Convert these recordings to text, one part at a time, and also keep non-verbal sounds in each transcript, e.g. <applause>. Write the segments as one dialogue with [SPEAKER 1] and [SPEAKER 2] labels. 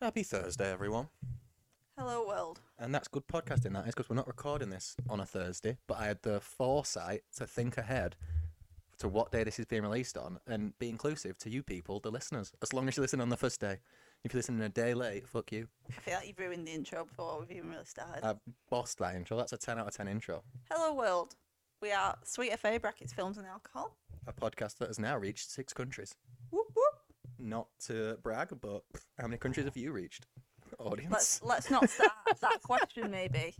[SPEAKER 1] Happy Thursday, everyone.
[SPEAKER 2] Hello, world.
[SPEAKER 1] And that's good podcasting, that is, because we're not recording this on a Thursday, but I had the foresight to think ahead to what day this is being released on and be inclusive to you people, the listeners, as long as you listen on the first day. If you listen a day late, fuck you.
[SPEAKER 2] I feel like you've ruined the intro before we've even really started.
[SPEAKER 1] I've bossed that intro. That's a 10 out of 10 intro.
[SPEAKER 2] Hello, world. We are Sweet FA brackets films and alcohol.
[SPEAKER 1] A podcast that has now reached six countries.
[SPEAKER 2] Whoop whoop.
[SPEAKER 1] <laughs> Not to brag, but how many countries have you reached? Audience.
[SPEAKER 2] Let's let's not start that question maybe.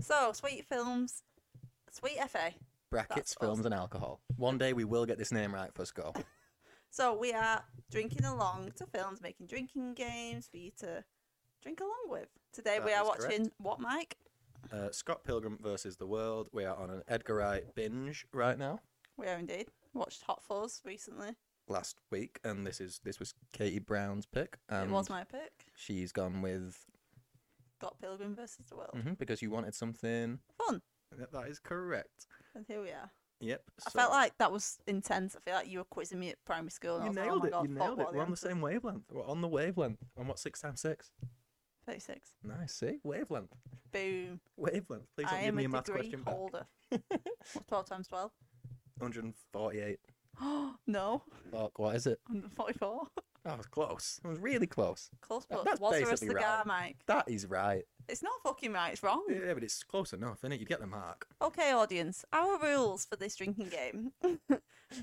[SPEAKER 2] So sweet films, sweet FA.
[SPEAKER 1] Brackets,
[SPEAKER 2] that's
[SPEAKER 1] films, and alcohol. One day we will get this name right, Fusco.
[SPEAKER 2] So we are drinking along to films, making drinking games for you to drink along with. Today we
[SPEAKER 1] That
[SPEAKER 2] are
[SPEAKER 1] is correct.
[SPEAKER 2] watching what, Mike?
[SPEAKER 1] Uh, Scott Pilgrim versus the World. We are on an Edgar Wright binge right now.
[SPEAKER 2] We are indeed watched Hot Fuzz recently.
[SPEAKER 1] Last week, and this is this was Katie Brown's pick. And
[SPEAKER 2] it was my pick.
[SPEAKER 1] She's gone with
[SPEAKER 2] Got Pilgrim versus the World.
[SPEAKER 1] mhm, because you wanted something.
[SPEAKER 2] Fun.
[SPEAKER 1] That, that is correct.
[SPEAKER 2] And here we are.
[SPEAKER 1] Yep.
[SPEAKER 2] I felt like that was intense. I feel like you were quizzing me at primary school. And
[SPEAKER 1] you
[SPEAKER 2] I was
[SPEAKER 1] nailed
[SPEAKER 2] like,
[SPEAKER 1] it.
[SPEAKER 2] oh my God,
[SPEAKER 1] you
[SPEAKER 2] fuck,
[SPEAKER 1] nailed
[SPEAKER 2] what
[SPEAKER 1] it.
[SPEAKER 2] are
[SPEAKER 1] We're on the
[SPEAKER 2] answers?"
[SPEAKER 1] same wavelength. We're on the wavelength. On what six times six?
[SPEAKER 2] 36.
[SPEAKER 1] Nice. See wavelength.
[SPEAKER 2] Boom.
[SPEAKER 1] Wavelength. Please
[SPEAKER 2] I
[SPEAKER 1] don't give
[SPEAKER 2] am
[SPEAKER 1] me
[SPEAKER 2] a
[SPEAKER 1] a math
[SPEAKER 2] degree
[SPEAKER 1] question back. <laughs>
[SPEAKER 2] holder. What's 12 times 12?
[SPEAKER 1] 148.
[SPEAKER 2] <gasps> no,
[SPEAKER 1] Fuck. What is it?
[SPEAKER 2] <laughs> 144.
[SPEAKER 1] That was close. It was really close.
[SPEAKER 2] Close,
[SPEAKER 1] That-
[SPEAKER 2] but
[SPEAKER 1] that's
[SPEAKER 2] was there a
[SPEAKER 1] basically
[SPEAKER 2] cigar,
[SPEAKER 1] right.
[SPEAKER 2] Mike?
[SPEAKER 1] That is right.
[SPEAKER 2] It's not fucking right, it's wrong.
[SPEAKER 1] Yeah, but it's close enough, innit? You'd get the mark.
[SPEAKER 2] Okay, audience, our rules for this drinking game. <laughs>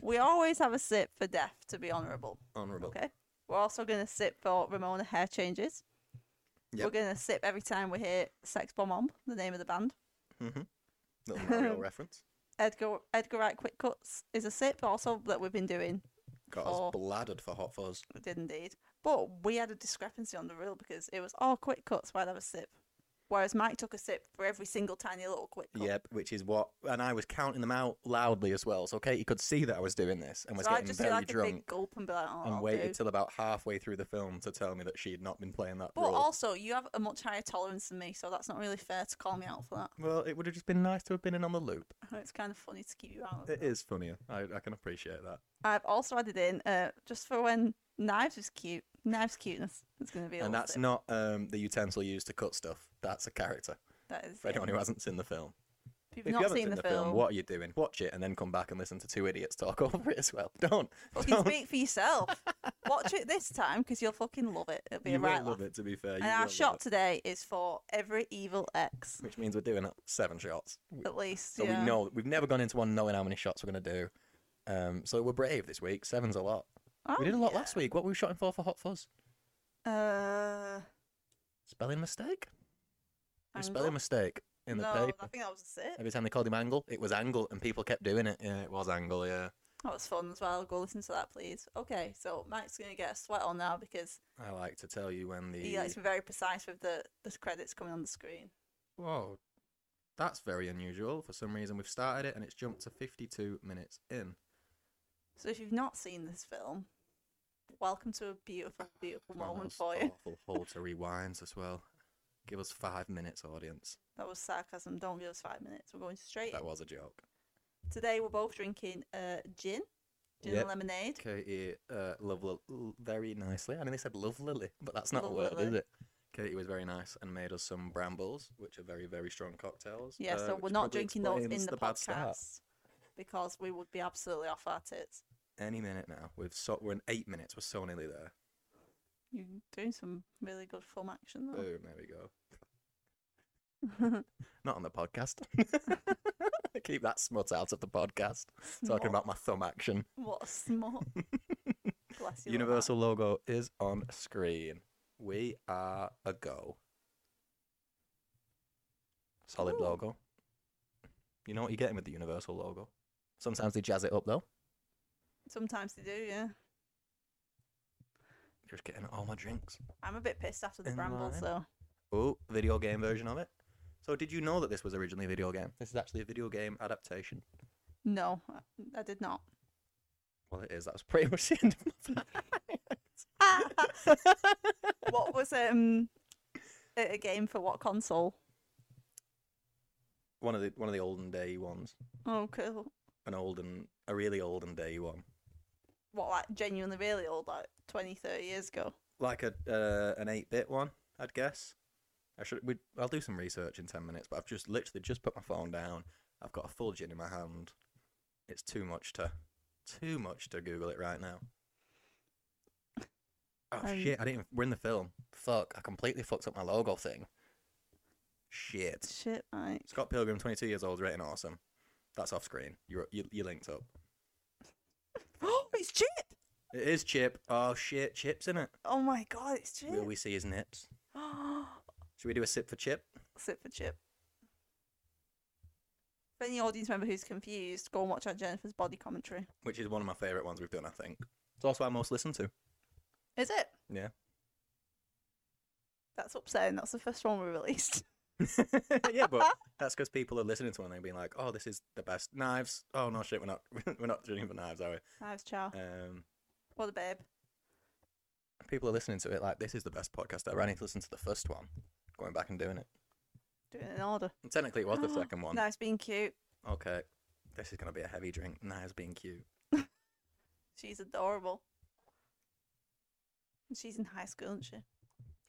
[SPEAKER 2] we always have a sip for death to be honourable,
[SPEAKER 1] Honourable.
[SPEAKER 2] okay? We're also going to sip for Ramona hair changes.
[SPEAKER 1] Yep.
[SPEAKER 2] We're going to sip every time we hear Sex Bomb Om, the name of the band.
[SPEAKER 1] Little
[SPEAKER 2] <laughs>
[SPEAKER 1] Mario reference.
[SPEAKER 2] Edgar Edgar Wright Quick Cuts is a sip also that we've been doing.
[SPEAKER 1] Got
[SPEAKER 2] Oh.
[SPEAKER 1] us bladdered for Hot Fuzz.
[SPEAKER 2] We did indeed. But we had a discrepancy on the rule because it was all quick cuts while I was sip. Whereas Mike took a sip for every single tiny little quick cut.
[SPEAKER 1] Yep, which is what, and I was counting them out loudly as well, so Katie could see that I was doing this and was
[SPEAKER 2] so I
[SPEAKER 1] getting
[SPEAKER 2] just
[SPEAKER 1] very
[SPEAKER 2] did like a
[SPEAKER 1] drunk.
[SPEAKER 2] big gulp and be like, oh,
[SPEAKER 1] and
[SPEAKER 2] I'll
[SPEAKER 1] waited
[SPEAKER 2] do."
[SPEAKER 1] till about halfway through the film to tell me that she had not been playing that
[SPEAKER 2] But
[SPEAKER 1] role.
[SPEAKER 2] also, you have a much higher tolerance than me, so that's not really fair to call me out for that. <laughs>
[SPEAKER 1] well, it would have just been nice to have been in on the loop.
[SPEAKER 2] It's kind of funny to keep you out. of
[SPEAKER 1] It
[SPEAKER 2] that.
[SPEAKER 1] is funnier. I, I can appreciate that.
[SPEAKER 2] I've also added in uh, just for when knives is cute. Knives cuteness. It's going to be. a
[SPEAKER 1] and
[SPEAKER 2] little
[SPEAKER 1] that's
[SPEAKER 2] sip.
[SPEAKER 1] not um, the utensil used to cut stuff. That's a character.
[SPEAKER 2] that is.
[SPEAKER 1] For anyone who hasn't seen the film, if
[SPEAKER 2] If you've
[SPEAKER 1] you
[SPEAKER 2] not
[SPEAKER 1] haven't
[SPEAKER 2] seen the film,
[SPEAKER 1] what are you doing? Watch it and then come back and listen to two idiots talk <laughs> over it as well. Don't.
[SPEAKER 2] Fucking
[SPEAKER 1] don't.
[SPEAKER 2] speak for yourself. Watch it this time because you'll fucking love it. It'll be
[SPEAKER 1] You
[SPEAKER 2] a
[SPEAKER 1] will
[SPEAKER 2] right laugh.
[SPEAKER 1] love it. To be fair, you
[SPEAKER 2] And our
[SPEAKER 1] will
[SPEAKER 2] shot
[SPEAKER 1] love it.
[SPEAKER 2] today is for every evil ex,
[SPEAKER 1] which means we're doing seven shots.
[SPEAKER 2] at least.
[SPEAKER 1] So
[SPEAKER 2] yeah.
[SPEAKER 1] we know we've never gone into one knowing how many shots we're gonna do. Um, so we're brave this week. Seven's a lot.
[SPEAKER 2] Oh,
[SPEAKER 1] we did a lot
[SPEAKER 2] yeah.
[SPEAKER 1] last week. What were we shooting for for Hot Fuzz?
[SPEAKER 2] Uh,
[SPEAKER 1] Spelling mistake. A
[SPEAKER 2] angle?
[SPEAKER 1] spelling mistake in the
[SPEAKER 2] no, I
[SPEAKER 1] paper.
[SPEAKER 2] think that was a sip.
[SPEAKER 1] Every time they called him Angle, it was Angle, and people kept doing it. Yeah, it was Angle. Yeah,
[SPEAKER 2] That was fun as well. Go listen to that, please. Okay, so Mike's going to get a sweat on now because
[SPEAKER 1] I like to tell you when the
[SPEAKER 2] he likes to be very precise with the, the credits coming on the screen.
[SPEAKER 1] whoa, that's very unusual. For some reason, we've started it and it's jumped to fifty-two minutes in.
[SPEAKER 2] So if you've not seen this film, welcome to a beautiful, beautiful
[SPEAKER 1] Wow,
[SPEAKER 2] moment
[SPEAKER 1] that's
[SPEAKER 2] for you.
[SPEAKER 1] Awful hole to rewind as well. Give us five minutes, audience.
[SPEAKER 2] That was sarcasm. Don't give us five minutes. We're going straight in.
[SPEAKER 1] That was a joke.
[SPEAKER 2] Today we're both drinking uh, gin, gin
[SPEAKER 1] Yep.
[SPEAKER 2] and lemonade.
[SPEAKER 1] Katie uh, love Lil- l- very nicely. I mean, they said love Lily, but that's not
[SPEAKER 2] Love
[SPEAKER 1] a word, is
[SPEAKER 2] Lily.
[SPEAKER 1] it? Katie was very nice and made us some brambles, which are very, very strong cocktails.
[SPEAKER 2] Yeah,
[SPEAKER 1] uh,
[SPEAKER 2] so we're
[SPEAKER 1] which
[SPEAKER 2] not
[SPEAKER 1] probably
[SPEAKER 2] drinking those in
[SPEAKER 1] explains
[SPEAKER 2] the,
[SPEAKER 1] bad start.
[SPEAKER 2] podcast because we would be absolutely off our tits.
[SPEAKER 1] Any minute now. We've so- we're in eight minutes. We're so nearly there.
[SPEAKER 2] You're doing some really good film action though.
[SPEAKER 1] Boom, there we go.
[SPEAKER 2] <laughs>
[SPEAKER 1] Not on the podcast. <laughs> Keep that smut out of the podcast. Talking about my thumb action.
[SPEAKER 2] <laughs> what
[SPEAKER 1] <laughs>
[SPEAKER 2] a smart. Bless you. little man.
[SPEAKER 1] Universal logo is on screen. uh, We are a go. Solid
[SPEAKER 2] Ooh.
[SPEAKER 1] logo. You know what you're getting with the Universal logo. Sometimes they jazz it up though.
[SPEAKER 2] Sometimes they do, yeah.
[SPEAKER 1] Just getting all my drinks.
[SPEAKER 2] I'm a bit pissed after the
[SPEAKER 1] In
[SPEAKER 2] brambles
[SPEAKER 1] line.
[SPEAKER 2] though.
[SPEAKER 1] Oh, video game version of it. So did you know that this was originally a video game? This is actually a video game adaptation.
[SPEAKER 2] No, I- I did
[SPEAKER 1] <laughs>
[SPEAKER 2] not. <laughs>
[SPEAKER 1] Well, it is. That was pretty much the end of my <laughs>
[SPEAKER 2] what was um a a game for what console?
[SPEAKER 1] one of the one of the olden day ones.
[SPEAKER 2] Oh, cool.
[SPEAKER 1] An olden, a really olden day one.
[SPEAKER 2] What like genuinely really old, like 20, 30 years ago.
[SPEAKER 1] like a uh, an eight bit one, I'd guess. I should. We. I'll do some research in ten minutes. But I've just literally just put my phone down. I've got a full gin in my hand. It's too much to, too much to Google it right now. Oh
[SPEAKER 2] Um,
[SPEAKER 1] shit! I didn't. Even, we're in the film. Fuck! I completely fucked up my logo thing. Shit.
[SPEAKER 2] Shit, mate.
[SPEAKER 1] Scott Pilgrim, 22 years old, rating awesome. That's off screen. You're you, you linked up.
[SPEAKER 2] Oh, <gasps> it's Chip!
[SPEAKER 1] It is Chip. Oh shit! Chip's in it.
[SPEAKER 2] Oh my god, it's Chip. <gasps>
[SPEAKER 1] Will we see his nips?
[SPEAKER 2] Oh,
[SPEAKER 1] Should we do a sip for Chip?
[SPEAKER 2] Sit for Chip. If any audience member who's confused, go and watch our Jennifer's body commentary.
[SPEAKER 1] Which is one of my favourite ones we've done. I think it's also our most listened
[SPEAKER 2] <laughs>
[SPEAKER 1] to.
[SPEAKER 2] Is it?
[SPEAKER 1] Yeah.
[SPEAKER 2] That's upsetting. That's the first one we
[SPEAKER 1] <laughs>
[SPEAKER 2] released.
[SPEAKER 1] yeah,
[SPEAKER 2] <laughs>
[SPEAKER 1] but that's because people are listening to one and being like, "Oh, this is the best knives." Oh no, shit, we're not <laughs> we're not doing it for knives, are we?
[SPEAKER 2] Knives Chow.
[SPEAKER 1] Um,
[SPEAKER 2] What a babe.
[SPEAKER 1] people are listening to it like this is the best podcast ever. I need to listen to the first one, going back and doing it.
[SPEAKER 2] Doing it in order.
[SPEAKER 1] And technically, it was
[SPEAKER 2] <gasps> Oh,
[SPEAKER 1] the second one.
[SPEAKER 2] Knives being cute.
[SPEAKER 1] Okay, this is gonna be a heavy drink. Knives being cute.
[SPEAKER 2] She's adorable. And she's in high school, isn't she?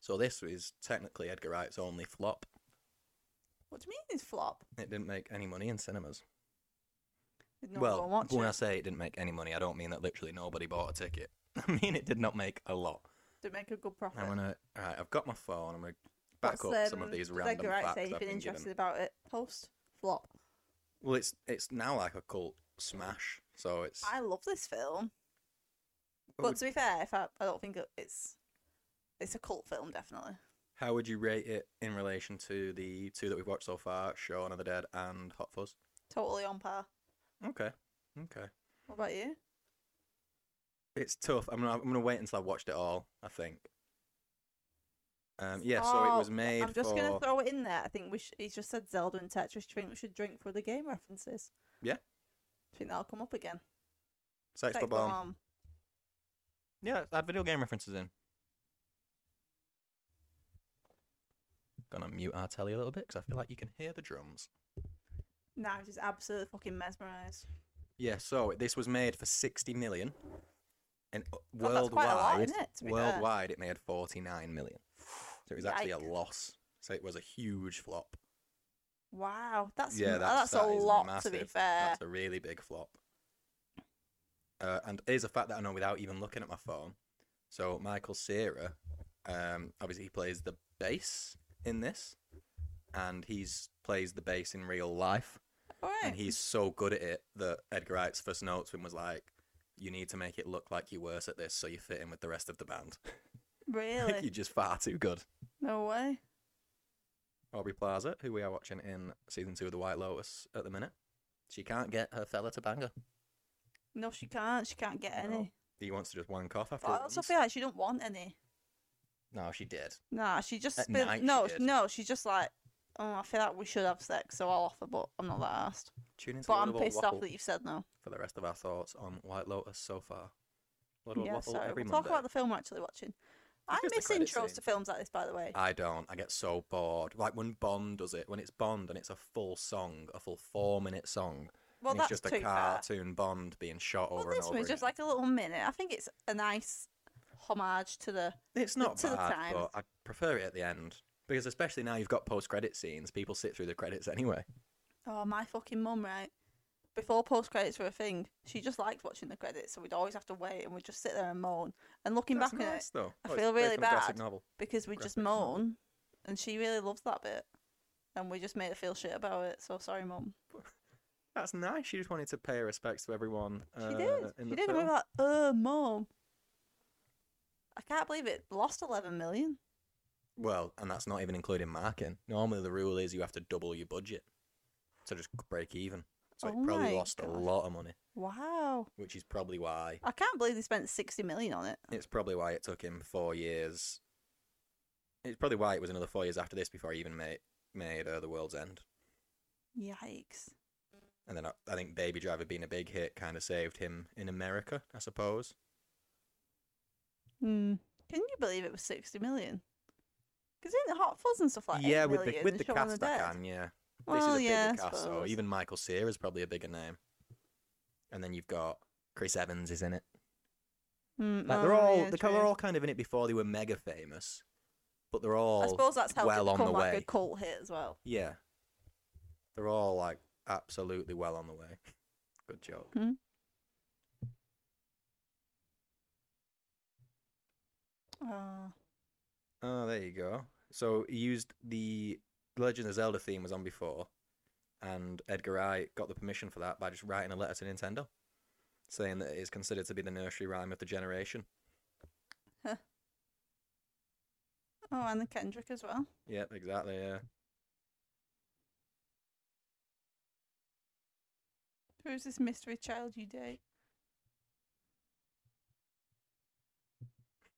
[SPEAKER 1] So this is technically Edgar Wright's only flop.
[SPEAKER 2] What do you mean it's flop?
[SPEAKER 1] It didn't make any money in cinemas.
[SPEAKER 2] Did no
[SPEAKER 1] well,
[SPEAKER 2] one watch
[SPEAKER 1] when I
[SPEAKER 2] it?
[SPEAKER 1] say it didn't make any money, I don't mean that literally nobody bought a ticket. <laughs> I mean it did not make a lot.
[SPEAKER 2] Did it make a good profit?
[SPEAKER 1] I'm gonna. All right, I've got my phone. I'm gonna back
[SPEAKER 2] What's,
[SPEAKER 1] up some of
[SPEAKER 2] um,
[SPEAKER 1] these
[SPEAKER 2] does
[SPEAKER 1] random
[SPEAKER 2] Edgar Wright
[SPEAKER 1] facts
[SPEAKER 2] say
[SPEAKER 1] I've
[SPEAKER 2] anything
[SPEAKER 1] been given.
[SPEAKER 2] interested about it? Post? Flop.
[SPEAKER 1] Well, it's it's now like a cult smash, so it's.
[SPEAKER 2] I love this film.
[SPEAKER 1] What
[SPEAKER 2] But
[SPEAKER 1] would-
[SPEAKER 2] to be fair, if I, I don't think it- it's it's a cult film, definitely.
[SPEAKER 1] how would you rate it in relation to the two that we've watched so far, Shaun of the Dead and Hot Fuzz?
[SPEAKER 2] Totally on par.
[SPEAKER 1] Okay, okay.
[SPEAKER 2] What about you?
[SPEAKER 1] It's tough. I'm gonna I'm gonna wait until I've watched it all. I think. Um, yeah, so it was
[SPEAKER 2] Oh,
[SPEAKER 1] made
[SPEAKER 2] I'm just
[SPEAKER 1] for.
[SPEAKER 2] gonna throw it in there. I think we should, he's just said Zelda and Tetris. Do you think we should drink for the game references?
[SPEAKER 1] Yeah.
[SPEAKER 2] I think that'll come up again. um,
[SPEAKER 1] Sex
[SPEAKER 2] Sex
[SPEAKER 1] bomb.
[SPEAKER 2] bomb.
[SPEAKER 1] Yeah, add video game references in. Gonna mute our telly a little bit because I feel like you can hear the drums.
[SPEAKER 2] Nah, I'm just absolutely fucking mesmerised.
[SPEAKER 1] Yeah, so this was made for 60 million. And uh,
[SPEAKER 2] God, Oh, that's quite a lot,
[SPEAKER 1] worldwide,
[SPEAKER 2] isn't it, to be fair?
[SPEAKER 1] worldwide it made 49 million. So it was actually a
[SPEAKER 2] Yikes.
[SPEAKER 1] loss. So it was a huge flop.
[SPEAKER 2] Wow, that's
[SPEAKER 1] yeah,
[SPEAKER 2] m-
[SPEAKER 1] that's,
[SPEAKER 2] that's, a
[SPEAKER 1] that is
[SPEAKER 2] lot
[SPEAKER 1] massive.
[SPEAKER 2] to be fair.
[SPEAKER 1] That's a really big flop. Uh, and here's a fact that I know without even looking at my phone. So Michael Cera, um, obviously he plays the bass in this, and he's plays the bass in real life.
[SPEAKER 2] All right.
[SPEAKER 1] And he's so good at it that Edgar Wright's first note to him was like, "You need to make it look like you're worse at this, so you fit in with the rest of the band. <laughs>
[SPEAKER 2] Really?
[SPEAKER 1] you're just far too good."
[SPEAKER 2] no way.
[SPEAKER 1] Aubrey Plaza, who we are watching in season two of The White Lotus at the minute, she can't get her fella to bang her.
[SPEAKER 2] No, she can't. She can't get
[SPEAKER 1] No.
[SPEAKER 2] any.
[SPEAKER 1] He wants to just wank off after.
[SPEAKER 2] But Oh, I also
[SPEAKER 1] once.
[SPEAKER 2] feel like she don't want any.
[SPEAKER 1] No, she did.
[SPEAKER 2] Nah, she just
[SPEAKER 1] At
[SPEAKER 2] been,
[SPEAKER 1] night she
[SPEAKER 2] no,
[SPEAKER 1] did.
[SPEAKER 2] no. She's just like, oh, I feel like we should have sex, so I'll offer, but I'm not that asked.
[SPEAKER 1] Tune into
[SPEAKER 2] But I'm
[SPEAKER 1] Laudable
[SPEAKER 2] pissed
[SPEAKER 1] Waffle
[SPEAKER 2] off that you've said no.
[SPEAKER 1] for the rest of our thoughts on White Lotus so far. Laudable
[SPEAKER 2] yeah,
[SPEAKER 1] Waffle
[SPEAKER 2] sorry.
[SPEAKER 1] every
[SPEAKER 2] We'll
[SPEAKER 1] Monday.
[SPEAKER 2] talk about the film we're actually watching. I
[SPEAKER 1] just the
[SPEAKER 2] miss
[SPEAKER 1] credit
[SPEAKER 2] intros
[SPEAKER 1] scene. Ah,
[SPEAKER 2] to films like this, by the way.
[SPEAKER 1] I don't. I get so bored. Like when Bond does it, when it's Bond and it's a full song, a full four minute song.
[SPEAKER 2] well,
[SPEAKER 1] and it's
[SPEAKER 2] that's
[SPEAKER 1] just a
[SPEAKER 2] too fair.
[SPEAKER 1] cartoon Bond being shot
[SPEAKER 2] Well,
[SPEAKER 1] over and
[SPEAKER 2] this
[SPEAKER 1] over.
[SPEAKER 2] one's just
[SPEAKER 1] again.
[SPEAKER 2] like a little minute. I think it's a nice homage to the.
[SPEAKER 1] it's not
[SPEAKER 2] to the
[SPEAKER 1] bad,
[SPEAKER 2] time.
[SPEAKER 1] but I prefer it at the end because especially now you've got post credit scenes. People sit through the credits anyway.
[SPEAKER 2] Oh, my fucking mum, right? Before post credits were a thing, she just liked watching the credits, so we'd always have to wait and we'd just sit there and moan. And looking
[SPEAKER 1] That's
[SPEAKER 2] back at
[SPEAKER 1] nice
[SPEAKER 2] it,
[SPEAKER 1] though.
[SPEAKER 2] I
[SPEAKER 1] it's
[SPEAKER 2] feel
[SPEAKER 1] based
[SPEAKER 2] really
[SPEAKER 1] on a graphic
[SPEAKER 2] bad.
[SPEAKER 1] Novel.
[SPEAKER 2] because we just
[SPEAKER 1] graphic novel.
[SPEAKER 2] moan, and she really loves that bit, and we just made her feel shit about it. So sorry, mum.
[SPEAKER 1] That's nice. She just wanted to pay her respects to everyone.
[SPEAKER 2] She
[SPEAKER 1] uh,
[SPEAKER 2] did.
[SPEAKER 1] In the
[SPEAKER 2] She did. And we
[SPEAKER 1] film.
[SPEAKER 2] were like, oh, mum. I can't believe it lost 11 million.
[SPEAKER 1] Well, and that's not even including marketing. Normally, the rule is you have to double your budget to just break even. So
[SPEAKER 2] Oh
[SPEAKER 1] it probably
[SPEAKER 2] my
[SPEAKER 1] lost a
[SPEAKER 2] God.
[SPEAKER 1] lot of money,
[SPEAKER 2] Wow.
[SPEAKER 1] which is probably why
[SPEAKER 2] I can't believe they spent 60 million on it.
[SPEAKER 1] it's probably why it took him four years. It's probably why it was another four years after this before he even made made uh, the World's End.
[SPEAKER 2] Yikes.
[SPEAKER 1] And then I, I think Baby Driver being a big hit kind of saved him in America, I suppose.
[SPEAKER 2] Hmm. Can you believe it was 60 million? Because in the Hot Fuzz and stuff like that.
[SPEAKER 1] yeah, with the with the
[SPEAKER 2] Shaun of
[SPEAKER 1] cast,
[SPEAKER 2] Dead.
[SPEAKER 1] I can. Yeah,
[SPEAKER 2] Well,
[SPEAKER 1] this is a
[SPEAKER 2] yeah, I
[SPEAKER 1] bigger cast, so
[SPEAKER 2] suppose.
[SPEAKER 1] even Michael Cera is probably a bigger name. And then you've got Chris Evans is in it.
[SPEAKER 2] Mm,
[SPEAKER 1] Like they're
[SPEAKER 2] oh,
[SPEAKER 1] all
[SPEAKER 2] yeah,
[SPEAKER 1] they're, they're
[SPEAKER 2] true.
[SPEAKER 1] all kind of in it before they were mega famous, but they're all
[SPEAKER 2] I suppose that's helped
[SPEAKER 1] well
[SPEAKER 2] it
[SPEAKER 1] on the
[SPEAKER 2] become like
[SPEAKER 1] way.
[SPEAKER 2] a cult hit as well.
[SPEAKER 1] yeah. They're all like absolutely well on the way. <laughs> Good joke.
[SPEAKER 2] Hmm. Uh,
[SPEAKER 1] Oh, there you go. So he used the Legend of Zelda theme was on before, and Edgar Wright got the permission for that by just writing a letter to Nintendo, saying that it is considered to be the nursery rhyme of the generation.
[SPEAKER 2] oh, and the Kendrick as well.
[SPEAKER 1] Yep, exactly. Yeah.
[SPEAKER 2] Who's this mystery child you date?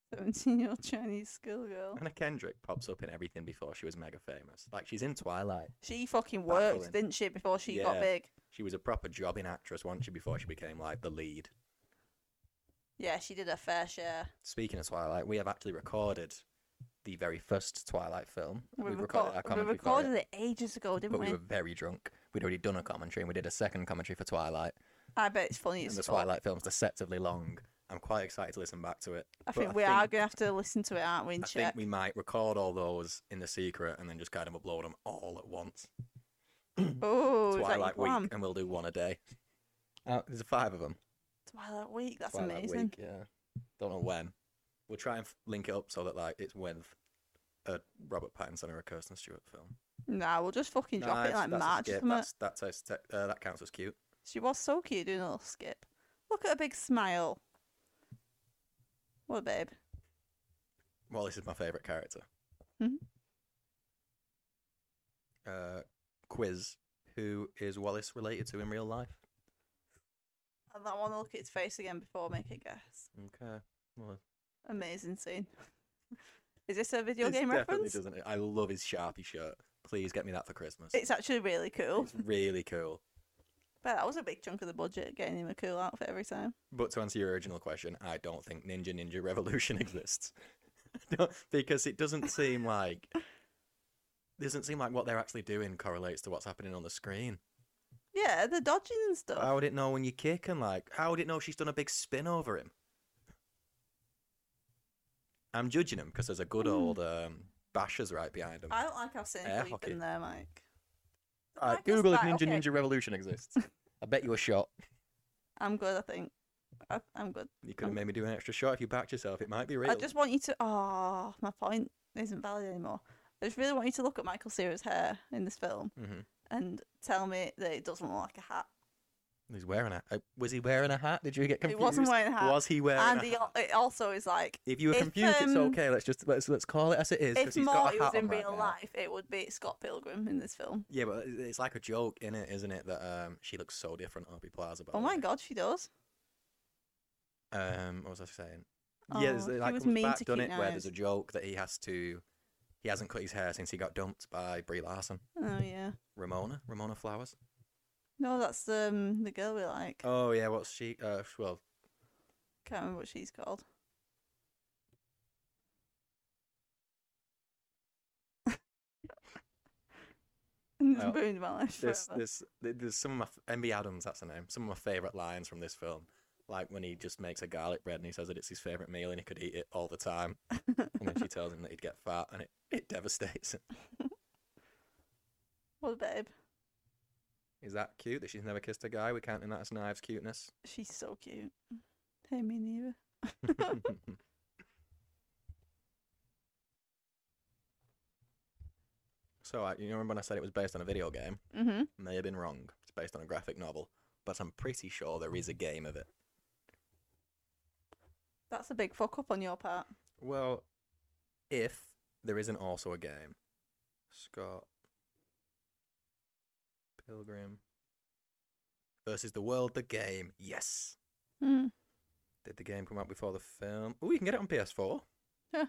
[SPEAKER 2] <laughs> 17 year old Chinese schoolgirl.
[SPEAKER 1] Anna Kendrick pops up in everything before she was mega famous. Like she's in Twilight.
[SPEAKER 2] She fucking worked,
[SPEAKER 1] Baffling.
[SPEAKER 2] didn't she, before she got
[SPEAKER 1] Yeah.
[SPEAKER 2] big?
[SPEAKER 1] She was a proper jobbing actress, wasn't she, before she became like the lead.
[SPEAKER 2] Yeah, she did her fair share.
[SPEAKER 1] Speaking of Twilight, we have actually recorded the very first Twilight film.
[SPEAKER 2] We,
[SPEAKER 1] We've
[SPEAKER 2] record-
[SPEAKER 1] recorded our
[SPEAKER 2] we
[SPEAKER 1] commentary for it.
[SPEAKER 2] recorded it. ages ago, didn't
[SPEAKER 1] but
[SPEAKER 2] we?
[SPEAKER 1] we were very drunk. We'd already done a commentary, and we did a second commentary for Twilight.
[SPEAKER 2] I bet it's funny.
[SPEAKER 1] and
[SPEAKER 2] It's
[SPEAKER 1] the Twilight film's deceptively long. I'm quite excited to listen back to it.
[SPEAKER 2] I
[SPEAKER 1] but
[SPEAKER 2] think
[SPEAKER 1] I
[SPEAKER 2] we are
[SPEAKER 1] think-
[SPEAKER 2] going to have to listen to it, aren't we? In
[SPEAKER 1] I
[SPEAKER 2] check.
[SPEAKER 1] think we might record all those in the secret and then just kind of upload them all at once.
[SPEAKER 2] Oh, is that your
[SPEAKER 1] Twilight
[SPEAKER 2] plan?
[SPEAKER 1] week, and we'll do one a day. <laughs> Uh, there's five of them.
[SPEAKER 2] Twilight Week. That's
[SPEAKER 1] Twilight
[SPEAKER 2] amazing.
[SPEAKER 1] Week, yeah. Don't know when. We'll try and f- link it up so that like it's with a Robert Pattinson or a Kirsten Stewart film.
[SPEAKER 2] Nah, we'll just fucking drop it
[SPEAKER 1] Nice,
[SPEAKER 2] in,
[SPEAKER 1] that's
[SPEAKER 2] like
[SPEAKER 1] a
[SPEAKER 2] March. or
[SPEAKER 1] skip,
[SPEAKER 2] something.
[SPEAKER 1] that's- that tastes te- uh, that counts as cute.
[SPEAKER 2] She was so cute doing a little skip. Look at her big smile. What a babe.
[SPEAKER 1] Well, this is my favourite character.
[SPEAKER 2] Mhm.
[SPEAKER 1] Uh, Quiz, who is Wallace related to in real life?
[SPEAKER 2] And I want to look at its face again before I make a guess.
[SPEAKER 1] Okay. Well,
[SPEAKER 2] Amazing scene. Is this a video game
[SPEAKER 1] definitely
[SPEAKER 2] reference?
[SPEAKER 1] doesn't. I love his Sharpie shirt. Please get me that for Christmas.
[SPEAKER 2] It's actually really cool.
[SPEAKER 1] It's really cool.
[SPEAKER 2] But that was a big chunk of the budget, getting him a cool outfit every time.
[SPEAKER 1] But to answer your original question, I don't think Ninja Ninja Revolution <laughs> exists. I don't- because it doesn't seem like doesn't seem like what they're actually doing correlates to what's happening on the screen.
[SPEAKER 2] Yeah, the dodging and stuff.
[SPEAKER 1] How would it know when you kick and like how would it know she's done a big spin over him? I'm judging him because there's a good
[SPEAKER 2] Hmm.
[SPEAKER 1] old um, bashers right behind him.
[SPEAKER 2] I don't like how cynical
[SPEAKER 1] Air
[SPEAKER 2] you've
[SPEAKER 1] hockey.
[SPEAKER 2] been there, Mike.
[SPEAKER 1] All right,
[SPEAKER 2] Like, it's
[SPEAKER 1] Google if
[SPEAKER 2] like,
[SPEAKER 1] Ninja
[SPEAKER 2] okay,
[SPEAKER 1] Ninja Revolution
[SPEAKER 2] <laughs>
[SPEAKER 1] exists. I bet you a shot.
[SPEAKER 2] I'm good, I think. I, I'm good.
[SPEAKER 1] You could have made me do an extra shot if you backed yourself. It might be real.
[SPEAKER 2] I just want you to. Oh, my point isn't valid anymore. I just really want you to look at Michael Cera's hair in this film
[SPEAKER 1] Mhm.
[SPEAKER 2] and tell me that it doesn't look like a hat.
[SPEAKER 1] He's wearing a. uh, Was he wearing a hat? Did you get confused?
[SPEAKER 2] It wasn't wearing a hat.
[SPEAKER 1] Was he wearing
[SPEAKER 2] and
[SPEAKER 1] a
[SPEAKER 2] he,
[SPEAKER 1] hat?
[SPEAKER 2] al- it also is like,
[SPEAKER 1] If you were
[SPEAKER 2] if,
[SPEAKER 1] confused, it's
[SPEAKER 2] um,
[SPEAKER 1] okay. Let's just let's let's call it as it is. 'cause
[SPEAKER 2] if
[SPEAKER 1] he's got a
[SPEAKER 2] Morty was
[SPEAKER 1] hat on
[SPEAKER 2] in
[SPEAKER 1] right
[SPEAKER 2] real
[SPEAKER 1] now.
[SPEAKER 2] life, it would be Scott Pilgrim in this film.
[SPEAKER 1] Yeah, but it- it's like a joke, in it, isn't it? That um, she looks so different, Aubrey Plaza. by
[SPEAKER 2] oh
[SPEAKER 1] the
[SPEAKER 2] my
[SPEAKER 1] way.
[SPEAKER 2] god, she does.
[SPEAKER 1] Um, what was I saying? yeah, there's,
[SPEAKER 2] Oh,
[SPEAKER 1] it,
[SPEAKER 2] he
[SPEAKER 1] like
[SPEAKER 2] was
[SPEAKER 1] comes
[SPEAKER 2] mean
[SPEAKER 1] back,
[SPEAKER 2] to
[SPEAKER 1] done
[SPEAKER 2] Keith
[SPEAKER 1] it, where there's a
[SPEAKER 2] Knight.
[SPEAKER 1] joke that he has to, he hasn't cut his hair since he got dumped by Brie Larson,
[SPEAKER 2] Oh yeah.
[SPEAKER 1] Ramona, Ramona Flowers.
[SPEAKER 2] No, that's um the girl we like.
[SPEAKER 1] Oh yeah, what's she? Uh, well,
[SPEAKER 2] Can't remember what she's called. <laughs> And it's
[SPEAKER 1] Well,
[SPEAKER 2] ruined my life
[SPEAKER 1] this
[SPEAKER 2] forever.
[SPEAKER 1] this th- there's some of my f- MB Adams. That's the name. Some of my favorite lines from this film, like when he just makes a garlic bread and he says that it's his favorite meal and he could eat it all the
[SPEAKER 2] <laughs>
[SPEAKER 1] time, and then she tells him that he'd get fat and it it devastates him.
[SPEAKER 2] What a babe.
[SPEAKER 1] Is that cute that she's never kissed a guy? We're counting that as knives cuteness.
[SPEAKER 2] She's so cute. Hey, me neither.
[SPEAKER 1] <laughs> so I, you remember when I said it was based on a video game?
[SPEAKER 2] Mm-hmm.
[SPEAKER 1] May have been wrong. It's based on a graphic novel, but I'm pretty sure there is a game of it.
[SPEAKER 2] That's a big fuck up on your part.
[SPEAKER 1] Well, if there isn't also a game, Scott Pilgrim versus the world, the game. Yes.
[SPEAKER 2] Mm.
[SPEAKER 1] Did the game come out before the film? Oh, you can get it on PS4.
[SPEAKER 2] Yeah.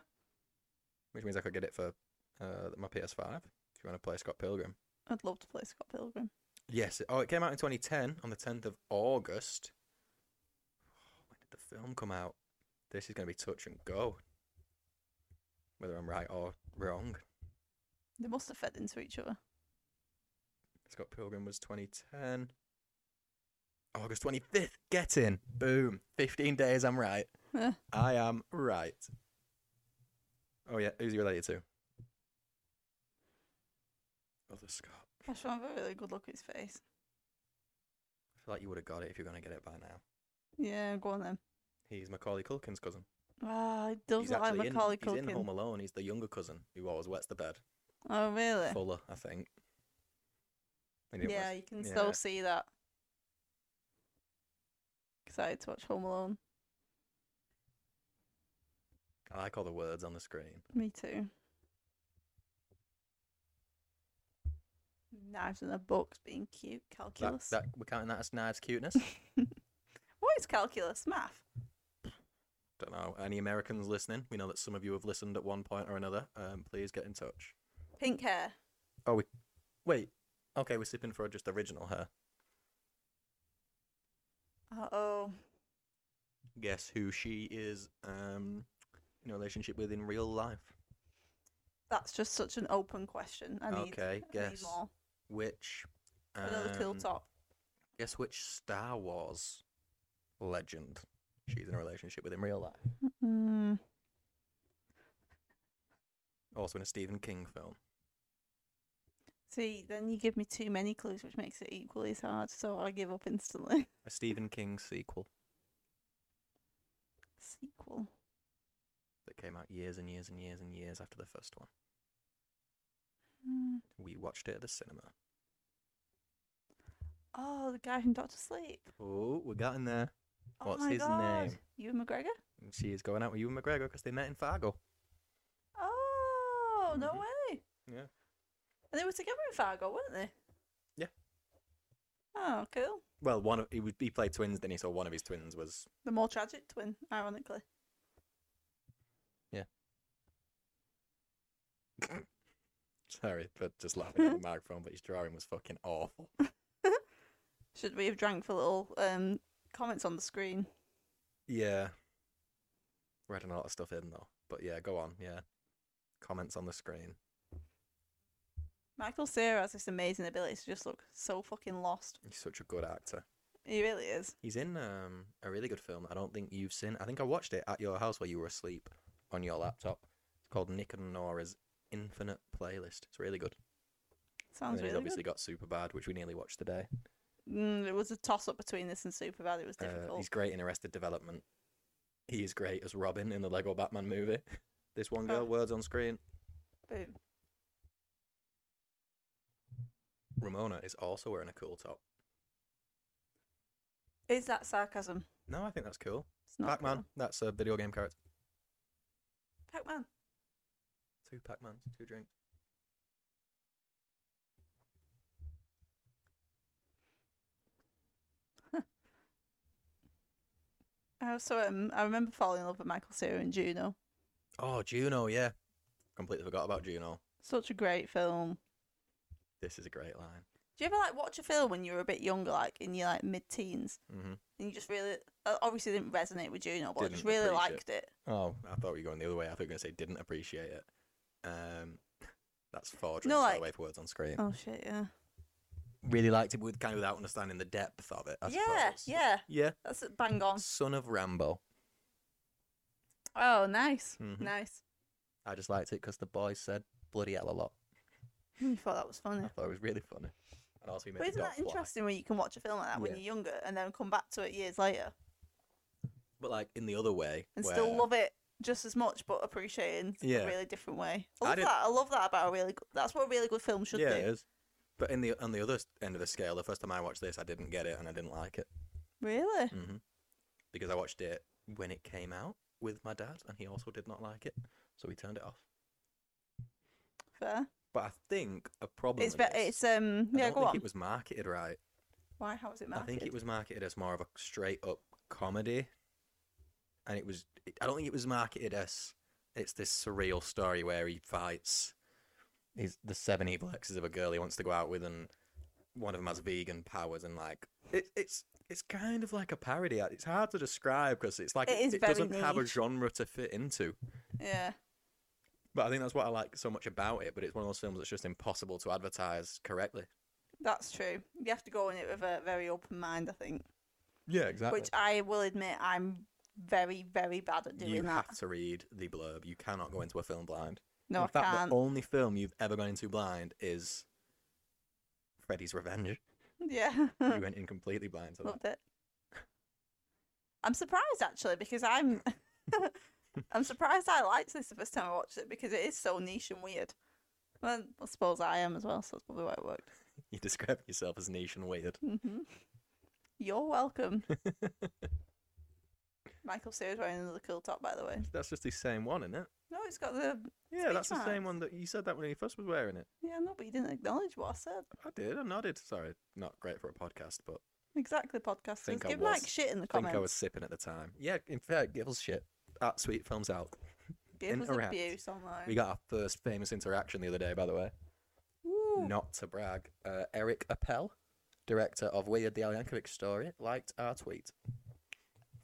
[SPEAKER 1] Which means I could get it for uh, my PS5 if you want to play Scott Pilgrim.
[SPEAKER 2] I'd love to play Scott Pilgrim.
[SPEAKER 1] Yes. Oh, it came out in 2010 on the 10th of August. <sighs> When did the film come out? This is going to be touch and go. Whether I'm right or wrong.
[SPEAKER 2] They must have fed into each other.
[SPEAKER 1] Scott Pilgrim was 2010. August 25th. Get in. Boom. 15 days. I'm right.
[SPEAKER 2] Eh.
[SPEAKER 1] I am right. Oh yeah, who's he related to? Other Scott.
[SPEAKER 2] I should have a really good look at his face.
[SPEAKER 1] I feel like you would have got it if you're gonna get it by now.
[SPEAKER 2] Yeah, go on then.
[SPEAKER 1] He's Macaulay Culkin's cousin.
[SPEAKER 2] Ah, it does
[SPEAKER 1] he's
[SPEAKER 2] look like
[SPEAKER 1] actually
[SPEAKER 2] Macaulay
[SPEAKER 1] in, he's in Home
[SPEAKER 2] Culkin.
[SPEAKER 1] Alone. He's the younger cousin who always wets the bed.
[SPEAKER 2] Oh, really?
[SPEAKER 1] Fuller, I think. And it was-
[SPEAKER 2] Yeah, you can
[SPEAKER 1] yeah.
[SPEAKER 2] still see that. Excited to watch Home Alone.
[SPEAKER 1] I like all the words on the screen.
[SPEAKER 2] Me too. Knives in the books being cute.
[SPEAKER 1] That,
[SPEAKER 2] Calculus.
[SPEAKER 1] that, we're counting that as Nide's cuteness.
[SPEAKER 2] What is calculus? Math.
[SPEAKER 1] Don't know. Any Americans listening? We know that some of you have listened at one point or another. Um, please get in touch.
[SPEAKER 2] Pink hair.
[SPEAKER 1] Wait. Okay, we're sipping for just original hair.
[SPEAKER 2] Uh oh.
[SPEAKER 1] Guess who she is um, in a relationship with in real life?
[SPEAKER 2] That's just such an open question. I need,
[SPEAKER 1] Okay,
[SPEAKER 2] I need
[SPEAKER 1] guess.
[SPEAKER 2] more.
[SPEAKER 1] Which.
[SPEAKER 2] Another kill
[SPEAKER 1] um,
[SPEAKER 2] top.
[SPEAKER 1] Guess which Star Wars legend she's in a relationship with in real life?
[SPEAKER 2] Mm,
[SPEAKER 1] Also in a Stephen King film.
[SPEAKER 2] see, then you give me too many clues, which makes it equally as hard, so I give up instantly. <laughs>
[SPEAKER 1] A Stephen King sequel
[SPEAKER 2] Sequel.
[SPEAKER 1] that came out years and years and years and years after the first one.
[SPEAKER 2] Mm.
[SPEAKER 1] We watched it at the cinema.
[SPEAKER 2] Oh, the guy from Doctor Sleep.
[SPEAKER 1] Oh, we got in there.
[SPEAKER 2] Oh
[SPEAKER 1] What's
[SPEAKER 2] my
[SPEAKER 1] his
[SPEAKER 2] God.
[SPEAKER 1] name?
[SPEAKER 2] Ewan McGregor?
[SPEAKER 1] And She is going out with you and McGregor because they met in Fargo.
[SPEAKER 2] Oh, no
[SPEAKER 1] Mhm.
[SPEAKER 2] way.
[SPEAKER 1] Yeah.
[SPEAKER 2] And they were together in Fargo, weren't they?
[SPEAKER 1] Yeah.
[SPEAKER 2] Oh, cool.
[SPEAKER 1] Well, one of he, was- he played twins, then he saw one of his twins was
[SPEAKER 2] The more tragic twin, ironically.
[SPEAKER 1] sorry, but just laughing at the
[SPEAKER 2] <laughs>
[SPEAKER 1] microphone. But his drawing was fucking awful.
[SPEAKER 2] Should we have drank for little um, comments on the screen?
[SPEAKER 1] Yeah, we're adding a lot of stuff in though. But yeah, go on. Yeah, comments on the screen.
[SPEAKER 2] Michael Cera has this amazing ability to just look so fucking lost.
[SPEAKER 1] He's such a good actor.
[SPEAKER 2] He really is.
[SPEAKER 1] He's in um, a really good film. that I don't think you've seen. I think I watched it at your house while you were asleep on your laptop. It's called Nick and Nora's Infinite Playlist. It's really good. and
[SPEAKER 2] Sounds
[SPEAKER 1] then
[SPEAKER 2] really
[SPEAKER 1] he's obviously got Superbad, which we nearly watched today.
[SPEAKER 2] good. Mm, it was a toss up between this and Superbad. It was
[SPEAKER 1] Uh,
[SPEAKER 2] difficult.
[SPEAKER 1] he's great in Arrested Development. He is great as Robin in the Lego Batman movie. <laughs> This one girl,
[SPEAKER 2] Oh.
[SPEAKER 1] words on screen.
[SPEAKER 2] Boom.
[SPEAKER 1] Ramona is also wearing a cool top.
[SPEAKER 2] Is that sarcasm?
[SPEAKER 1] No, I think that's cool.
[SPEAKER 2] It's not
[SPEAKER 1] Pac Man,
[SPEAKER 2] cool.
[SPEAKER 1] that's a video game character.
[SPEAKER 2] Pac-Man.
[SPEAKER 1] Two Pac Mans, two drinks.
[SPEAKER 2] I also um, I remember falling in love with Michael Cera in Juno.
[SPEAKER 1] Oh, Juno, yeah. Completely forgot about Juno.
[SPEAKER 2] Such a great film.
[SPEAKER 1] This is a great line.
[SPEAKER 2] Do you ever like watch a film when you were a bit younger, like in your like mid teens,
[SPEAKER 1] hmm
[SPEAKER 2] and you just really uh, obviously didn't resonate with Juno, but I just
[SPEAKER 1] Didn't
[SPEAKER 2] really
[SPEAKER 1] appreciate
[SPEAKER 2] liked it.
[SPEAKER 1] Oh, I thought we were going the other way. I thought you were going to say didn't appreciate it. Um, <laughs> that's four drinks,
[SPEAKER 2] No,
[SPEAKER 1] by
[SPEAKER 2] like-
[SPEAKER 1] the way, for words on screen.
[SPEAKER 2] Oh shit, yeah,
[SPEAKER 1] Really liked it, but kind of without understanding the depth of it. I
[SPEAKER 2] yeah,
[SPEAKER 1] suppose.
[SPEAKER 2] yeah.
[SPEAKER 1] Yeah.
[SPEAKER 2] That's it, bang on.
[SPEAKER 1] Son of Rambo.
[SPEAKER 2] Oh, nice,
[SPEAKER 1] Mhm.
[SPEAKER 2] nice. <laughs>
[SPEAKER 1] I just liked it because the boys said bloody hell a lot.
[SPEAKER 2] You thought that was funny.
[SPEAKER 1] I thought it was really funny. And also, he made
[SPEAKER 2] But
[SPEAKER 1] the
[SPEAKER 2] isn't
[SPEAKER 1] dog
[SPEAKER 2] that
[SPEAKER 1] fly.
[SPEAKER 2] interesting when you can watch a film like that when
[SPEAKER 1] Yeah.
[SPEAKER 2] you're younger and then come back to it years later
[SPEAKER 1] But like in the other way,
[SPEAKER 2] and
[SPEAKER 1] where
[SPEAKER 2] still love it just as much but appreciating
[SPEAKER 1] Yeah.
[SPEAKER 2] a really different way.
[SPEAKER 1] I
[SPEAKER 2] I love
[SPEAKER 1] did-
[SPEAKER 2] that. I love that about a really good. That's what a really good film should
[SPEAKER 1] yeah, it
[SPEAKER 2] do.
[SPEAKER 1] is. But in the on the other s- end of the scale, the first time I watched this, I didn't get it and I didn't like it
[SPEAKER 2] Really?
[SPEAKER 1] hmm because I watched it when it came out with my dad, and he also did not like it, so we turned it off.
[SPEAKER 2] Fair.
[SPEAKER 1] But I think a problem.
[SPEAKER 2] It's
[SPEAKER 1] with
[SPEAKER 2] be-
[SPEAKER 1] this-
[SPEAKER 2] it's um
[SPEAKER 1] I
[SPEAKER 2] yeah
[SPEAKER 1] don't
[SPEAKER 2] go
[SPEAKER 1] think
[SPEAKER 2] on.
[SPEAKER 1] it was marketed right.
[SPEAKER 2] Why? How was it marketed?
[SPEAKER 1] I think it was marketed as more of a straight up comedy, and it was. I don't think it was marketed as it's this surreal story where he fights. He's the seven evil exes of a girl he wants to go out with, and one of them has vegan powers, and like it, it's it's kind of like a parody. It's hard to describe because it's like
[SPEAKER 2] It is very
[SPEAKER 1] doesn't have a
[SPEAKER 2] niche.
[SPEAKER 1] genre to fit into.
[SPEAKER 2] Yeah.
[SPEAKER 1] But I think that's what I like so much about it. But it's one of those films that's just impossible to advertise correctly.
[SPEAKER 2] That's true. You have to go in it with a very open mind, I think.
[SPEAKER 1] Yeah, exactly.
[SPEAKER 2] Which I will admit, I'm very, very bad at doing
[SPEAKER 1] you
[SPEAKER 2] that.
[SPEAKER 1] have to read the blurb. You cannot go into a film blind.
[SPEAKER 2] No,
[SPEAKER 1] In
[SPEAKER 2] I
[SPEAKER 1] fact,
[SPEAKER 2] can't.
[SPEAKER 1] the only film you've ever gone into blind is Freddy's
[SPEAKER 2] <laughs>
[SPEAKER 1] Revenge.
[SPEAKER 2] Yeah.
[SPEAKER 1] you went in completely blind to that.
[SPEAKER 2] Loved it. I'm surprised actually because I'm <laughs> I'm surprised I liked this the first time I watched it because it is so niche and weird. Well, I suppose I am as well, so that's probably why it worked.
[SPEAKER 1] <laughs> You describe yourself as niche and weird.
[SPEAKER 2] hmm
[SPEAKER 1] <laughs>
[SPEAKER 2] You're welcome. Michael Cera's wearing another cool top, by the way.
[SPEAKER 1] That's just the same one, isn't it?
[SPEAKER 2] No, it's got the
[SPEAKER 1] Yeah,
[SPEAKER 2] Speech
[SPEAKER 1] that's the same
[SPEAKER 2] marks.
[SPEAKER 1] one that you said that when you first was wearing it.
[SPEAKER 2] yeah. No, but you didn't acknowledge what I said.
[SPEAKER 1] I did. I nodded. Sorry, not great for a podcast, but
[SPEAKER 2] Exactly, podcasters.
[SPEAKER 1] Think I
[SPEAKER 2] Give
[SPEAKER 1] was.
[SPEAKER 2] Mike shit in the
[SPEAKER 1] I think
[SPEAKER 2] comments.
[SPEAKER 1] I was sipping at the time. Yeah, in fact, give us shit. At Sweet Films Out.
[SPEAKER 2] Give us
[SPEAKER 1] interact.
[SPEAKER 2] abuse online.
[SPEAKER 1] We got our first famous interaction the other day, by the way.
[SPEAKER 2] Ooh.
[SPEAKER 1] Not to brag, uh, Eric Appel, director of Weird the Al Yankovic Story, liked our tweet.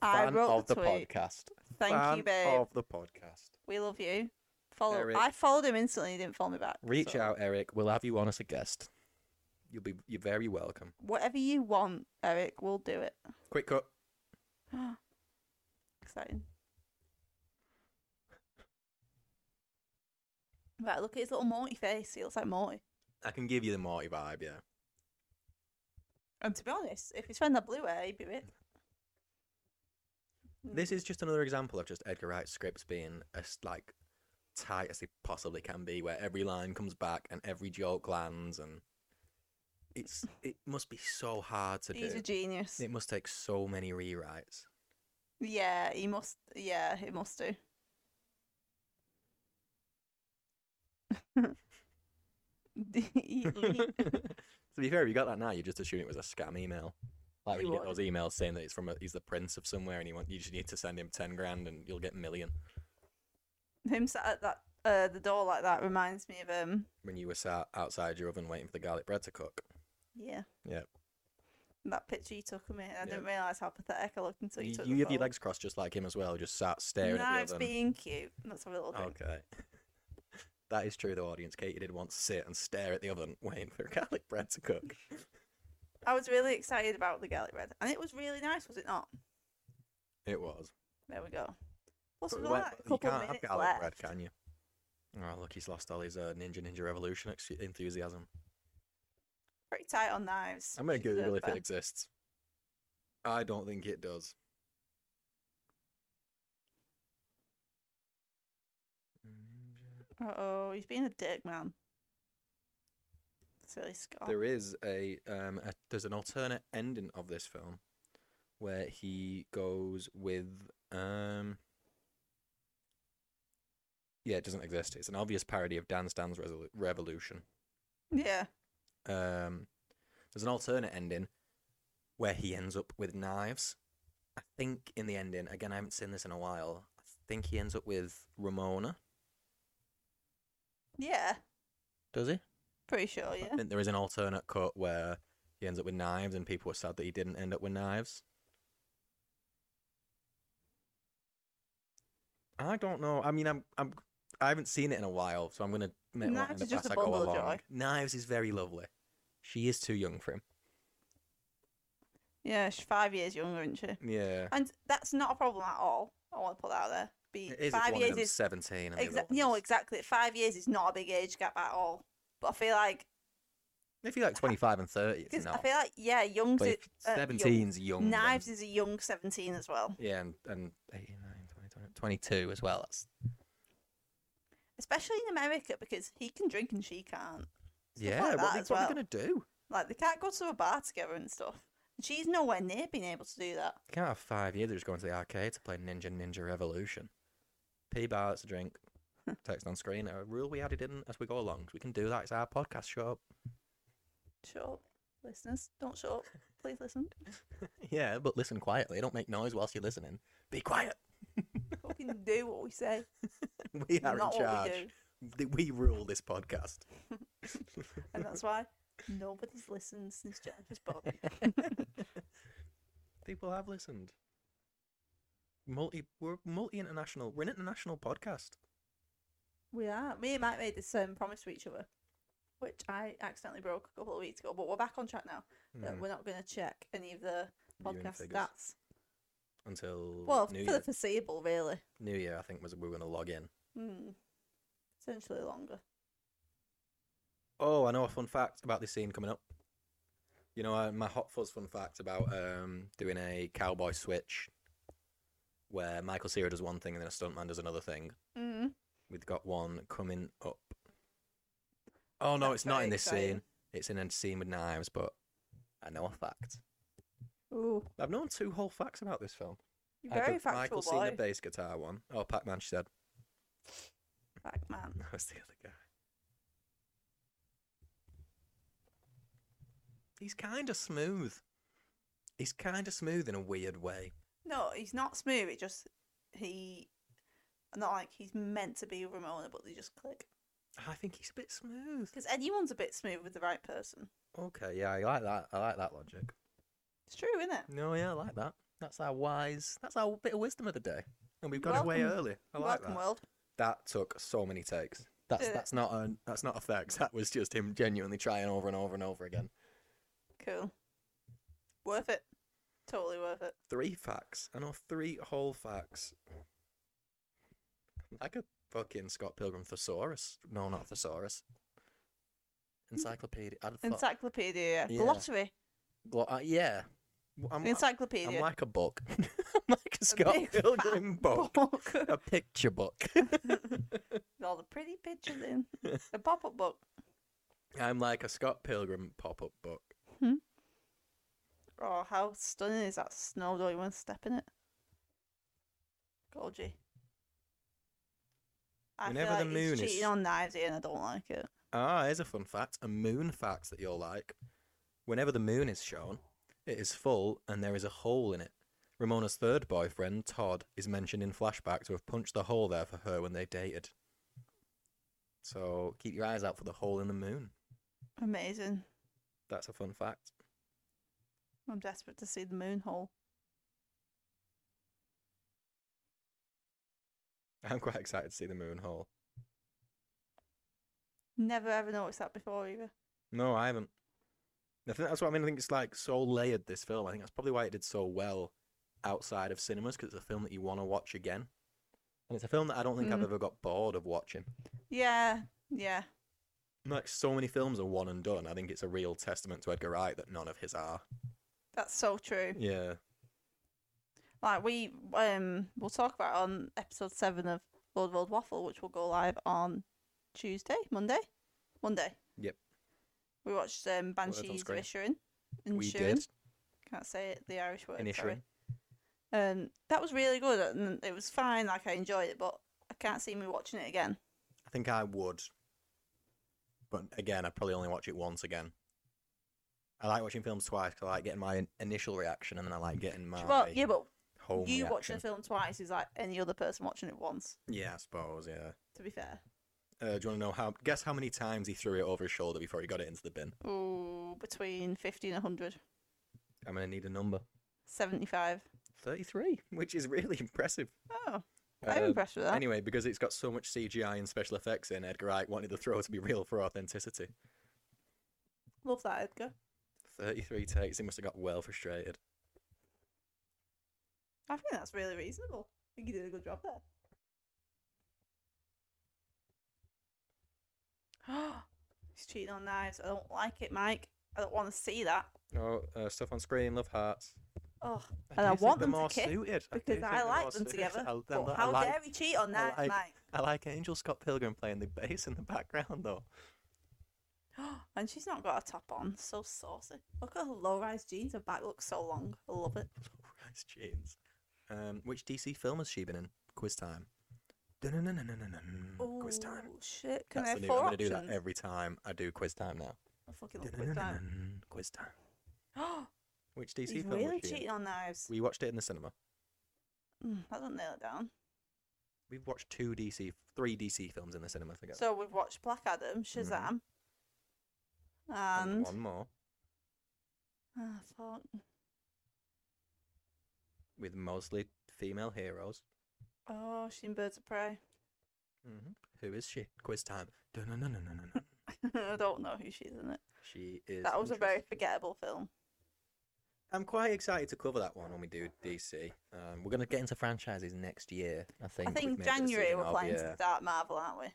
[SPEAKER 2] I
[SPEAKER 1] Fan
[SPEAKER 2] wrote
[SPEAKER 1] of
[SPEAKER 2] the
[SPEAKER 1] the,
[SPEAKER 2] tweet.
[SPEAKER 1] podcast.
[SPEAKER 2] Thank
[SPEAKER 1] Fan
[SPEAKER 2] you, babe.
[SPEAKER 1] of the podcast.
[SPEAKER 2] We love you. Follow.
[SPEAKER 1] Eric.
[SPEAKER 2] I followed him instantly. He didn't follow me back.
[SPEAKER 1] Reach
[SPEAKER 2] so-
[SPEAKER 1] out, Eric. We'll have you on as a guest. You'll be you're very welcome.
[SPEAKER 2] Whatever you want, Eric, we'll do it.
[SPEAKER 1] Quick cut.
[SPEAKER 2] <gasps> Exciting. Right, look at his little Morty face. He looks like Morty.
[SPEAKER 1] I can give you the Morty vibe, yeah.
[SPEAKER 2] And to be honest, if his friend had blue hair, he'd be it.
[SPEAKER 1] This is just another example of just Edgar Wright's scripts being as like tight as they possibly can be, where every line comes back and every joke lands, and it's it must be so hard to
[SPEAKER 2] He's
[SPEAKER 1] do.
[SPEAKER 2] a genius.
[SPEAKER 1] It must take so many rewrites.
[SPEAKER 2] Yeah, he must. Yeah, he must do. <laughs> He- <laughs> he-
[SPEAKER 1] to be fair, if you got that now, you just assume it was a scam email. Like when
[SPEAKER 2] You
[SPEAKER 1] you get
[SPEAKER 2] would.
[SPEAKER 1] those emails saying that it's from a, he's the prince of somewhere, and you want you just need to send him ten grand, and you'll get a million.
[SPEAKER 2] him sat at that uh, the door like that reminds me of um
[SPEAKER 1] When you were sat outside your oven waiting for the garlic bread to cook.
[SPEAKER 2] yeah
[SPEAKER 1] Yep.
[SPEAKER 2] that picture you took of me I didn't
[SPEAKER 1] Yep.
[SPEAKER 2] realise how pathetic I looked until you,
[SPEAKER 1] you
[SPEAKER 2] took
[SPEAKER 1] you
[SPEAKER 2] the
[SPEAKER 1] have your
[SPEAKER 2] photo.
[SPEAKER 1] legs crossed just like him as well, just sat staring
[SPEAKER 2] no,
[SPEAKER 1] at
[SPEAKER 2] it's
[SPEAKER 1] the Oh. oven.
[SPEAKER 2] being cute that's a little thing
[SPEAKER 1] Okay. <laughs> That is true, though, audience. Katie did once sit and stare at the oven <laughs> waiting for garlic bread to cook.
[SPEAKER 2] I was really excited about the garlic bread and it was really nice was it not
[SPEAKER 1] It was.
[SPEAKER 2] there we go plus
[SPEAKER 1] But
[SPEAKER 2] we've
[SPEAKER 1] when-
[SPEAKER 2] only got a
[SPEAKER 1] you
[SPEAKER 2] couple
[SPEAKER 1] can't have
[SPEAKER 2] minutes
[SPEAKER 1] garlic
[SPEAKER 2] left
[SPEAKER 1] bread, can you? Oh, look, he's lost all his uh, Ninja Ninja Revolution ex- enthusiasm.
[SPEAKER 2] pretty tight on knives
[SPEAKER 1] I'm going
[SPEAKER 2] which
[SPEAKER 1] to
[SPEAKER 2] is
[SPEAKER 1] Google if
[SPEAKER 2] fair.
[SPEAKER 1] it exists. I don't think it does.
[SPEAKER 2] uh-oh he's being a dick man silly Scott
[SPEAKER 1] There is a, um, a there's an alternate ending of this film where he goes with um yeah it doesn't exist it's an obvious parody of Dan Stan's resolu- revolution
[SPEAKER 2] yeah
[SPEAKER 1] um there's an alternate ending where he ends up with knives I think in the ending again I haven't seen this in a while I think he ends up with Ramona
[SPEAKER 2] yeah
[SPEAKER 1] does he
[SPEAKER 2] pretty sure yeah
[SPEAKER 1] I think there is an alternate cut where he ends up with knives and people were sad that he didn't end up with knives. I don't know. I mean, I'm I'm I haven't seen it in a while, so I'm gonna make one up
[SPEAKER 2] Knives is just
[SPEAKER 1] as
[SPEAKER 2] a
[SPEAKER 1] I go
[SPEAKER 2] bundle of
[SPEAKER 1] along.
[SPEAKER 2] joy.
[SPEAKER 1] Knives is very lovely. She is too young for him.
[SPEAKER 2] yeah she's five years younger isn't she
[SPEAKER 1] Yeah,
[SPEAKER 2] And that's not a problem at all. I want to put that out there. Be
[SPEAKER 1] it is. if one
[SPEAKER 2] five
[SPEAKER 1] of
[SPEAKER 2] years
[SPEAKER 1] them's
[SPEAKER 2] is
[SPEAKER 1] seventeen. And the other
[SPEAKER 2] exa-
[SPEAKER 1] one's-
[SPEAKER 2] no exactly. Five years is not a big age gap at all. But I feel like
[SPEAKER 1] if you're like twenty-five and thirty, it's
[SPEAKER 2] because I
[SPEAKER 1] not.
[SPEAKER 2] feel like yeah, young's
[SPEAKER 1] But
[SPEAKER 2] is,
[SPEAKER 1] if
[SPEAKER 2] uh, young-
[SPEAKER 1] seventeen's young. then-
[SPEAKER 2] knives is a young seventeen as well,
[SPEAKER 1] Yeah, and, and 18, 19, 20, 22 as well. That's
[SPEAKER 2] especially in America because he can drink and she can't. Stuff
[SPEAKER 1] yeah. what
[SPEAKER 2] like that
[SPEAKER 1] they,
[SPEAKER 2] as
[SPEAKER 1] what are
[SPEAKER 2] well.
[SPEAKER 1] they gonna do?
[SPEAKER 2] Like they can't go to a bar together and stuff. And she's nowhere near being able to do that.
[SPEAKER 1] You can't have five years just going to the arcade to play Ninja Ninja Revolution. P bar, it's a <laughs> drink. Text on screen, a rule we added in as we go along. We can do that. It's our podcast. Shut up.
[SPEAKER 2] Shut up, listeners. Don't shut up. Please listen.
[SPEAKER 1] <laughs> yeah, but listen quietly. Don't make noise whilst you're listening. Be quiet. <laughs>
[SPEAKER 2] Fucking do what we say.
[SPEAKER 1] We are
[SPEAKER 2] Not
[SPEAKER 1] in
[SPEAKER 2] what
[SPEAKER 1] charge.
[SPEAKER 2] we do.
[SPEAKER 1] Th- We rule this podcast.
[SPEAKER 2] And that's why nobody's listened since Jennifer's book.
[SPEAKER 1] People have listened. Multi, we're multi-international. We're an international podcast.
[SPEAKER 2] We are. Me and Mike made this um, promise to each other, which I accidentally broke a couple of weeks ago, but we're back on track now. That
[SPEAKER 1] Mm,
[SPEAKER 2] we're not going to check any of the
[SPEAKER 1] viewing
[SPEAKER 2] podcast
[SPEAKER 1] figures.
[SPEAKER 2] stats.
[SPEAKER 1] until
[SPEAKER 2] Well,
[SPEAKER 1] New
[SPEAKER 2] for
[SPEAKER 1] Year.
[SPEAKER 2] the foreseeable, really.
[SPEAKER 1] New Year, I think, was we were going to log in.
[SPEAKER 2] Hmm. Essentially longer.
[SPEAKER 1] Oh, I know a fun fact about this scene coming up. You know, uh, my Hot Fuzz fun fact about um, doing a cowboy switch where Michael Cera does one thing and then a stuntman does another thing.
[SPEAKER 2] Mm.
[SPEAKER 1] We've got one coming up. Oh, no,
[SPEAKER 2] That's
[SPEAKER 1] it's not
[SPEAKER 2] very
[SPEAKER 1] in this
[SPEAKER 2] exciting.
[SPEAKER 1] scene. It's in a scene with knives, but I know a fact.
[SPEAKER 2] Ooh,
[SPEAKER 1] I've known two whole facts about this film.
[SPEAKER 2] you're very
[SPEAKER 1] Either
[SPEAKER 2] factual
[SPEAKER 1] Michael Cena
[SPEAKER 2] boy.
[SPEAKER 1] bass guitar one. Oh, Pac Man, she said.
[SPEAKER 2] Back man.
[SPEAKER 1] <laughs> No, it's the other guy. He's kind of smooth. He's kind of smooth in a weird way.
[SPEAKER 2] No, he's not smooth. It just he, not like he's meant to be Ramona, but they just click.
[SPEAKER 1] I think he's a bit smooth.
[SPEAKER 2] Because anyone's a bit smooth with the right person.
[SPEAKER 1] Okay, yeah, I like that. I like that logic.
[SPEAKER 2] It's true, isn't it?
[SPEAKER 1] No, yeah, I like that. That's our wise. That's our bit of wisdom of the day, and we've got away
[SPEAKER 2] Welcome-
[SPEAKER 1] early. I
[SPEAKER 2] You're
[SPEAKER 1] like
[SPEAKER 2] Welcome
[SPEAKER 1] that.
[SPEAKER 2] world.
[SPEAKER 1] That took so many takes. That's
[SPEAKER 2] Did it?
[SPEAKER 1] that's not a that's not a fact. That was just him genuinely trying over and over and over again.
[SPEAKER 2] Cool. Worth it. Totally worth it.
[SPEAKER 1] three facts. I know three whole facts. Like a fucking Scott Pilgrim thesaurus. No, not thesaurus. Encyclopedia. I'd thought,
[SPEAKER 2] Encyclopedia.
[SPEAKER 1] Yeah.
[SPEAKER 2] Glottery.
[SPEAKER 1] Glo- uh, yeah. W- I'm,
[SPEAKER 2] Encyclopedia.
[SPEAKER 1] I'm like a book. <laughs> I'm like a Scott
[SPEAKER 2] big fat
[SPEAKER 1] Pilgrim book.
[SPEAKER 2] book.
[SPEAKER 1] a picture book. <laughs>
[SPEAKER 2] With all the pretty pictures in. A pop up book.
[SPEAKER 1] I'm like a Scott Pilgrim pop up book.
[SPEAKER 2] Oh, how stunning is that snow? Don't you want to step in it? Gorgy. I
[SPEAKER 1] Whenever
[SPEAKER 2] feel
[SPEAKER 1] the
[SPEAKER 2] like
[SPEAKER 1] moon is-
[SPEAKER 2] he's cheating on knives here and I don't like it.
[SPEAKER 1] Ah, here's a fun fact a moon fact that you'll like. Whenever the moon is shown, it is full and there is a hole in it. Ramona's third boyfriend, Todd, is mentioned in flashback to have punched the hole there for her when they dated. So keep your eyes out for the hole in the moon.
[SPEAKER 2] Amazing.
[SPEAKER 1] That's a fun fact. <laughs>
[SPEAKER 2] I'm desperate to see the moon hole.
[SPEAKER 1] I'm quite excited to see the moon hole.
[SPEAKER 2] Never ever noticed that before either.
[SPEAKER 1] No, I haven't. I think that's what I mean. I think it's like so layered, this film. I think that's probably why it did so well outside of cinemas because it's a film that you want to watch again. And it's a film that I don't think I've
[SPEAKER 2] Mm.
[SPEAKER 1] ever got bored of watching.
[SPEAKER 2] Yeah, yeah.
[SPEAKER 1] Like so many films are one and done. I think it's a real testament to Edgar Wright that none of his are.
[SPEAKER 2] That's so true.
[SPEAKER 1] Yeah.
[SPEAKER 2] Like we um we'll talk about it on episode seven of Lord World Waffle, which will go live on Tuesday, Monday, Monday.
[SPEAKER 1] Yep.
[SPEAKER 2] We watched um,
[SPEAKER 1] that's on
[SPEAKER 2] Banshees of
[SPEAKER 1] screen.
[SPEAKER 2] Inisherin.
[SPEAKER 1] we
[SPEAKER 2] Inisherin.
[SPEAKER 1] did.
[SPEAKER 2] Can't say it, the Irish word.
[SPEAKER 1] In
[SPEAKER 2] Sorry.
[SPEAKER 1] Inisherin.
[SPEAKER 2] Um, that was really good, and it was fine. Like I enjoyed it, but I can't see me watching it again.
[SPEAKER 1] I think I would. But again, I'd probably only watch it once again. I like watching films twice 'cause I like getting my in- initial reaction and then I like getting my
[SPEAKER 2] Well, yeah, but
[SPEAKER 1] home
[SPEAKER 2] you watching
[SPEAKER 1] reaction.
[SPEAKER 2] a film twice is like any other person watching it once.
[SPEAKER 1] Yeah, I suppose, yeah.
[SPEAKER 2] To be fair.
[SPEAKER 1] Uh, do you want to know how? Guess how many times he threw it over his shoulder before he got it into the bin?
[SPEAKER 2] Ooh, between fifty and hundred.
[SPEAKER 1] I'm gonna need a number.
[SPEAKER 2] Seventy-five.
[SPEAKER 1] Thirty-three, which is really <laughs> impressive.
[SPEAKER 2] Oh, I'm
[SPEAKER 1] Uh,
[SPEAKER 2] impressed with that.
[SPEAKER 1] Anyway, because it's got so much CGI and special effects in, Edgar Wright wanted the throw to be real for authenticity.
[SPEAKER 2] Love that, Edgar.
[SPEAKER 1] Thirty-three takes. He must have got well frustrated.
[SPEAKER 2] I think that's really reasonable. I think you did a good job there. <gasps> He's cheating on knives. I don't like it, Mike. I don't want to see that.
[SPEAKER 1] Oh, uh, stuff on screen, love hearts.
[SPEAKER 2] Oh,
[SPEAKER 1] do
[SPEAKER 2] And I
[SPEAKER 1] think
[SPEAKER 2] want
[SPEAKER 1] they're
[SPEAKER 2] them to
[SPEAKER 1] more
[SPEAKER 2] kiss
[SPEAKER 1] suited. I do
[SPEAKER 2] because
[SPEAKER 1] think
[SPEAKER 2] I
[SPEAKER 1] they're more
[SPEAKER 2] like them
[SPEAKER 1] <laughs> suited.
[SPEAKER 2] together.
[SPEAKER 1] I, I
[SPEAKER 2] But
[SPEAKER 1] li- I
[SPEAKER 2] how
[SPEAKER 1] like,
[SPEAKER 2] dare he cheat on knives,
[SPEAKER 1] like-
[SPEAKER 2] Mike?
[SPEAKER 1] I like Angel Scott Pilgrim playing the bass in the <laughs> background though.
[SPEAKER 2] and she's not got a top on. So saucy. Look at her low-rise jeans. Her back looks so long. I love it.
[SPEAKER 1] <laughs> Christ, jeans. Um, which DC film has she been in? Quiz time. Dun-dun-dun-dun-dun-dun.
[SPEAKER 2] Oh
[SPEAKER 1] Quiz time.
[SPEAKER 2] shit! Can I
[SPEAKER 1] That's
[SPEAKER 2] have
[SPEAKER 1] the new.
[SPEAKER 2] four
[SPEAKER 1] I'm gonna
[SPEAKER 2] options?
[SPEAKER 1] do that every time I do quiz time now.
[SPEAKER 2] I fucking love
[SPEAKER 1] <laughs>
[SPEAKER 2] quiz time. <gasps>
[SPEAKER 1] Dun-dun-dun-dun-dun. Quiz time. Which DC
[SPEAKER 2] He's
[SPEAKER 1] film? was
[SPEAKER 2] really
[SPEAKER 1] she in?
[SPEAKER 2] cheating on knives.
[SPEAKER 1] We watched it in the cinema.
[SPEAKER 2] Mm, I don't nail it down.
[SPEAKER 1] We've watched two DC, three DC films in the cinema together.
[SPEAKER 2] So we've watched Black Adam, Shazam, and
[SPEAKER 1] Mm-hmm. one more
[SPEAKER 2] Ah, fuck.
[SPEAKER 1] with mostly female heroes.
[SPEAKER 2] oh, she's in Birds of Prey. <laughs>
[SPEAKER 1] hmm Who is she? Quiz time. Dun-dun-dun-dun-dun-dun.
[SPEAKER 2] I don't know who she's in it.
[SPEAKER 1] she is.
[SPEAKER 2] That was a very
[SPEAKER 1] interesting.
[SPEAKER 2] forgettable film.
[SPEAKER 1] I'm quite excited to cover that one when we do DC. Um, we're going to get into franchises next year, I think.
[SPEAKER 2] I
[SPEAKER 1] we've made
[SPEAKER 2] think
[SPEAKER 1] the
[SPEAKER 2] January
[SPEAKER 1] decision
[SPEAKER 2] we're
[SPEAKER 1] of,
[SPEAKER 2] planning
[SPEAKER 1] yeah,
[SPEAKER 2] to start Marvel, aren't we?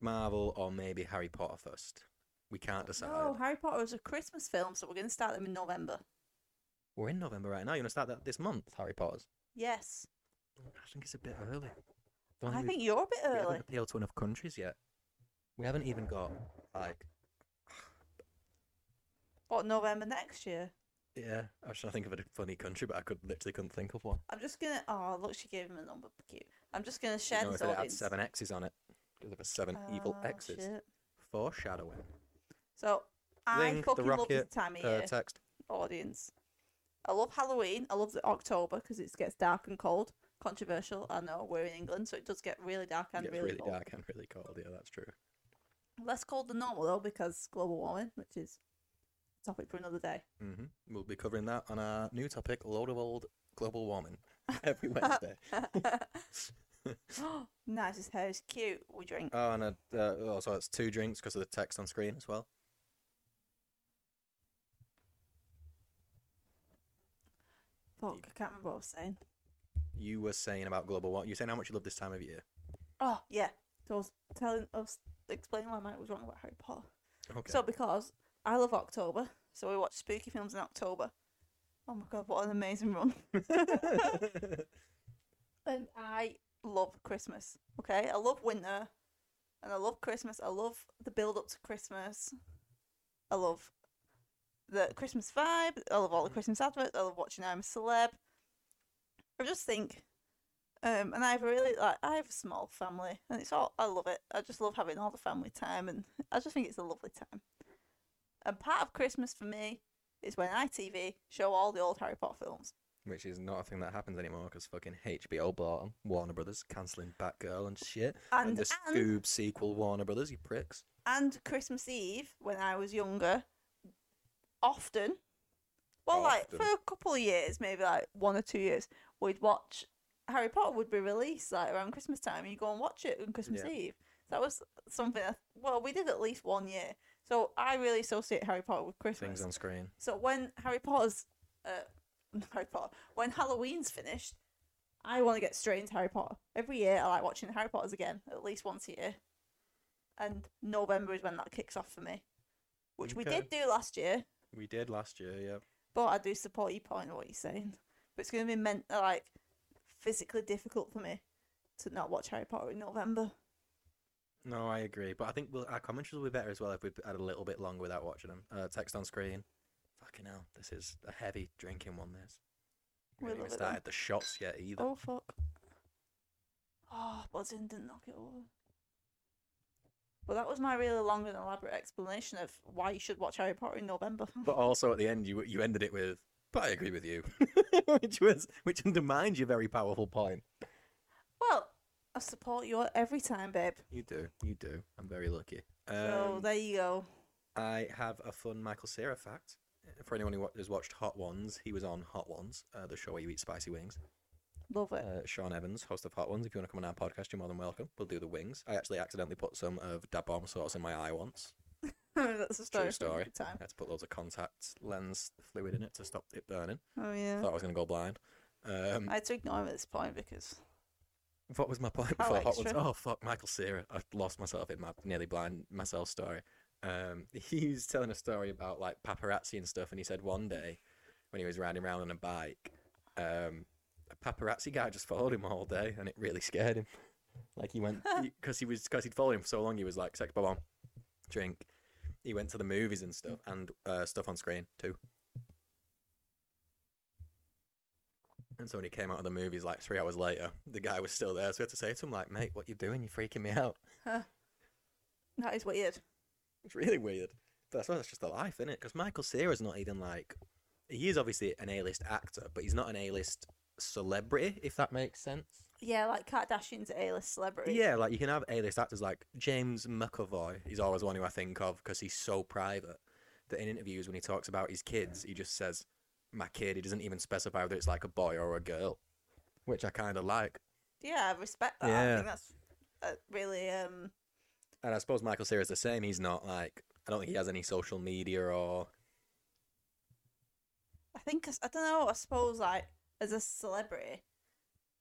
[SPEAKER 1] Marvel or maybe Harry Potter first. We
[SPEAKER 2] Oh,
[SPEAKER 1] can't decide.
[SPEAKER 2] No, Harry Potter was a Christmas film, so we're going to start them in November.
[SPEAKER 1] We're in November right now. You want to start that this month, Harry Potter's?
[SPEAKER 2] Yes.
[SPEAKER 1] I think it's a bit early.
[SPEAKER 2] I think you're a bit
[SPEAKER 1] we
[SPEAKER 2] early.
[SPEAKER 1] haven't appealed to enough countries yet. We haven't even got like
[SPEAKER 2] What, November next year?
[SPEAKER 1] yeah. I was trying to think of a funny country, but I could literally couldn't think of one.
[SPEAKER 2] I'm just going to. Oh, look, she gave him a number. Cute. I'm just going to share
[SPEAKER 1] you know,
[SPEAKER 2] this
[SPEAKER 1] if it had
[SPEAKER 2] audience.
[SPEAKER 1] seven X's on it, because there were seven evil
[SPEAKER 2] Oh,
[SPEAKER 1] X's.
[SPEAKER 2] shit.
[SPEAKER 1] Foreshadowing.
[SPEAKER 2] So I
[SPEAKER 1] Zing,
[SPEAKER 2] fucking
[SPEAKER 1] the
[SPEAKER 2] love this
[SPEAKER 1] rocket,
[SPEAKER 2] time of
[SPEAKER 1] uh,
[SPEAKER 2] year,
[SPEAKER 1] text.
[SPEAKER 2] audience. I love Halloween. I love the October because it gets dark and cold. Controversial, I know. We're in England, so it does get really dark and
[SPEAKER 1] Yeah, it's
[SPEAKER 2] really,
[SPEAKER 1] really
[SPEAKER 2] cold.
[SPEAKER 1] dark and really cold. Yeah, that's true.
[SPEAKER 2] Less cold than normal though because global warming, which is a topic for another day.
[SPEAKER 1] hmm We'll be covering that on our new topic, load of old global warming, <laughs> every Wednesday.
[SPEAKER 2] nice, his hair is cute. We drink.
[SPEAKER 1] oh, and uh, uh, also it's two drinks because of the text on screen as well.
[SPEAKER 2] Fuck, I can't remember what I was saying.
[SPEAKER 1] You were saying about global warming. You were saying how much you love this time of year.
[SPEAKER 2] Oh yeah, so I was telling us explaining why Mike was wrong about Harry Potter.
[SPEAKER 1] Okay.
[SPEAKER 2] So because I love October, so we watch spooky films in October. Oh my god, what an amazing run! And I love Christmas. Okay, I love winter, and I love Christmas. I love the build up to Christmas. I love the Christmas vibe. I love all the Christmas adverts. I love watching I'm a Celeb. I just think, um, and I have a really like I have a small family, and it's all I love it. I just love having all the family time, and I just think it's a lovely time. And part of Christmas for me is when ITV show all the old Harry Potter films.
[SPEAKER 1] Which is not a thing that happens anymore because fucking HBO bought 'em. Warner Brothers cancelling Batgirl and shit. And,
[SPEAKER 2] And-
[SPEAKER 1] the
[SPEAKER 2] and-
[SPEAKER 1] Scoob sequel, Warner Brothers, you pricks.
[SPEAKER 2] and Christmas Eve when I was younger, often,
[SPEAKER 1] Often.
[SPEAKER 2] well, like for a couple of years, maybe like one or two years, we'd watch Harry Potter would be released like around Christmas time, and you go and watch it on Christmas
[SPEAKER 1] Yeah.
[SPEAKER 2] Eve. That was something. I, well, we did at least one year, so I really associate Harry Potter with Christmas.
[SPEAKER 1] Things on screen.
[SPEAKER 2] So when Harry Potter's, uh, <laughs> not Harry Potter, when Halloween's finished, I want to get straight into Harry Potter. Every year I like watching Harry Potter's again, at least once a year. And November is when that kicks off for me, which we
[SPEAKER 1] Okay.
[SPEAKER 2] did do last year.
[SPEAKER 1] We did last year, yeah.
[SPEAKER 2] But I do support your point of what you're saying. But it's going to be meant like physically difficult for me to not watch Harry Potter in November.
[SPEAKER 1] No, I agree. But I think we'll, our commentaries will be better as well if we had a little bit longer without watching them. Uh, text on screen. Fucking hell. This is a heavy drinking one, this. We
[SPEAKER 2] We
[SPEAKER 1] haven't even
[SPEAKER 2] love it, though.
[SPEAKER 1] started the shots yet either.
[SPEAKER 2] Oh fuck. Oh, buzzing didn't knock it over. But that was my really long and elaborate explanation of why you should watch Harry Potter in November.
[SPEAKER 1] But also at the end, you you ended it with, but I agree with you. <laughs> which was, which undermines your very powerful point.
[SPEAKER 2] Well, I support you every time, babe.
[SPEAKER 1] You do. You do. I'm very lucky. Um,
[SPEAKER 2] so there you go.
[SPEAKER 1] I have a fun Michael Cera fact. For anyone who wa- has watched Hot Ones, he was on Hot Ones, uh, the show where you eat spicy wings.
[SPEAKER 2] Love it.
[SPEAKER 1] Uh, Sean Evans, host of Hot Ones. If you want to come on our podcast, you're more than welcome. We'll do the wings. I actually accidentally put some of Da Bomb sauce in my eye once.
[SPEAKER 2] <laughs> That's a story.
[SPEAKER 1] True
[SPEAKER 2] for another
[SPEAKER 1] story.
[SPEAKER 2] Time.
[SPEAKER 1] I had to put loads of contact lens fluid in it to stop it burning.
[SPEAKER 2] Oh yeah.
[SPEAKER 1] Thought I was going to go blind. Um,
[SPEAKER 2] I had to ignore him at this point because
[SPEAKER 1] What was my point
[SPEAKER 2] How
[SPEAKER 1] before Hot Ones?
[SPEAKER 2] extra.
[SPEAKER 1] Oh fuck, Michael Cera. I lost myself in my nearly blind myself story. Um, <laughs> he was telling a story about like paparazzi and stuff, and he said one day when he was riding around on a bike, um, a paparazzi guy just followed him all day, and it really scared him. <laughs> Like he went because he was because he'd followed him for so long, he was like sex bomb, drink. He went to the movies and stuff, and uh, stuff on screen too. And so when he came out of the movies like three hours later, the guy was still there. So we had to say to him, like, mate, what you doing? You're freaking me out.
[SPEAKER 2] that is weird.
[SPEAKER 1] It's really weird. But I suppose that's just the life, isn't it? Because Michael Cera's not even like he is obviously an A-list actor, but he's not an A-list celebrity, if that makes sense.
[SPEAKER 2] Yeah, like Kardashian's A-list celebrity.
[SPEAKER 1] Yeah, like you can have A-list actors like James McAvoy. He's always one who I think of because he's so private that in interviews when he talks about his kids, he just says, "My kid." He doesn't even specify whether it's like a boy or a girl, which I kind of like.
[SPEAKER 2] Yeah, I respect that. I
[SPEAKER 1] Yeah.
[SPEAKER 2] think that's uh, really um
[SPEAKER 1] And I suppose Michael Cera's the same. He's not like I don't think he has any social media or
[SPEAKER 2] I think I don't know. I suppose like as a celebrity,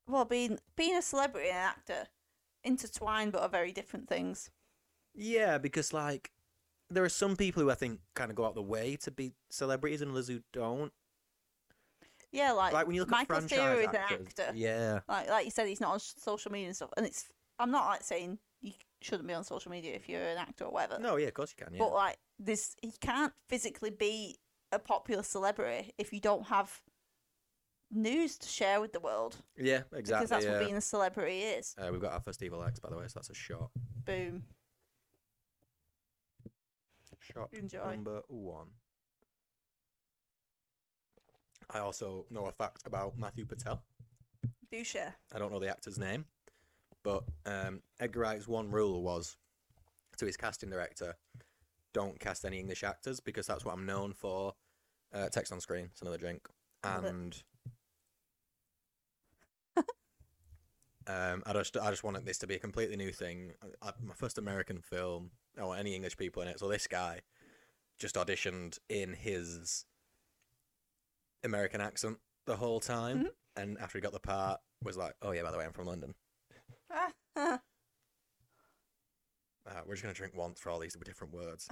[SPEAKER 2] well, being being a celebrity and an actor intertwined but are very different things.
[SPEAKER 1] Yeah, because like there are some people who I think kind of go out the way to be celebrities and others who don't.
[SPEAKER 2] Yeah, like,
[SPEAKER 1] Like when you look
[SPEAKER 2] Michael
[SPEAKER 1] at
[SPEAKER 2] Cera
[SPEAKER 1] franchise
[SPEAKER 2] is an
[SPEAKER 1] actors,
[SPEAKER 2] actor.
[SPEAKER 1] yeah,
[SPEAKER 2] Like like you said, he's not on s- social media and stuff. And it's I'm not like saying you shouldn't be on social media if you're an actor or whatever.
[SPEAKER 1] no, yeah, of course you can. Yeah,
[SPEAKER 2] But like this, he can't physically be a popular celebrity if you don't have news to share with the world
[SPEAKER 1] yeah,
[SPEAKER 2] because
[SPEAKER 1] exactly.
[SPEAKER 2] that's
[SPEAKER 1] Yeah.
[SPEAKER 2] what being a celebrity is.
[SPEAKER 1] Uh, we've got our first evil X, by the way, so that's a shot.
[SPEAKER 2] Boom.
[SPEAKER 1] Shot
[SPEAKER 2] Enjoy.
[SPEAKER 1] number one. I also know a fact about Matthew Patel.
[SPEAKER 2] Do share.
[SPEAKER 1] I don't know the actor's name, but um, Edgar Wright's one rule was to his casting director, don't cast any English actors because that's what I'm known for. Uh, text on screen, it's another drink.
[SPEAKER 2] Love it.
[SPEAKER 1] And um, I just I just wanted this to be a completely new thing. I, I- my first American film, I want any English people in it. So this guy just auditioned in his American accent the whole time.
[SPEAKER 2] Mhm.
[SPEAKER 1] And after he got the part, was like, oh yeah, by the way, I'm from London.
[SPEAKER 2] Ah.
[SPEAKER 1] uh, we're just gonna drink once for all these different words.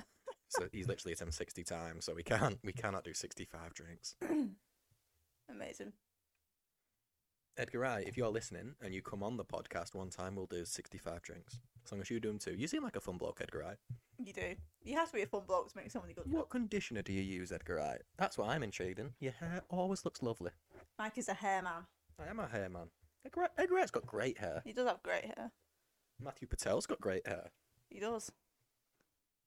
[SPEAKER 1] so he's literally attempted sixty times, so we can't we cannot do sixty five drinks.
[SPEAKER 2] Amazing.
[SPEAKER 1] Edgar Wright, if you're listening and you come on the podcast one time, we'll do sixty five drinks. As long as you do them too. You seem like a fun bloke, Edgar Wright.
[SPEAKER 2] You do. You have to be a fun bloke to make somebody good.
[SPEAKER 1] What conditioner do you use, Edgar Wright? That's what I'm intrigued in. Your hair always looks lovely.
[SPEAKER 2] Mike is a hair man.
[SPEAKER 1] I am a hair man. Edgar, Wright- Edgar Wright's got great hair.
[SPEAKER 2] He does have great hair.
[SPEAKER 1] Matthew Patel's got great hair.
[SPEAKER 2] He does.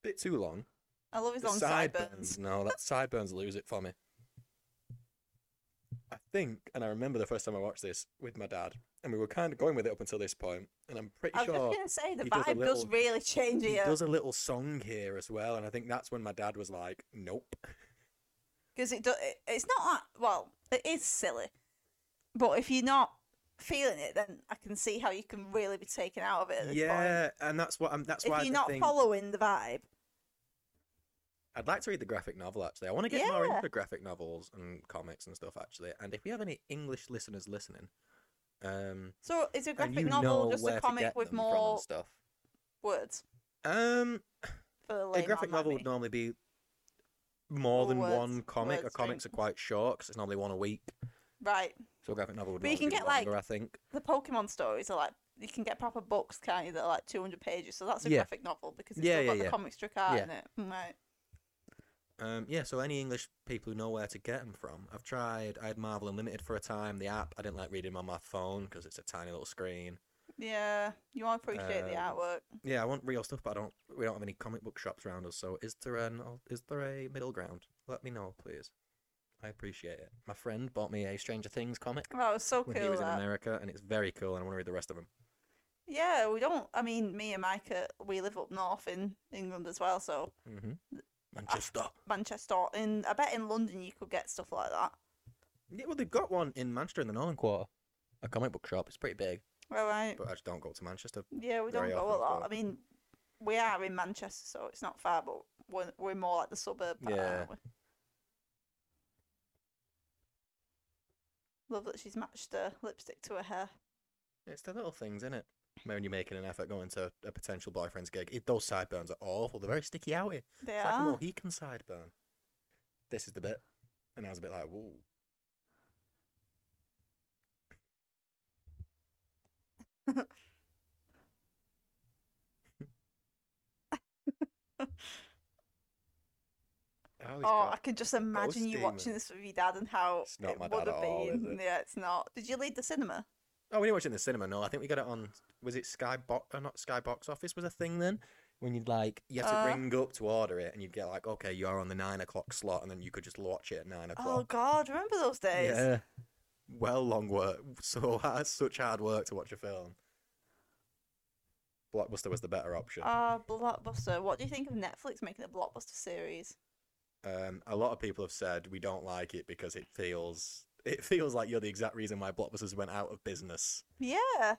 [SPEAKER 1] Bit too long.
[SPEAKER 2] I love his long sideburns.
[SPEAKER 1] No, that sideburns lose it for me. I think, and I remember the first time I watched this with my dad, and we were kind of going with it up until this point, and I'm pretty
[SPEAKER 2] I was
[SPEAKER 1] sure
[SPEAKER 2] just gonna say the
[SPEAKER 1] he does a
[SPEAKER 2] vibe does
[SPEAKER 1] little-
[SPEAKER 2] really change
[SPEAKER 1] he
[SPEAKER 2] here
[SPEAKER 1] does a little song here as well, and I think that's when my dad was like, "Nope."
[SPEAKER 2] because it, do- it it's not like, well it is silly, but if you're not feeling it, then I can see how you can really be taken out of it. At this
[SPEAKER 1] Yeah, and that's what I'm. That's
[SPEAKER 2] point.
[SPEAKER 1] why
[SPEAKER 2] if
[SPEAKER 1] I
[SPEAKER 2] you're not
[SPEAKER 1] think
[SPEAKER 2] following the vibe,
[SPEAKER 1] I'd like to read the graphic novel. Actually, I want to get more
[SPEAKER 2] Yeah.
[SPEAKER 1] into graphic novels and comics and stuff. Actually, and if we have any English listeners listening, um,
[SPEAKER 2] so is a
[SPEAKER 1] and you
[SPEAKER 2] graphic novel
[SPEAKER 1] know
[SPEAKER 2] just
[SPEAKER 1] where to
[SPEAKER 2] a comic
[SPEAKER 1] get
[SPEAKER 2] with
[SPEAKER 1] them from and
[SPEAKER 2] more
[SPEAKER 1] stuff,
[SPEAKER 2] words
[SPEAKER 1] um,
[SPEAKER 2] for the
[SPEAKER 1] a
[SPEAKER 2] layman
[SPEAKER 1] graphic
[SPEAKER 2] like
[SPEAKER 1] novel would
[SPEAKER 2] me?
[SPEAKER 1] normally be more
[SPEAKER 2] Or
[SPEAKER 1] than
[SPEAKER 2] words-
[SPEAKER 1] one comic.
[SPEAKER 2] words,
[SPEAKER 1] Our comics are quite short 'cause it's normally one a week.
[SPEAKER 2] Right,
[SPEAKER 1] So a graphic novel would
[SPEAKER 2] But you
[SPEAKER 1] normally
[SPEAKER 2] can
[SPEAKER 1] be
[SPEAKER 2] get, like-
[SPEAKER 1] longer, I think.
[SPEAKER 2] the Pokemon stories are like you can get proper books, can't you? That are like two hundred pages. So that's a
[SPEAKER 1] Yeah.
[SPEAKER 2] graphic novel because it's
[SPEAKER 1] Yeah,
[SPEAKER 2] still
[SPEAKER 1] yeah,
[SPEAKER 2] got the
[SPEAKER 1] yeah.
[SPEAKER 2] comic strip art
[SPEAKER 1] Yeah.
[SPEAKER 2] in it. Mm, Right.
[SPEAKER 1] Um, yeah, so any English people who know where to get them from. I've tried, I had Marvel Unlimited for a time, the app. I didn't like reading 'em on my phone because it's a tiny little screen.
[SPEAKER 2] Yeah, you want to appreciate the
[SPEAKER 1] Um,
[SPEAKER 2] artwork.
[SPEAKER 1] Yeah, I want real stuff, but I don't. we don't have any comic book shops around us. So is there, an, al- is there a middle ground? Let me know, please. I appreciate it. My friend bought me a Stranger Things comic
[SPEAKER 2] Oh, it was so
[SPEAKER 1] when he
[SPEAKER 2] cool.
[SPEAKER 1] was in
[SPEAKER 2] That.
[SPEAKER 1] America, and it's very cool, and I want to read the rest of them.
[SPEAKER 2] Yeah, we don't. I mean, me and Micah, we live up north in England as well. So
[SPEAKER 1] Mm-hmm. Manchester.
[SPEAKER 2] Manchester, in I bet in London you could get stuff like that.
[SPEAKER 1] Yeah, well, they've got one in Manchester in the Northern Quarter, a comic book shop. It's pretty big,
[SPEAKER 2] All right.
[SPEAKER 1] but I just don't go to Manchester.
[SPEAKER 2] Yeah, we don't
[SPEAKER 1] very
[SPEAKER 2] go a
[SPEAKER 1] often,
[SPEAKER 2] lot.
[SPEAKER 1] so-
[SPEAKER 2] I mean, we are in Manchester, so it's not far, but we're, we're more like the suburb. Part,
[SPEAKER 1] Yeah.
[SPEAKER 2] aren't we? Love that she's matched her lipstick to her hair.
[SPEAKER 1] It's the little things, isn't it? When you're making an effort going to a potential boyfriend's gig, it, those sideburns are awful. They're very sticky out here.
[SPEAKER 2] They
[SPEAKER 1] It's like a
[SPEAKER 2] are.
[SPEAKER 1] Mohican sideburn. This is the bit, and I was a bit like,
[SPEAKER 2] <laughs>
[SPEAKER 1] "Whoa." Oh, he's
[SPEAKER 2] Oh,
[SPEAKER 1] got-
[SPEAKER 2] I can just imagine you
[SPEAKER 1] ghosting.
[SPEAKER 2] watching this with your dad and how
[SPEAKER 1] It's not
[SPEAKER 2] it
[SPEAKER 1] my
[SPEAKER 2] would
[SPEAKER 1] dad
[SPEAKER 2] have
[SPEAKER 1] at all, is
[SPEAKER 2] been.
[SPEAKER 1] it?
[SPEAKER 2] Yeah, it's not. Did you lead the cinema?
[SPEAKER 1] Oh, we didn't watch it in the cinema. No, I think we got it on. Was it Skybox or not Skybox Office was a thing then? When you'd like, you had to
[SPEAKER 2] Uh.
[SPEAKER 1] ring up to order it, and you'd get like, okay, you are on the nine o'clock slot, and then you could just watch it at nine
[SPEAKER 2] Oh
[SPEAKER 1] o'clock.
[SPEAKER 2] God, remember those days?
[SPEAKER 1] yeah. Well, long work. <laughs> So hard, such hard work to watch a film. Blockbuster was the better option.
[SPEAKER 2] Ah, blockbuster. What do you think of Netflix making a blockbuster series?
[SPEAKER 1] Um, a lot of people have said we don't like it because it feels it feels like you're the exact reason why blockbusters went out of business.
[SPEAKER 2] Yeah,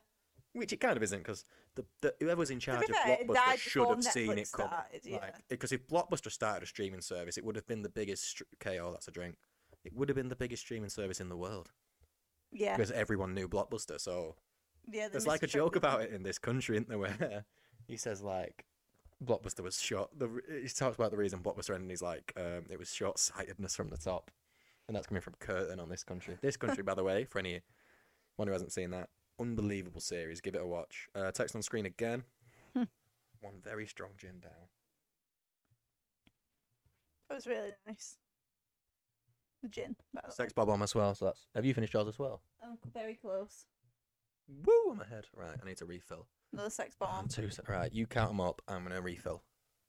[SPEAKER 1] Which it kind of isn't, because the, the whoever was in charge of
[SPEAKER 2] fair, it
[SPEAKER 1] Blockbuster
[SPEAKER 2] died
[SPEAKER 1] should
[SPEAKER 2] before
[SPEAKER 1] have seen
[SPEAKER 2] Netflix
[SPEAKER 1] it coming.
[SPEAKER 2] started, yeah.
[SPEAKER 1] because if Blockbuster started a streaming service, it would have been the biggest str- KO. That's a drink. it would have been the biggest streaming service in the world
[SPEAKER 2] Yeah.
[SPEAKER 1] because everyone knew Blockbuster. So
[SPEAKER 2] Yeah.
[SPEAKER 1] there's like a joke about it in this country, isn't there? Where <laughs> he says like Blockbuster was shot. The re- he talks about the reason Blockbuster ended. and He's like um, it was short sightedness from the top, and that's coming from Curtin on this country. This country, by the way, for any one who hasn't seen that, unbelievable series. Give it a watch. Uh, text on screen again.
[SPEAKER 2] Hmm.
[SPEAKER 1] One very strong gin down.
[SPEAKER 2] It was really nice. The gin. by the way.
[SPEAKER 1] Sex Bob Bomb as well. So that's. Have you finished yours as well?
[SPEAKER 2] I'm Oh, very close.
[SPEAKER 1] Woo, I'm ahead. Right, I need to refill.
[SPEAKER 2] Another sex
[SPEAKER 1] Ah,
[SPEAKER 2] bomb.
[SPEAKER 1] two se- right, you count them up. I'm gonna refill.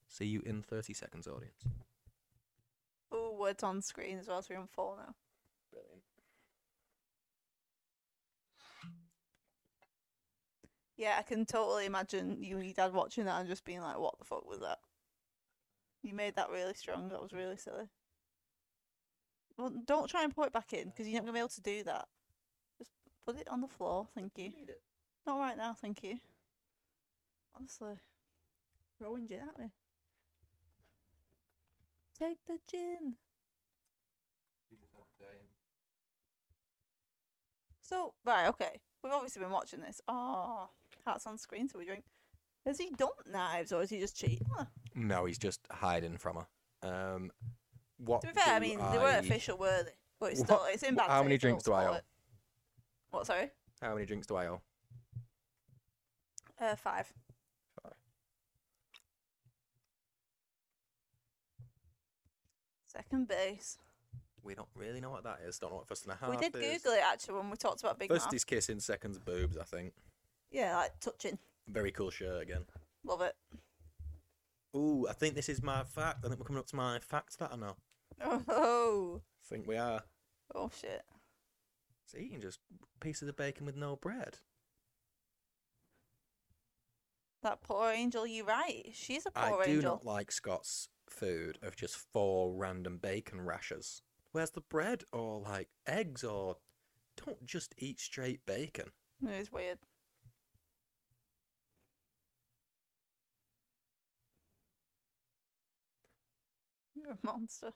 [SPEAKER 1] See you in 30 seconds, audience.
[SPEAKER 2] Oh, words on screen as well, so we're on four now.
[SPEAKER 1] Brilliant.
[SPEAKER 2] Yeah, I can totally imagine you and your dad watching that and just being like, what the fuck was that? You made that really strong. That was really silly. Well, don't try and put it back in because you're not going to be able to do that. Just put it on the floor. Thank you. Not right now. Thank you. Honestly, throwing gin at me. Take the gin. So right, okay. We've obviously been watching this. Oh, hearts on screen, so we drink. Has he dumped knives or is he just cheating? her?
[SPEAKER 1] No, he's just hiding from her. Um, what?
[SPEAKER 2] To be fair, I
[SPEAKER 1] do
[SPEAKER 2] mean they were
[SPEAKER 1] I-
[SPEAKER 2] official, were they? But it's
[SPEAKER 1] What-
[SPEAKER 2] still it's in bad.
[SPEAKER 1] how
[SPEAKER 2] taste,
[SPEAKER 1] many
[SPEAKER 2] I
[SPEAKER 1] drinks
[SPEAKER 2] don't
[SPEAKER 1] do I
[SPEAKER 2] call
[SPEAKER 1] owe?
[SPEAKER 2] it. What sorry?
[SPEAKER 1] How many drinks do I owe?
[SPEAKER 2] Uh, five.
[SPEAKER 1] Five.
[SPEAKER 2] Second base.
[SPEAKER 1] We don't really know what that is. Don't know what first and a half
[SPEAKER 2] we did
[SPEAKER 1] is.
[SPEAKER 2] Google it actually when we talked about Big
[SPEAKER 1] First
[SPEAKER 2] Mouth.
[SPEAKER 1] is kissing, second's boobs. I think.
[SPEAKER 2] Yeah, like touching.
[SPEAKER 1] Very cool shirt again.
[SPEAKER 2] Love it. <laughs>
[SPEAKER 1] Ooh, I think this is my fact. I think we're coming up to my fact that I know.
[SPEAKER 2] Oh,
[SPEAKER 1] I think we are.
[SPEAKER 2] oh shit.
[SPEAKER 1] It's eating just pieces of bacon with no bread.
[SPEAKER 2] That poor angel, you right. She's a
[SPEAKER 1] I
[SPEAKER 2] poor
[SPEAKER 1] do
[SPEAKER 2] angel.
[SPEAKER 1] not like Scott's food of just four random bacon rashers. Where's the bread or like eggs or don't just eat straight bacon.
[SPEAKER 2] It was weird. You're a monster.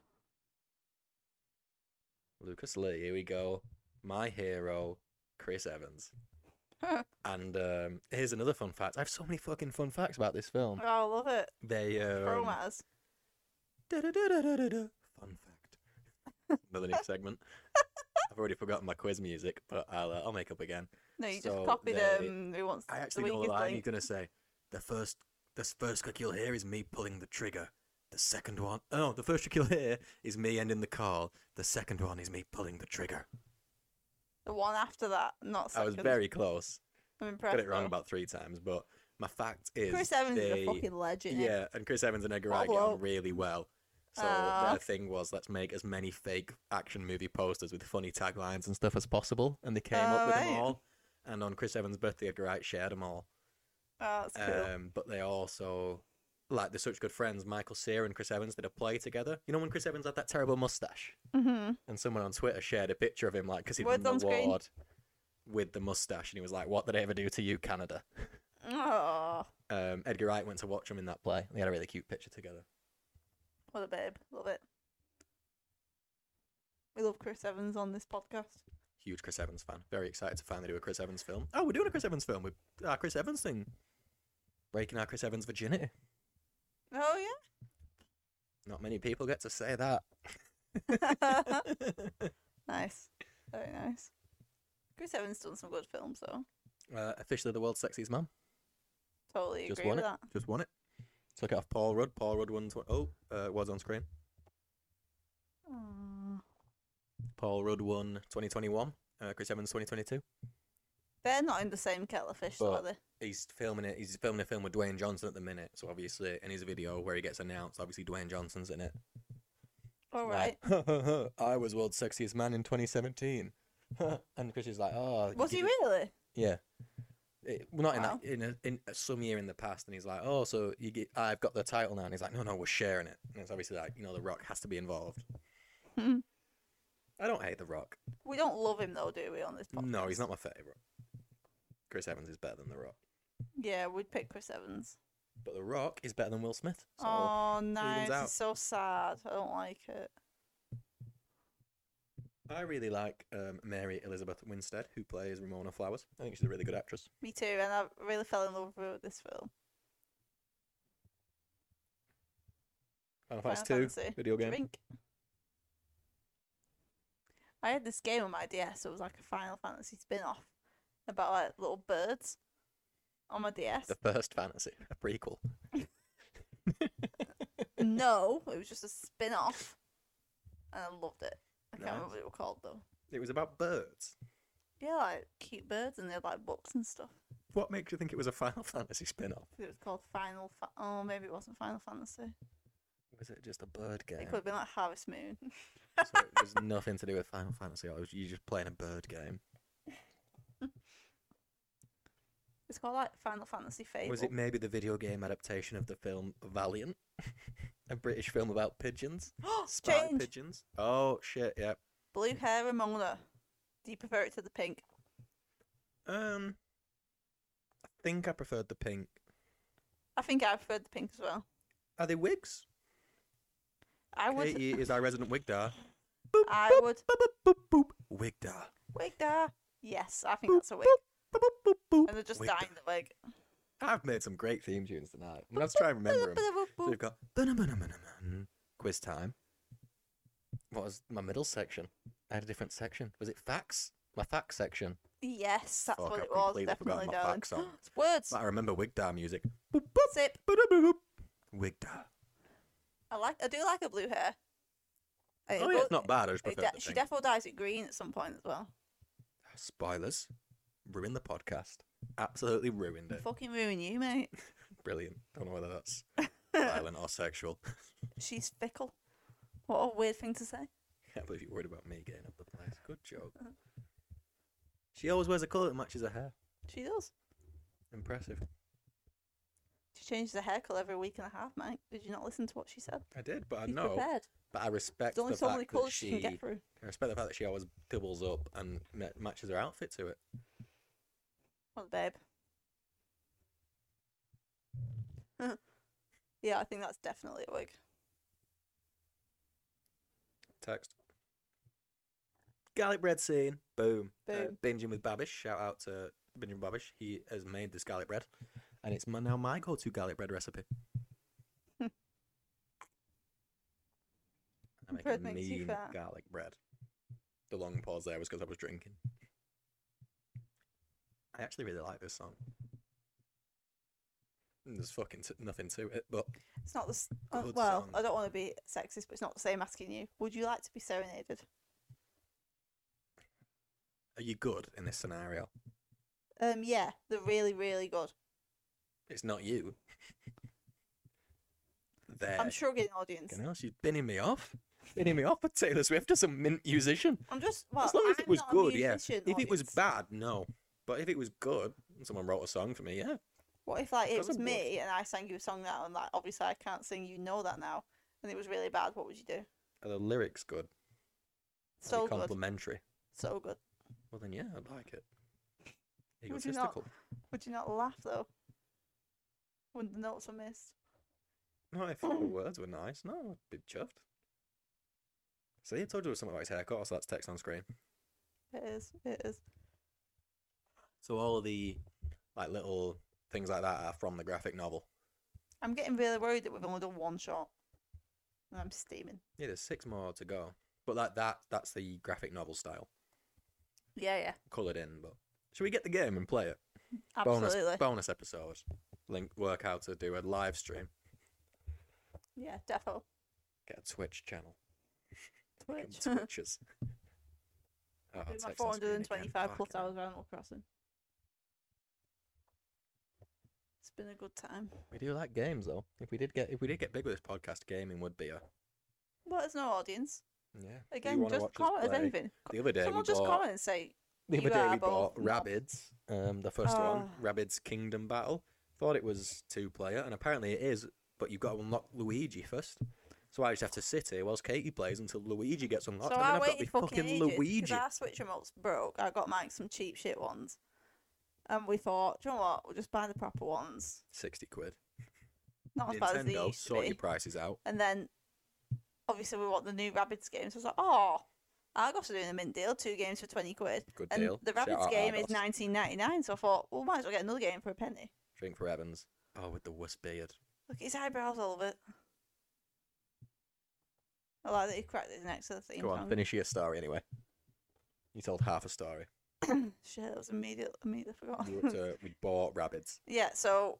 [SPEAKER 2] <laughs>
[SPEAKER 1] Lucas Lee, here we go. My hero, Chris Evans.
[SPEAKER 2] Oh,
[SPEAKER 1] and um, here's another fun fact. I have so many fucking fun facts about this film.
[SPEAKER 2] Oh, I love it.
[SPEAKER 1] They
[SPEAKER 2] Throw
[SPEAKER 1] um,
[SPEAKER 2] 'em at us.
[SPEAKER 1] <laughs> Da-da-da-da-da-da-da. Fun fact.
[SPEAKER 2] <laughs>
[SPEAKER 1] Another new segment. I've already forgotten my quiz music, but I'll uh, I'll make up again.
[SPEAKER 2] No, you
[SPEAKER 1] so
[SPEAKER 2] just copied
[SPEAKER 1] they-
[SPEAKER 2] um who wants
[SPEAKER 1] I
[SPEAKER 2] the
[SPEAKER 1] actually know the
[SPEAKER 2] weakest
[SPEAKER 1] line
[SPEAKER 2] link.
[SPEAKER 1] you're gonna say. The first, the first click you'll hear is me pulling the trigger. The second one, oh, no, the first click you'll hear is me ending the call. The second one is me pulling the trigger.
[SPEAKER 2] The one after that, not second.
[SPEAKER 1] I was very close.
[SPEAKER 2] I'm
[SPEAKER 1] Got
[SPEAKER 2] impressed.
[SPEAKER 1] it wrong
[SPEAKER 2] though.
[SPEAKER 1] about three times, but my fact is
[SPEAKER 2] Chris Evans is
[SPEAKER 1] they-
[SPEAKER 2] a fucking legend.
[SPEAKER 1] Yeah, and Chris Evans and Edgar
[SPEAKER 2] What a
[SPEAKER 1] Wright get on
[SPEAKER 2] bloke.
[SPEAKER 1] really well. So
[SPEAKER 2] Aw.
[SPEAKER 1] their thing was let's make as many fake action movie posters with funny taglines and stuff as possible, and they came up with them
[SPEAKER 2] Alright.
[SPEAKER 1] all. And on Chris Evans' birthday, Edgar Wright shared them all.
[SPEAKER 2] Oh, that's cool.
[SPEAKER 1] Um, but they also like they're such good friends. Michael Cera and Chris Evans did a play together. You know when Chris Evans had that terrible mustache,
[SPEAKER 2] Mm-hmm.
[SPEAKER 1] and someone on Twitter shared a picture of him like because he won
[SPEAKER 2] Words
[SPEAKER 1] an
[SPEAKER 2] on screen.
[SPEAKER 1] award with the mustache, and he was like, "What did I ever do to you, Canada?"
[SPEAKER 2] Oh,
[SPEAKER 1] Um, Edgar Wright went to watch him in that play. They had a really cute picture together.
[SPEAKER 2] what a babe. Love it. We love Chris Evans on this podcast.
[SPEAKER 1] Huge Chris Evans fan. Very excited to finally do a Chris Evans film. Oh, we're doing a Chris Evans film with our Chris Evans thing. Breaking our Chris Evans virginity.
[SPEAKER 2] Oh yeah.
[SPEAKER 1] Not many people get to say
[SPEAKER 2] <laughs>
[SPEAKER 1] that. <laughs>
[SPEAKER 2] Nice. Very nice. Chris Evans done some good films though.
[SPEAKER 1] uh, officially the world's sexiest man.
[SPEAKER 2] Totally
[SPEAKER 1] Just
[SPEAKER 2] agree
[SPEAKER 1] won
[SPEAKER 2] with
[SPEAKER 1] it.
[SPEAKER 2] that.
[SPEAKER 1] Just won it. Took it off Paul Rudd. Paul Rudd won. Tw- oh, uh, was on screen.
[SPEAKER 2] Aw.
[SPEAKER 1] Paul Rudd won 2021. Uh, Chris Evans 2022.
[SPEAKER 2] They're not in the same kettle of fish, though, are they?
[SPEAKER 1] He's filming it. He's filming a film with Dwayne Johnson at the minute. So obviously, in his video where he gets announced, obviously Dwayne Johnson's in it.
[SPEAKER 2] All right.
[SPEAKER 1] Like, <laughs> I was world's sexiest man in 2017. <laughs> and Chris is like, oh,
[SPEAKER 2] Was he
[SPEAKER 1] you-
[SPEAKER 2] really?
[SPEAKER 1] Yeah. It, well, not in
[SPEAKER 2] Wow.
[SPEAKER 1] that, in, a, in a- some year in the past, and he's like, "Oh, so you get, I've got the title now," and he's like, "No, no, we're sharing it." And it's obviously like, you know, The Rock has to be involved.
[SPEAKER 2] Hmm.
[SPEAKER 1] I don't hate The Rock.
[SPEAKER 2] We don't love him though, do we? On this podcast?
[SPEAKER 1] No, he's not my favorite. Chris Evans is better than The Rock,
[SPEAKER 2] Yeah, we'd pick Chris Evans.
[SPEAKER 1] but The Rock is better than Will Smith. So
[SPEAKER 2] oh,
[SPEAKER 1] out.
[SPEAKER 2] nice. It's so sad. I don't like it.
[SPEAKER 1] I really like um, Mary Elizabeth Winstead, who plays Ramona Flowers. I think she's a really good actress.
[SPEAKER 2] Me too, and I really fell in love with this film.
[SPEAKER 1] Final
[SPEAKER 2] Final
[SPEAKER 1] Fantasy Two
[SPEAKER 2] Fantasy.
[SPEAKER 1] video game.
[SPEAKER 2] Drink. I had this game on my DS. It was like a Final Fantasy spin-off about like little birds on my DS.
[SPEAKER 1] The first fantasy, a prequel.
[SPEAKER 2] no, it was just a spin-off, and I loved it. I can't
[SPEAKER 1] Nice.
[SPEAKER 2] remember what it was called though.
[SPEAKER 1] <laughs> It was about birds.
[SPEAKER 2] Yeah, like cute birds, and they had like books and stuff.
[SPEAKER 1] What makes you think it was a Final <laughs> Fantasy spin-off?
[SPEAKER 2] It was called Final. Fa- oh, maybe it wasn't Final Fantasy.
[SPEAKER 1] Was it just a bird game?
[SPEAKER 2] It could have been like Harvest Moon. <laughs>
[SPEAKER 1] so it was nothing to do with Final Fantasy. Or was you just playing a bird game?
[SPEAKER 2] It's called like Final Fantasy Fable.
[SPEAKER 1] Was it maybe the video game adaptation of the film Valiant, <laughs> a British film about pigeons, spy
[SPEAKER 2] <gasps> Change.
[SPEAKER 1] pigeons? Oh shit! Yeah.
[SPEAKER 2] Blue hair Ramona. Do you prefer it to the pink?
[SPEAKER 1] Um, I think I preferred the pink.
[SPEAKER 2] I think I preferred the pink as well.
[SPEAKER 1] Are they wigs?
[SPEAKER 2] I would.
[SPEAKER 1] Katie is our resident
[SPEAKER 2] <laughs>
[SPEAKER 1] wigdar.
[SPEAKER 2] I would.
[SPEAKER 1] Boop boop boop. Wigdar.
[SPEAKER 2] Wig there. Yes, I think
[SPEAKER 1] Boop,
[SPEAKER 2] that's a wig.
[SPEAKER 1] Boop boop boop.
[SPEAKER 2] And they're just
[SPEAKER 1] Wig
[SPEAKER 2] dyeing the wig.
[SPEAKER 1] I've made some great theme tunes tonight. I'm gonna try and remember 'em.
[SPEAKER 2] <laughs>
[SPEAKER 1] So we've got "Ba-na-ba-na-ba-na-ba-na," quiz time. What was my middle section? I had a different section. Was it facts? My facts section.
[SPEAKER 2] Yes, that's
[SPEAKER 1] Fuck,
[SPEAKER 2] what
[SPEAKER 1] I've
[SPEAKER 2] it was.
[SPEAKER 1] completely forgotten
[SPEAKER 2] Definitely,
[SPEAKER 1] my
[SPEAKER 2] darling.
[SPEAKER 1] facts on.
[SPEAKER 2] <gasps> It's words.
[SPEAKER 1] But I remember Wigdar music.
[SPEAKER 2] Sip.
[SPEAKER 1] Wigdar.
[SPEAKER 2] I like. I do like her blue hair. Uh, it
[SPEAKER 1] Oh, yeah,
[SPEAKER 2] go-
[SPEAKER 1] it's not bad. I just
[SPEAKER 2] it
[SPEAKER 1] prefer
[SPEAKER 2] de-
[SPEAKER 1] the
[SPEAKER 2] she
[SPEAKER 1] pink.
[SPEAKER 2] definitely dyes it green at some point as well.
[SPEAKER 1] Spoilers. Ruined the podcast. Absolutely ruined it.
[SPEAKER 2] Fucking ruin you, mate.
[SPEAKER 1] Brilliant. Don't know whether that's violent or sexual.
[SPEAKER 2] <laughs> She's fickle. What a weird thing to say.
[SPEAKER 1] Can't believe you're worried about me getting up the place. Good joke. She always wears a colour that matches her hair.
[SPEAKER 2] She does.
[SPEAKER 1] Impressive.
[SPEAKER 2] She changes her hair colour every week and a half, mate. Did you not listen to what she said?
[SPEAKER 1] I did, but I
[SPEAKER 2] She's
[SPEAKER 1] know.
[SPEAKER 2] prepared.
[SPEAKER 1] But I respect
[SPEAKER 2] There's only
[SPEAKER 1] the
[SPEAKER 2] so many
[SPEAKER 1] fact that
[SPEAKER 2] colours
[SPEAKER 1] she.
[SPEAKER 2] she can get through.
[SPEAKER 1] I respect the fact that she always doubles up and ma- matches her outfit to it.
[SPEAKER 2] Well, babe. <laughs> yeah, I think that's definitely a wig.
[SPEAKER 1] Text. Garlic bread scene. Boom. Uh,
[SPEAKER 2] Boom.
[SPEAKER 1] binging with Babish. Shout out to Binging Babish. He has made this garlic bread, and it's my, now my go-to garlic bread
[SPEAKER 2] <laughs>
[SPEAKER 1] recipe. I make a
[SPEAKER 2] Bread makes you
[SPEAKER 1] mean
[SPEAKER 2] fat.
[SPEAKER 1] garlic bread. The long pause there was because I was drinking. I actually really like this song. There's fucking t- nothing to it, but
[SPEAKER 2] It's not the s- uh,
[SPEAKER 1] Good
[SPEAKER 2] well.
[SPEAKER 1] song.
[SPEAKER 2] I don't want to be sexist, but it's not the same asking you. Would you like to be serenaded?
[SPEAKER 1] are you good in this scenario?
[SPEAKER 2] Um, yeah, they're really, really good.
[SPEAKER 1] It's not
[SPEAKER 2] <laughs>
[SPEAKER 1] you. there.
[SPEAKER 2] I'm struggling, audience.
[SPEAKER 1] Fucking hell, she's binning me off. Binning me off for Taylor Swift as a mint musician.
[SPEAKER 2] I'm just well.
[SPEAKER 1] as long as
[SPEAKER 2] I'm
[SPEAKER 1] it was
[SPEAKER 2] not a
[SPEAKER 1] good, yeah.
[SPEAKER 2] musician,
[SPEAKER 1] If it was
[SPEAKER 2] audience.
[SPEAKER 1] bad, no. But if it was good, and someone wrote a song for me, yeah.
[SPEAKER 2] what if like it
[SPEAKER 1] That's a
[SPEAKER 2] was
[SPEAKER 1] bold-
[SPEAKER 2] me and I sang you a song now and like obviously I can't sing, you know that now, and it was really bad. What would you do?
[SPEAKER 1] Are the lyrics good? Are
[SPEAKER 2] So
[SPEAKER 1] they
[SPEAKER 2] good,
[SPEAKER 1] complimentary?
[SPEAKER 2] so good.
[SPEAKER 1] Well, then, yeah, I'd like it.
[SPEAKER 2] Would you not?
[SPEAKER 1] Egotistical.
[SPEAKER 2] Would you not laugh though? When the notes are missed.
[SPEAKER 1] No, I
[SPEAKER 2] Oh.
[SPEAKER 1] thought the words were nice. No, I'd be chuffed. See, I told you it was something about his haircut, so that's text on screen.
[SPEAKER 2] It is. It is.
[SPEAKER 1] So all the like little things like that are from the graphic novel.
[SPEAKER 2] I'm getting really worried that we've only done one shot. And I'm steaming.
[SPEAKER 1] Yeah, there's six more to go. But like that, that's the graphic novel style.
[SPEAKER 2] Yeah, yeah.
[SPEAKER 1] coloured in, but should we get the game and play it?
[SPEAKER 2] Absolutely.
[SPEAKER 1] Bonus bonus episode. Link work how to do a live stream.
[SPEAKER 2] Yeah, defo.
[SPEAKER 1] Get a Twitch channel. Fucking
[SPEAKER 2] Twitch. <laughs>
[SPEAKER 1] Twitchers. Oh,
[SPEAKER 2] With my
[SPEAKER 1] text on screen again.
[SPEAKER 2] 425 plus
[SPEAKER 1] Fucking hell.
[SPEAKER 2] hours Animal Crossing. It's been a good time.
[SPEAKER 1] We do like games though. If we did get if we did get big with this podcast, gaming would be a
[SPEAKER 2] Well, there's no audience.
[SPEAKER 1] yeah. Do you
[SPEAKER 2] Again,
[SPEAKER 1] wanna
[SPEAKER 2] just
[SPEAKER 1] watch us
[SPEAKER 2] comment as
[SPEAKER 1] play?
[SPEAKER 2] anything.
[SPEAKER 1] The other day
[SPEAKER 2] Someone
[SPEAKER 1] we
[SPEAKER 2] just
[SPEAKER 1] bought,
[SPEAKER 2] comment and say,
[SPEAKER 1] the other
[SPEAKER 2] "You
[SPEAKER 1] day
[SPEAKER 2] are
[SPEAKER 1] we bought
[SPEAKER 2] both knob."
[SPEAKER 1] Rabbids, um, the first one,
[SPEAKER 2] Oh.
[SPEAKER 1] Rabbids Kingdom Battle. Thought it was two player, and apparently it is, but you've got to unlock Luigi first. So I just have to sit here whilst Katie plays until Luigi gets unlocked,
[SPEAKER 2] so
[SPEAKER 1] and then
[SPEAKER 2] I
[SPEAKER 1] I've got to be
[SPEAKER 2] waited fucking
[SPEAKER 1] fucking
[SPEAKER 2] ages because
[SPEAKER 1] Luigi.
[SPEAKER 2] our Switch remotes broke. I got Mike some cheap shit ones. And we thought, do you know what? We'll just buy the proper ones.
[SPEAKER 1] Sixty quid.
[SPEAKER 2] Not as bad as they
[SPEAKER 1] Nintendo,
[SPEAKER 2] used to
[SPEAKER 1] sort
[SPEAKER 2] be.
[SPEAKER 1] your prices out.
[SPEAKER 2] And then obviously we want the new Rabbids game. So I was like, oh, Argos are doing a mint deal, two games for 20 quid.
[SPEAKER 1] Good
[SPEAKER 2] And
[SPEAKER 1] deal.
[SPEAKER 2] the
[SPEAKER 1] Shout
[SPEAKER 2] Rapids
[SPEAKER 1] out
[SPEAKER 2] game is
[SPEAKER 1] Argos.
[SPEAKER 2] 19.99, so I thought, well, might as well get another game for a penny.
[SPEAKER 1] Drink for Evans. Oh, with the worst beard.
[SPEAKER 2] Look at his eyebrows all of it. I like that he cracked his neck to the theme
[SPEAKER 1] Go on,
[SPEAKER 2] song.
[SPEAKER 1] finish your story anyway. You told half a
[SPEAKER 2] <laughs>
[SPEAKER 1] story.
[SPEAKER 2] Shit, that was immediate. immediately forgot.
[SPEAKER 1] You were up to, we bought rabbits.
[SPEAKER 2] yeah, so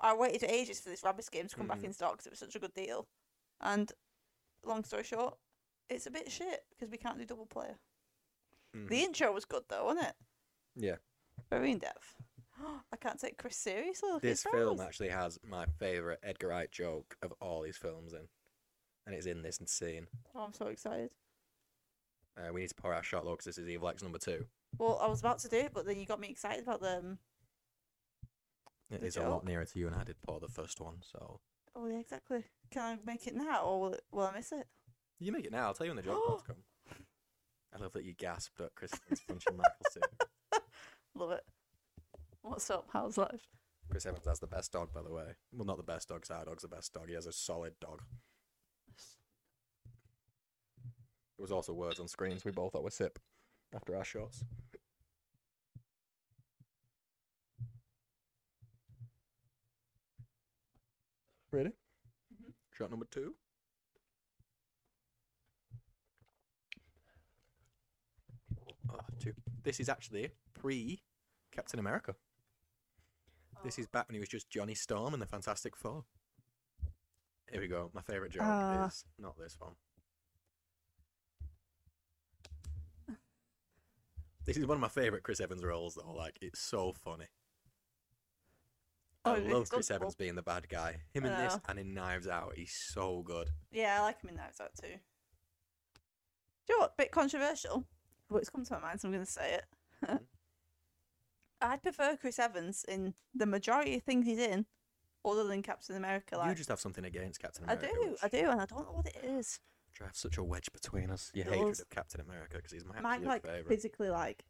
[SPEAKER 2] I waited ages for this Rabbits game to come back
[SPEAKER 1] Mhm.
[SPEAKER 2] in stock because it was such a good deal. And long story short, it's a bit shit because we can't do double player.
[SPEAKER 1] Mm-hmm.
[SPEAKER 2] The intro was good though, wasn't it?
[SPEAKER 1] Yeah.
[SPEAKER 2] Very in depth. <gasps> I can't take Chris seriously. Look at his
[SPEAKER 1] This film
[SPEAKER 2] brows.
[SPEAKER 1] actually has my favourite Edgar Wright joke of all his films in. And it's in this scene.
[SPEAKER 2] Oh, I'm so excited.
[SPEAKER 1] Uh, we need to pour our shot, though, 'cause this is Evil X number two.
[SPEAKER 2] Well, I was about to do it, but then you got me excited about um, them.
[SPEAKER 1] It
[SPEAKER 2] The
[SPEAKER 1] is a lot
[SPEAKER 2] joke?
[SPEAKER 1] nearer to you, and I did pour the first one, so.
[SPEAKER 2] Oh yeah, exactly. Can I make it now, or will, it, will I miss it?
[SPEAKER 1] You make it now, I'll tell you when the joke does
[SPEAKER 2] <gasps>
[SPEAKER 1] come. I love that you gasped at Chris <laughs> punching Michael soon.
[SPEAKER 2] Love it. What's up? How's life?
[SPEAKER 1] Chris Evans has the best dog, by the way. Well, not the best dog, 'cause our dog's the best dog. He has a solid dog. There was also words on screens we both thought were sip after our shots. Ready? Shot number two. Oh, two. This is actually pre Captain America. This is back when he was just Johnny Storm in the Fantastic Four. Here we go. My favourite joke
[SPEAKER 2] Ah.
[SPEAKER 1] is not this one. This is one of my favourite Chris Evans roles, though. Like, it's so funny.
[SPEAKER 2] Oh,
[SPEAKER 1] I
[SPEAKER 2] it's
[SPEAKER 1] love
[SPEAKER 2] good
[SPEAKER 1] Chris
[SPEAKER 2] to-
[SPEAKER 1] Evans being the bad guy. Him in this
[SPEAKER 2] know.
[SPEAKER 1] and in Knives Out, he's so good.
[SPEAKER 2] Yeah, I like him in Knives Out too. Do you know what? bit controversial, but it's come to my mind, so I'm going to say
[SPEAKER 1] Mm-hmm.
[SPEAKER 2] it. <laughs> I'd prefer Chris Evans in the majority of things he's in, other than Captain America.
[SPEAKER 1] you
[SPEAKER 2] Like,
[SPEAKER 1] just have something against Captain
[SPEAKER 2] I
[SPEAKER 1] America.
[SPEAKER 2] do,
[SPEAKER 1] which
[SPEAKER 2] I do, and I don't know what it is.
[SPEAKER 1] Drives such a wedge between us. Your
[SPEAKER 2] It
[SPEAKER 1] hatred
[SPEAKER 2] does.
[SPEAKER 1] of Captain America because he's my
[SPEAKER 2] Mike,
[SPEAKER 1] absolute
[SPEAKER 2] like,
[SPEAKER 1] favourite.
[SPEAKER 2] physically, like,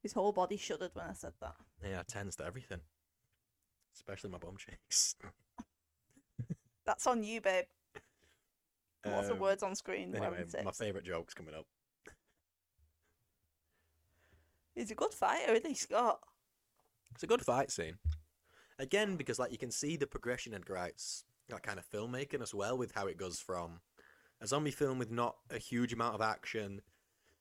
[SPEAKER 2] his whole body shuddered when I said that.
[SPEAKER 1] Yeah, tends to everything, especially my bum cheeks.
[SPEAKER 2] That's on you, babe. Lots of
[SPEAKER 1] Um,
[SPEAKER 2] words on screen. where
[SPEAKER 1] Anyway,
[SPEAKER 2] I'm six.
[SPEAKER 1] my favourite joke's coming up.
[SPEAKER 2] He's a good fighter, isn't he, Scott?
[SPEAKER 1] It's a good fight scene. Again, because like you can see the progression in Wright's like kind of filmmaking as well with how it goes from a zombie film with not a huge amount of action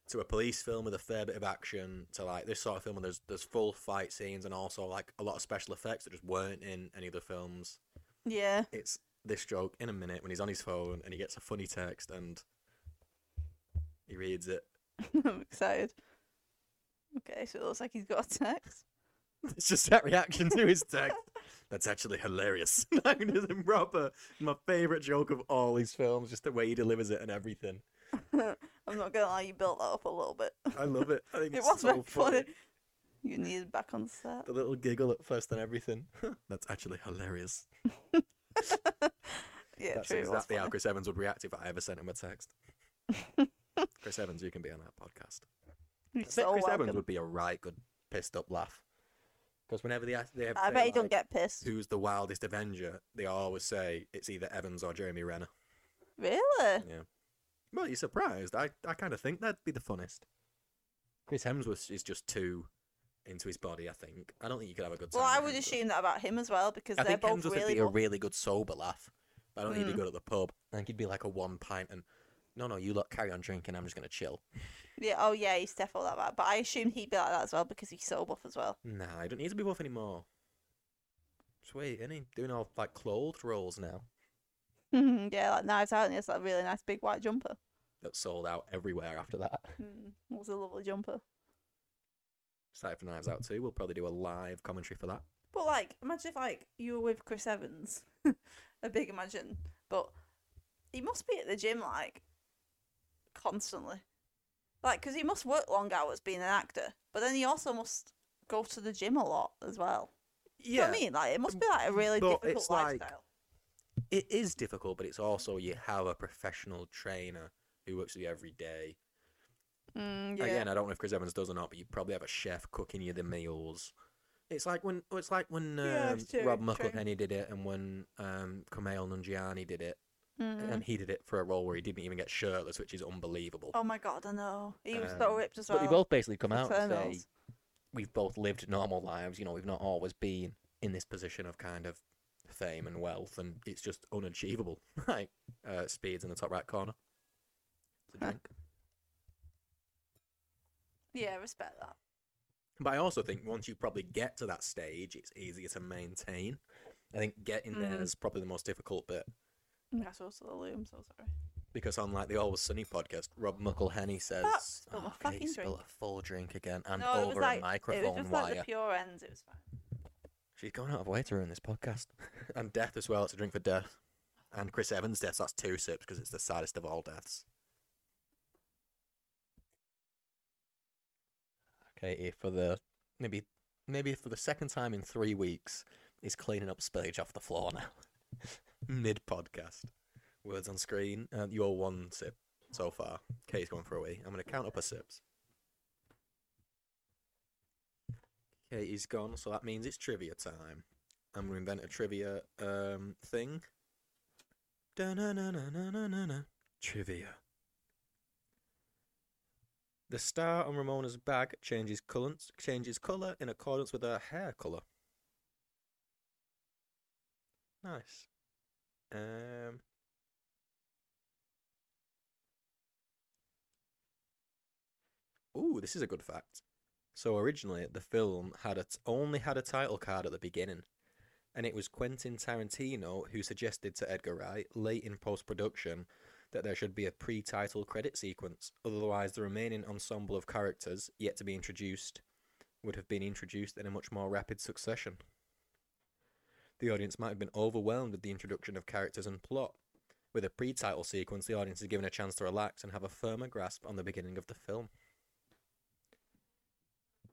[SPEAKER 1] to a police film with a fair bit of action to like this sort of film where there's there's full fight scenes and also like a lot of special effects that just weren't in any other films.
[SPEAKER 2] Yeah. <laughs>
[SPEAKER 1] It's this joke in a minute when he's on his phone and he gets a funny text and he reads it.
[SPEAKER 2] I'm excited. Okay, so it looks like he's got a text.
[SPEAKER 1] It's just that reaction to his text. <laughs> That's actually hilarious. <laughs> That is improper. My favorite joke of all his films, just the way he delivers it and everything.
[SPEAKER 2] I'm not gonna lie, you built that up a little bit.
[SPEAKER 1] I love it. I think
[SPEAKER 2] <laughs> It
[SPEAKER 1] it's
[SPEAKER 2] was
[SPEAKER 1] so
[SPEAKER 2] very funny.
[SPEAKER 1] funny.
[SPEAKER 2] You needed back on set.
[SPEAKER 1] The little giggle at first and everything. <laughs> That's actually hilarious.
[SPEAKER 2] Yeah,
[SPEAKER 1] That's
[SPEAKER 2] true. it was
[SPEAKER 1] exactly how
[SPEAKER 2] funny.
[SPEAKER 1] Chris Evans would react if I ever sent him a
[SPEAKER 2] <laughs>
[SPEAKER 1] text. Chris Evans, you can be on that podcast.
[SPEAKER 2] You're
[SPEAKER 1] I bet
[SPEAKER 2] so
[SPEAKER 1] Chris Evans
[SPEAKER 2] welcome.
[SPEAKER 1] would be a right good pissed up laugh. Because whenever they, ask- they ever
[SPEAKER 2] I
[SPEAKER 1] say,
[SPEAKER 2] bet he don't
[SPEAKER 1] like,
[SPEAKER 2] get pissed.
[SPEAKER 1] who's the wildest Avenger, they always say it's either Evans or Jeremy Renner.
[SPEAKER 2] Really?
[SPEAKER 1] Yeah. Well, you're surprised. I, I kind of think that'd be the funnest. Chris Hemsworth is just too into his body, I think. I don't think you could have a good time.
[SPEAKER 2] Well, I
[SPEAKER 1] with
[SPEAKER 2] would
[SPEAKER 1] Hemsworth.
[SPEAKER 2] assume that about him as well because
[SPEAKER 1] I
[SPEAKER 2] they're
[SPEAKER 1] think
[SPEAKER 2] both
[SPEAKER 1] Hemsworth would
[SPEAKER 2] really.
[SPEAKER 1] be a
[SPEAKER 2] good. Hmm.
[SPEAKER 1] really good sober laugh, but I don't think he'd be good at the pub. I think he'd be like a one pint and, no, no, you lot carry on drinking. I'm just going to chill.
[SPEAKER 2] Yeah. Oh yeah, he's definitely like that. But I assume he'd be like that as well because he's so buff as
[SPEAKER 1] <laughs>
[SPEAKER 2] well. <laughs>
[SPEAKER 1] Nah, I don't need to be buff anymore. Sweet, isn't he? Doing all like clothed roles now.
[SPEAKER 2] yeah, like knives out and he has that really nice big white jumper.
[SPEAKER 1] That sold out everywhere after that. <laughs>
[SPEAKER 2] Mm, it was a lovely jumper.
[SPEAKER 1] Aside from Knives Out too, we'll probably do a live commentary for that.
[SPEAKER 2] But like, imagine if like you were with Chris Evans, <laughs> a big imagine. But he must be at the gym like constantly, like because he must work long hours being an actor. But then he also must go to the gym a lot as well. You know what I mean? Like it must be like a really
[SPEAKER 1] But
[SPEAKER 2] difficult
[SPEAKER 1] it's like-
[SPEAKER 2] lifestyle.
[SPEAKER 1] it is difficult, but it's also you have a professional trainer who works with you every day.
[SPEAKER 2] Mm, yeah.
[SPEAKER 1] Again, I don't know if Chris Evans does or not, but you probably have a chef cooking you the meals. It's like when it's like when um,
[SPEAKER 2] Yeah, it's true,
[SPEAKER 1] Rob
[SPEAKER 2] it's true.
[SPEAKER 1] McElhenney did it, and when um, Kumail Nanjiani did it,
[SPEAKER 2] Mm.
[SPEAKER 1] and he did it for a role where he didn't even get shirtless, which is unbelievable.
[SPEAKER 2] Oh my god, I know. He was
[SPEAKER 1] Um,
[SPEAKER 2] so ripped as well.
[SPEAKER 1] But they both basically come
[SPEAKER 2] for
[SPEAKER 1] out and say
[SPEAKER 2] Eternals.
[SPEAKER 1] we've both lived normal lives. You know, we've not always been in this position of kind of fame and wealth, and it's just unachievable. <laughs> Right, uh, speeds in the top right corner. It's a
[SPEAKER 2] Huh.
[SPEAKER 1] drink.
[SPEAKER 2] Yeah, respect that.
[SPEAKER 1] But I also think once you probably get to that stage, it's easier to maintain. I think getting there
[SPEAKER 2] Mm.
[SPEAKER 1] is probably the most difficult bit
[SPEAKER 2] I saw to the loo, I'm so sorry.
[SPEAKER 1] because on like the Always Sunny podcast, Rob Mucklehenny says,
[SPEAKER 2] Fuck, spill my
[SPEAKER 1] can you
[SPEAKER 2] fucking
[SPEAKER 1] spill
[SPEAKER 2] drink."
[SPEAKER 1] a full drink again and
[SPEAKER 2] no, it was
[SPEAKER 1] over
[SPEAKER 2] like
[SPEAKER 1] a
[SPEAKER 2] it was
[SPEAKER 1] microphone
[SPEAKER 2] just
[SPEAKER 1] wire."
[SPEAKER 2] like the pure ends. It was fine.
[SPEAKER 1] She's going out of her way to ruin this podcast. <laughs> and death as well. It's a drink for death. And Chris Evans' death. That's two sips because it's the saddest of all deaths. Katie, for the maybe maybe for the second time in three weeks, is cleaning up spillage off the floor now. <laughs> Mid podcast, words on screen. Uh, your one sip so far. Katie's going for a wee. I'm going to count up her sips. Katie's gone, so that means it's trivia time. I'm going to invent a trivia um, thing. Da-na-na-na-na-na-na. Trivia. The star on Ramona's bag changes colour, changes colour in accordance with her hair colour. Nice. Um, ooh, this is a good fact. So originally, the film had a t- only had a title card at the beginning, and it was Quentin Tarantino who suggested to Edgar Wright late in post production that there should be a pre-title credit sequence. Otherwise, the remaining ensemble of characters yet to be introduced would have been introduced in a much more rapid succession. The audience might have been overwhelmed with the introduction of characters and plot. With a pre-title sequence, the audience is given a chance to relax and have a firmer grasp on the beginning of the film.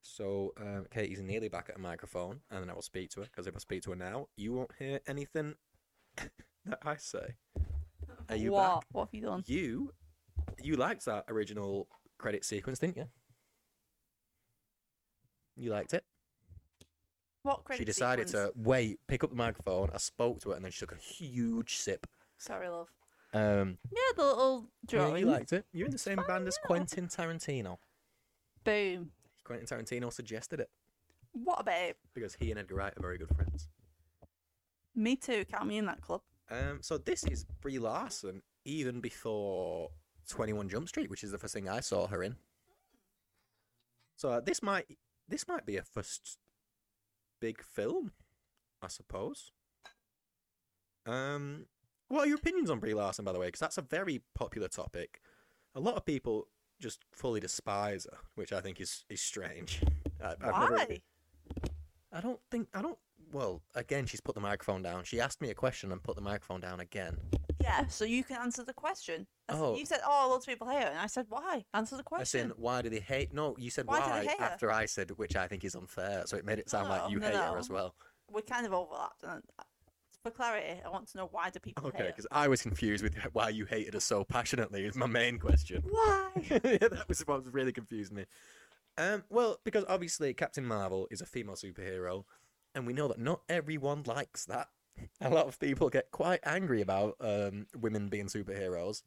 [SPEAKER 1] So um, Katie's nearly back at a microphone, and then I will speak to her. Because if I speak to her now, you won't hear anything <laughs> that I say. Are you
[SPEAKER 2] what?
[SPEAKER 1] back?
[SPEAKER 2] What have you done?
[SPEAKER 1] You, you liked that original credit sequence, didn't you? You liked it.
[SPEAKER 2] What credit
[SPEAKER 1] she decided
[SPEAKER 2] sequence?
[SPEAKER 1] to wait, pick up the microphone. I spoke to her, and then she took a huge sip.
[SPEAKER 2] Sorry, love.
[SPEAKER 1] Um,
[SPEAKER 2] Yeah, the little
[SPEAKER 1] yeah,
[SPEAKER 2] drawing.
[SPEAKER 1] you liked it. You're in the same
[SPEAKER 2] fine,
[SPEAKER 1] band as
[SPEAKER 2] yeah.
[SPEAKER 1] Quentin Tarantino.
[SPEAKER 2] Boom.
[SPEAKER 1] Quentin Tarantino suggested it
[SPEAKER 2] What a babe.
[SPEAKER 1] because he and Edgar Wright are very good friends.
[SPEAKER 2] Me too. Count me in that club.
[SPEAKER 1] Um, so this is Brie Larson even before Twenty One Jump Street, which is the first thing I saw her in. So uh, this might this might be a first big film, I suppose. Um, what are your opinions on Brie Larson, by the way? Because that's a very popular topic. A lot of people just fully despise her, which I think is is strange. I, I've never-
[SPEAKER 2] Why?
[SPEAKER 1] I don't think I don't. Well, again, she's put the microphone down. She asked me a question and put the microphone down again.
[SPEAKER 2] Yeah, so you can answer the question. I s-
[SPEAKER 1] Oh.
[SPEAKER 2] You said, oh, lots of people hate it. And I said, why? Answer the
[SPEAKER 1] I said,
[SPEAKER 2] question.
[SPEAKER 1] why do they hate? No, you said
[SPEAKER 2] Why
[SPEAKER 1] why,
[SPEAKER 2] do they hate her?
[SPEAKER 1] after I said, which I think is unfair. So it made it sound
[SPEAKER 2] No,
[SPEAKER 1] like you
[SPEAKER 2] no,
[SPEAKER 1] hate
[SPEAKER 2] no.
[SPEAKER 1] her as well.
[SPEAKER 2] We kind of overlapped. And I- for clarity, I want to know why do people
[SPEAKER 1] Okay,
[SPEAKER 2] hate it?
[SPEAKER 1] because I was confused with why you hated us so passionately. Is my main question. <laughs>
[SPEAKER 2] Why?
[SPEAKER 1] yeah, that was what was really confused me. Um, well, because obviously Captain Marvel is a female superhero, and we know that not everyone likes that. <laughs> A lot of people get quite angry about um, women being superheroes,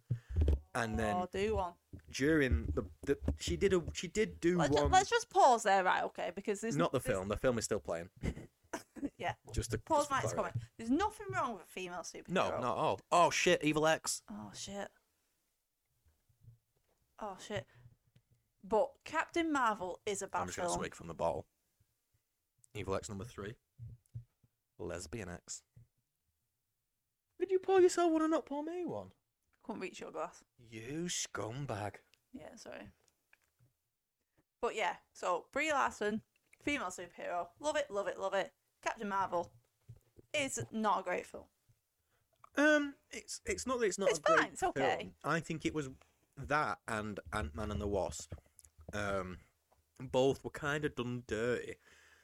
[SPEAKER 1] and then
[SPEAKER 2] oh, do one.
[SPEAKER 1] during the, the she did a she did do
[SPEAKER 2] Let's, ju-
[SPEAKER 1] one.
[SPEAKER 2] let's just pause there, right? Okay, because there's
[SPEAKER 1] not the
[SPEAKER 2] there's-
[SPEAKER 1] film. The film is still playing.
[SPEAKER 2] Yeah.
[SPEAKER 1] Just to just
[SPEAKER 2] Pause
[SPEAKER 1] to
[SPEAKER 2] my comment.
[SPEAKER 1] clarify.
[SPEAKER 2] There's nothing wrong with a female superhero.
[SPEAKER 1] No, not at all. Oh shit, Evil X.
[SPEAKER 2] Oh shit. Oh shit. But Captain Marvel is a
[SPEAKER 1] I'm
[SPEAKER 2] bad
[SPEAKER 1] just gonna
[SPEAKER 2] film.
[SPEAKER 1] swig from the bottle. Evil X number three. Lesbian X. Did you pour yourself one and not pour me one?
[SPEAKER 2] Couldn't reach your glass.
[SPEAKER 1] You scumbag.
[SPEAKER 2] Yeah, sorry. But yeah, so Brie Larson, female superhero, love it, love it, love it. Captain Marvel is not a great film.
[SPEAKER 1] Um, it's it's not that it's not.
[SPEAKER 2] It's
[SPEAKER 1] a great
[SPEAKER 2] fine, it's okay.
[SPEAKER 1] film. I think it was that and Ant Man and the Wasp. Um, both were kind of done dirty.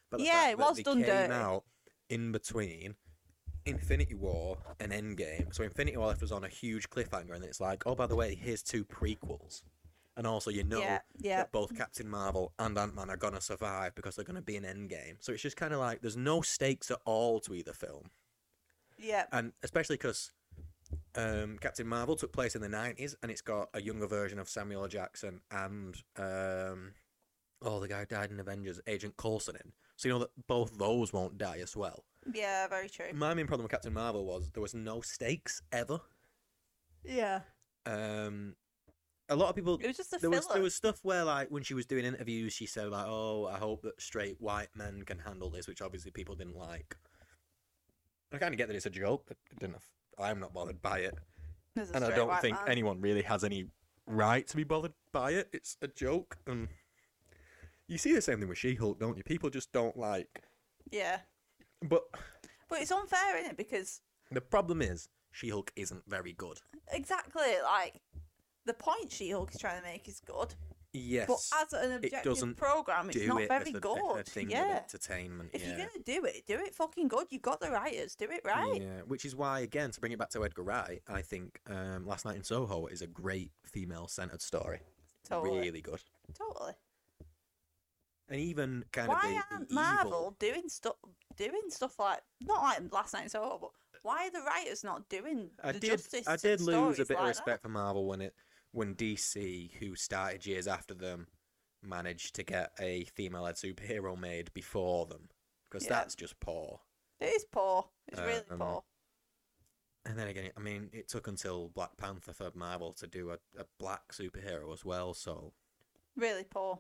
[SPEAKER 1] But the
[SPEAKER 2] Yeah,
[SPEAKER 1] fact
[SPEAKER 2] it
[SPEAKER 1] that
[SPEAKER 2] was
[SPEAKER 1] they
[SPEAKER 2] done
[SPEAKER 1] came
[SPEAKER 2] dirty.
[SPEAKER 1] Out in between Infinity War and Endgame, so Infinity War left us on a huge cliffhanger, and it's like, oh, by the way, here's two prequels, and also you know
[SPEAKER 2] Yeah, yeah.
[SPEAKER 1] that both Captain Marvel and Ant Man are gonna survive because they're gonna be in Endgame. So it's just kind of like there's no stakes at all to either film
[SPEAKER 2] Yeah.
[SPEAKER 1] and especially because um, Captain Marvel took place in the 90s and it's got a younger version of Samuel L. Jackson and um, oh, the guy who died in Avengers, Agent Coulson in. So you know that both those won't die as well.
[SPEAKER 2] Yeah, very true.
[SPEAKER 1] My main problem with Captain Marvel was there was no stakes ever.
[SPEAKER 2] Yeah.
[SPEAKER 1] Um, a lot of people
[SPEAKER 2] It was just a
[SPEAKER 1] there
[SPEAKER 2] filler.
[SPEAKER 1] was there was stuff where like when she was doing interviews she said like oh i hope that straight white men can handle this which obviously people didn't like i kind of get that it's a joke but it didn't aff- i'm not bothered by it
[SPEAKER 2] There's a
[SPEAKER 1] and i
[SPEAKER 2] straight
[SPEAKER 1] don't
[SPEAKER 2] white
[SPEAKER 1] think
[SPEAKER 2] man.
[SPEAKER 1] anyone really has any right to be bothered by it it's a joke and you see the same thing with she-hulk don't you people just don't like
[SPEAKER 2] Yeah.
[SPEAKER 1] but
[SPEAKER 2] But it's unfair, isn't it? Because
[SPEAKER 1] the problem is she-hulk isn't very good
[SPEAKER 2] exactly, like, the point She Hulk is trying to make is good.
[SPEAKER 1] yes
[SPEAKER 2] But as an
[SPEAKER 1] doesn't
[SPEAKER 2] objective programme, it's
[SPEAKER 1] do
[SPEAKER 2] not
[SPEAKER 1] it
[SPEAKER 2] very
[SPEAKER 1] as a,
[SPEAKER 2] good.
[SPEAKER 1] a thing
[SPEAKER 2] yeah.
[SPEAKER 1] of entertainment
[SPEAKER 2] If
[SPEAKER 1] yeah.
[SPEAKER 2] you're going to do it, do it fucking good. you got the writers. Do it right.
[SPEAKER 1] Yeah, which is why, again, to bring it back to Edgar Wright, I think um, Last Night in Soho is a great female-centered story.
[SPEAKER 2] Totally.
[SPEAKER 1] Really good.
[SPEAKER 2] Totally.
[SPEAKER 1] And even kind
[SPEAKER 2] Why
[SPEAKER 1] of the,
[SPEAKER 2] aren't
[SPEAKER 1] the
[SPEAKER 2] Marvel
[SPEAKER 1] evil...
[SPEAKER 2] doing stuff, doing stuff like not like last night so, but why are the writers not doing
[SPEAKER 1] I
[SPEAKER 2] the
[SPEAKER 1] did,
[SPEAKER 2] justice?
[SPEAKER 1] I
[SPEAKER 2] to
[SPEAKER 1] did lose a
[SPEAKER 2] stories
[SPEAKER 1] bit
[SPEAKER 2] like
[SPEAKER 1] of
[SPEAKER 2] that?
[SPEAKER 1] respect for Marvel when it, when DC, who started years after them, managed to get a female-led superhero made before them, because
[SPEAKER 2] Yeah.
[SPEAKER 1] that's just poor.
[SPEAKER 2] It is poor. It's
[SPEAKER 1] Uh,
[SPEAKER 2] really
[SPEAKER 1] um,
[SPEAKER 2] poor.
[SPEAKER 1] And then again, I mean, it took until Black Panther for Marvel to do a, a black superhero as well. So
[SPEAKER 2] Really poor.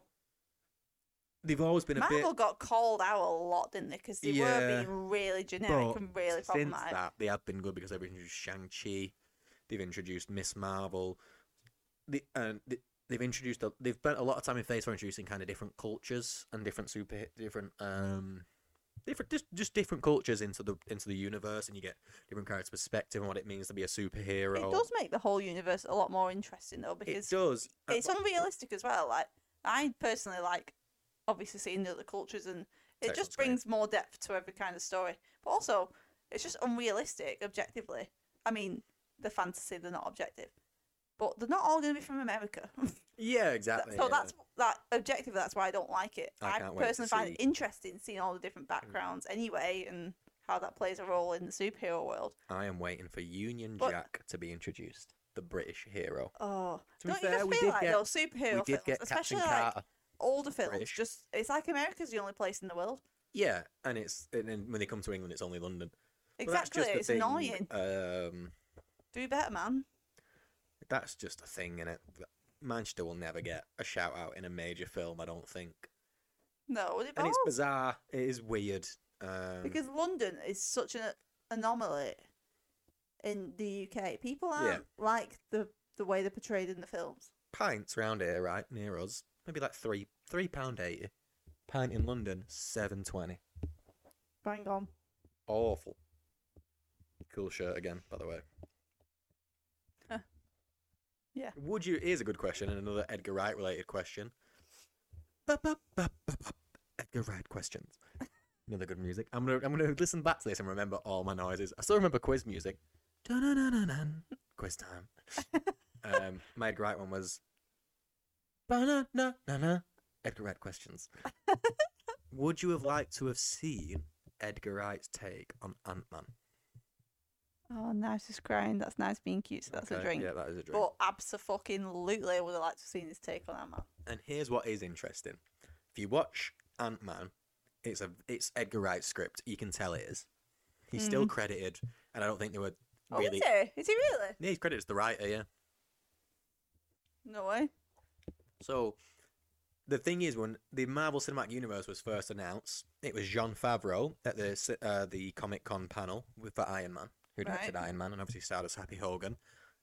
[SPEAKER 1] they've always been a bit.
[SPEAKER 2] Marvel got called out a lot, didn't they? Because they
[SPEAKER 1] Yeah.
[SPEAKER 2] were being really generic
[SPEAKER 1] But
[SPEAKER 2] and really
[SPEAKER 1] since
[SPEAKER 2] problematic.
[SPEAKER 1] that they have been good because they've introduced Shang Chi, they've introduced Miss Marvel, the and th they've introduced a, they've spent a lot of time in phase four introducing kind of different cultures and different super different um different just, just different cultures into the into the universe and you get different characters' perspective on what it means to be a superhero.
[SPEAKER 2] It does make the whole universe a lot more interesting though,
[SPEAKER 1] It
[SPEAKER 2] because
[SPEAKER 1] does. Uh,
[SPEAKER 2] it's unrealistic as well. Like I personally like obviously seeing the other cultures, and it
[SPEAKER 1] Textbook's
[SPEAKER 2] just
[SPEAKER 1] great.
[SPEAKER 2] brings more depth to every kind of story. But also, it's just unrealistic objectively. I mean, the fantasy they're not objective, but they're not all going to be from America. <laughs>
[SPEAKER 1] yeah, exactly.
[SPEAKER 2] so
[SPEAKER 1] yeah.
[SPEAKER 2] that's that objectively. That's why I don't like it.
[SPEAKER 1] I
[SPEAKER 2] I,
[SPEAKER 1] can't wait to
[SPEAKER 2] personally find it
[SPEAKER 1] see- Hmm.
[SPEAKER 2] interesting seeing all the different backgrounds anyway, and how that plays a role in the superhero world.
[SPEAKER 1] I am waiting for Union
[SPEAKER 2] But-
[SPEAKER 1] Jack to be introduced, the British hero.
[SPEAKER 2] Oh,
[SPEAKER 1] To be
[SPEAKER 2] don't
[SPEAKER 1] fair,
[SPEAKER 2] you
[SPEAKER 1] we
[SPEAKER 2] just
[SPEAKER 1] did
[SPEAKER 2] feel like
[SPEAKER 1] get-
[SPEAKER 2] those superhero
[SPEAKER 1] we did
[SPEAKER 2] films,
[SPEAKER 1] get
[SPEAKER 2] especially
[SPEAKER 1] Captain
[SPEAKER 2] like
[SPEAKER 1] Carter.
[SPEAKER 2] older films.
[SPEAKER 1] British.
[SPEAKER 2] Just it's like America's the only place in the world.
[SPEAKER 1] Yeah, and it's and then when they come to England, it's only London. Well, that's
[SPEAKER 2] Exactly,
[SPEAKER 1] just the
[SPEAKER 2] it's
[SPEAKER 1] thing,
[SPEAKER 2] annoying.
[SPEAKER 1] Um,
[SPEAKER 2] Do better, man.
[SPEAKER 1] that's just a thing in it. Manchester will never get a shout out in a major film, I don't think.
[SPEAKER 2] No, would it
[SPEAKER 1] And it's
[SPEAKER 2] bother?
[SPEAKER 1] bizarre. It is weird. Um,
[SPEAKER 2] Oh. because London is such an anomaly in the UK. People
[SPEAKER 1] Yeah.
[SPEAKER 2] aren't like the the way they're portrayed in the films.
[SPEAKER 1] pints round here, right near us, maybe like three three pound eighty. Pint in London, seven twenty.
[SPEAKER 2] Bang on.
[SPEAKER 1] Awful. Cool shirt again, by the way.
[SPEAKER 2] Huh. Yeah.
[SPEAKER 1] Would you? Here's a good question and another Edgar Wright related question. Ba, ba, ba, ba, ba. Edgar Wright
[SPEAKER 2] <laughs>
[SPEAKER 1] questions. another good music. I'm gonna I'm gonna listen back to this and remember all my noises. I still remember quiz music. Dun-dun-dun-dun-dun. Quiz
[SPEAKER 2] <laughs>
[SPEAKER 1] time. um, my Edgar Wright one was. Ba-na-na-na-na. Edgar Wright questions.
[SPEAKER 2] <laughs>
[SPEAKER 1] Would you have liked to have seen Edgar Wright's take on Ant Man?
[SPEAKER 2] Oh, nice is crying. That's nice being cute. So that's a drink.
[SPEAKER 1] Yeah, that is a drink.
[SPEAKER 2] But absolutely, I would have liked to have seen his take on that man.
[SPEAKER 1] And here's what is interesting: if you watch Ant Man, it's a it's Edgar Wright's script. You can tell it is. He's still credited, and I don't think they were
[SPEAKER 2] Mm-hmm. Oh,
[SPEAKER 1] really.
[SPEAKER 2] is he? Is he really?
[SPEAKER 1] Yeah, he's credited as the writer. Yeah.
[SPEAKER 2] No way.
[SPEAKER 1] So the thing is, when the Marvel Cinematic Universe was first announced, it was Jean Favreau at the ci- uh, the Comic Con panel with for Iron Man, who
[SPEAKER 2] Right.
[SPEAKER 1] directed Iron Man, and obviously starred as Happy Hogan,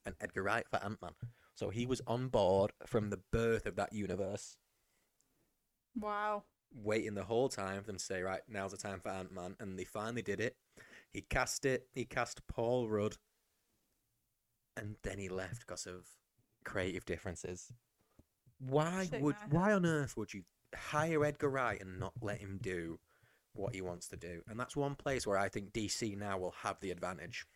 [SPEAKER 1] and Edgar Wright for Ant Man. So he was on board from the birth of that universe,
[SPEAKER 2] Wow.
[SPEAKER 1] waiting the whole time for them to say, right, now's the time for Ant Man, and they finally did it. He cast it. He cast Paul Rudd, and then he left because of creative differences. Why
[SPEAKER 2] Shake
[SPEAKER 1] would?
[SPEAKER 2] my head.
[SPEAKER 1] Why on earth would you hire Edgar Wright and not let him do what he wants to do? And that's one place where I think DC now will have the advantage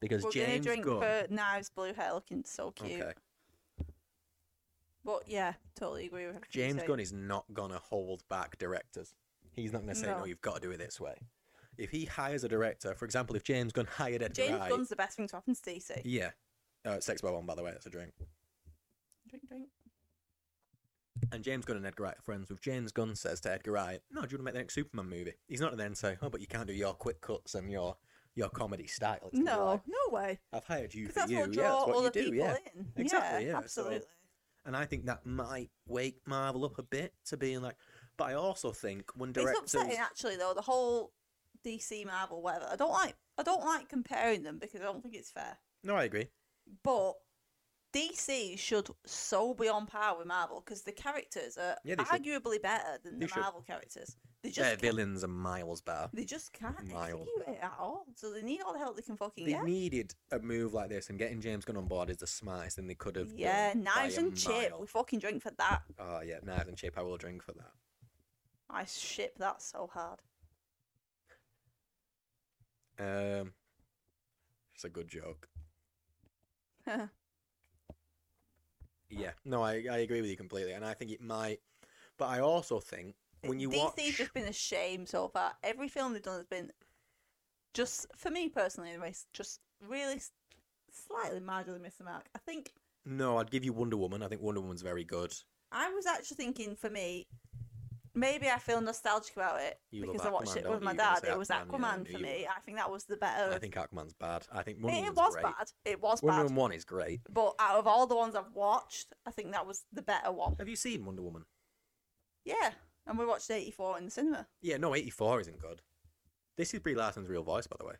[SPEAKER 1] because
[SPEAKER 2] We're gonna
[SPEAKER 1] James
[SPEAKER 2] drink
[SPEAKER 1] Gunn.
[SPEAKER 2] for knives, blue hair, looking so cute.
[SPEAKER 1] okay,
[SPEAKER 2] But yeah, totally agree with everything you
[SPEAKER 1] James
[SPEAKER 2] say.
[SPEAKER 1] Gunn is not gonna hold back directors. He's not gonna say no.
[SPEAKER 2] No.
[SPEAKER 1] You've got to do it this way. If he hires a director, for example, if James Gunn hired Edgar
[SPEAKER 2] James
[SPEAKER 1] Wright,
[SPEAKER 2] Gunn's the best thing to happen to DC.
[SPEAKER 1] yeah, uh, sex by one by the way, that's a drink.
[SPEAKER 2] Drink, drink.
[SPEAKER 1] And James Gunn and Edgar Wright are friends. With James Gunn says to Edgar Wright, "No, do you want to make the next Superman movie?" He's not gonna then say, "Oh, but you can't do your quick cuts and your your comedy style." It's gonna be
[SPEAKER 2] No,
[SPEAKER 1] like,
[SPEAKER 2] no way.
[SPEAKER 1] I've hired you
[SPEAKER 2] Because
[SPEAKER 1] for
[SPEAKER 2] that's
[SPEAKER 1] you. yeah,
[SPEAKER 2] what draw
[SPEAKER 1] that's what
[SPEAKER 2] all
[SPEAKER 1] you
[SPEAKER 2] the
[SPEAKER 1] do.
[SPEAKER 2] people
[SPEAKER 1] Yeah,
[SPEAKER 2] in.
[SPEAKER 1] Exactly, yeah, so-
[SPEAKER 2] absolutely.
[SPEAKER 1] and I think that might wake Marvel up a bit to being like. But I also think when
[SPEAKER 2] It's
[SPEAKER 1] directors,
[SPEAKER 2] upsetting actually though the whole DC Marvel whatever. I don't like I don't like comparing them because I don't think it's fair.
[SPEAKER 1] no, I agree.
[SPEAKER 2] But DC should so be on par with Marvel because the characters are
[SPEAKER 1] Yeah, they should.
[SPEAKER 2] arguably better than
[SPEAKER 1] They
[SPEAKER 2] the
[SPEAKER 1] should.
[SPEAKER 2] Marvel characters. They just
[SPEAKER 1] Their
[SPEAKER 2] can't-
[SPEAKER 1] villains are miles better.
[SPEAKER 2] they just can't
[SPEAKER 1] Miles
[SPEAKER 2] execute it at all. So they need all the help they can fucking
[SPEAKER 1] They
[SPEAKER 2] get.
[SPEAKER 1] needed a move like this, and getting James Gunn on board is the smartest thing they could have.
[SPEAKER 2] Yeah,
[SPEAKER 1] done by
[SPEAKER 2] knives
[SPEAKER 1] a
[SPEAKER 2] and chip.
[SPEAKER 1] mile.
[SPEAKER 2] We fucking drink for that.
[SPEAKER 1] Oh yeah, knives and chip. I will drink for that.
[SPEAKER 2] I ship that so hard. <laughs>
[SPEAKER 1] Um, it's a good joke. Yeah, no, I, I agree with you completely, and I think it might. But I also think when you
[SPEAKER 2] DC's
[SPEAKER 1] watch,
[SPEAKER 2] just been a shame so far. Every film they've done has been just for me personally, anyway, s- just really s- slightly marginally missed the mark. I think
[SPEAKER 1] <sniffs> no, I'd give you Wonder Woman. I think Wonder Woman's very good.
[SPEAKER 2] I was actually thinking for me, maybe I feel nostalgic about it
[SPEAKER 1] You love
[SPEAKER 2] because I watched
[SPEAKER 1] Aquaman,
[SPEAKER 2] it
[SPEAKER 1] don't
[SPEAKER 2] with my
[SPEAKER 1] you? You're gonna
[SPEAKER 2] dad.
[SPEAKER 1] say
[SPEAKER 2] It was
[SPEAKER 1] Aquaman, yeah, I
[SPEAKER 2] Aquaman
[SPEAKER 1] knew
[SPEAKER 2] for
[SPEAKER 1] you
[SPEAKER 2] me. I think that was the better.
[SPEAKER 1] I
[SPEAKER 2] of-
[SPEAKER 1] think Aquaman's bad. I think Wonder
[SPEAKER 2] Uh, it
[SPEAKER 1] Woman's
[SPEAKER 2] was
[SPEAKER 1] great.
[SPEAKER 2] bad. It was
[SPEAKER 1] Wonder
[SPEAKER 2] bad.
[SPEAKER 1] Woman One is great.
[SPEAKER 2] But out of all the ones I've watched, I think that was the better one.
[SPEAKER 1] Have you seen Wonder Woman?
[SPEAKER 2] Yeah, and we watched eighty four in the cinema.
[SPEAKER 1] Yeah, no, eighty four isn't good. This is Brie Larson's real voice, by the way.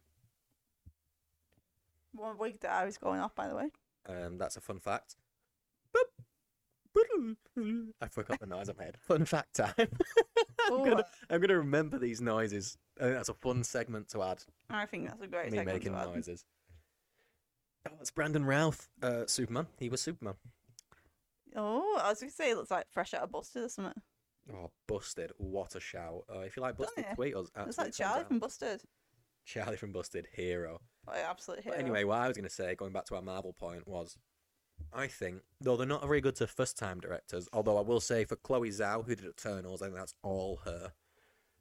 [SPEAKER 2] One wig that I was going off, by the way.
[SPEAKER 1] Um, that's a fun fact. Boop. Boodum. I forgot the noise I made. Fun fact time. <laughs> I'm,
[SPEAKER 2] Oh,
[SPEAKER 1] gonna, I'm gonna remember these noises. I think that's a fun segment to add.
[SPEAKER 2] I think that's a great
[SPEAKER 1] me
[SPEAKER 2] segment to
[SPEAKER 1] making
[SPEAKER 2] add.
[SPEAKER 1] noises. Oh, it's Brandon Routh, uh, Superman. He was Superman.
[SPEAKER 2] Oh, I was gonna say it looks like fresh out of Busted or something.
[SPEAKER 1] Oh, busted! What a shout! Uh, if you like
[SPEAKER 2] Done
[SPEAKER 1] Busted,
[SPEAKER 2] it.
[SPEAKER 1] tweet us. at
[SPEAKER 2] It's like
[SPEAKER 1] Tweet Times
[SPEAKER 2] Charlie
[SPEAKER 1] Out.
[SPEAKER 2] from Busted.
[SPEAKER 1] Charlie from Busted, hero.
[SPEAKER 2] Like absolute hero.
[SPEAKER 1] But anyway, what I was going to say, going back to our Marvel point, was I think, though they're not very good to first time directors, although I will say for Chloe Zhao, who did Eternals, I think that's all her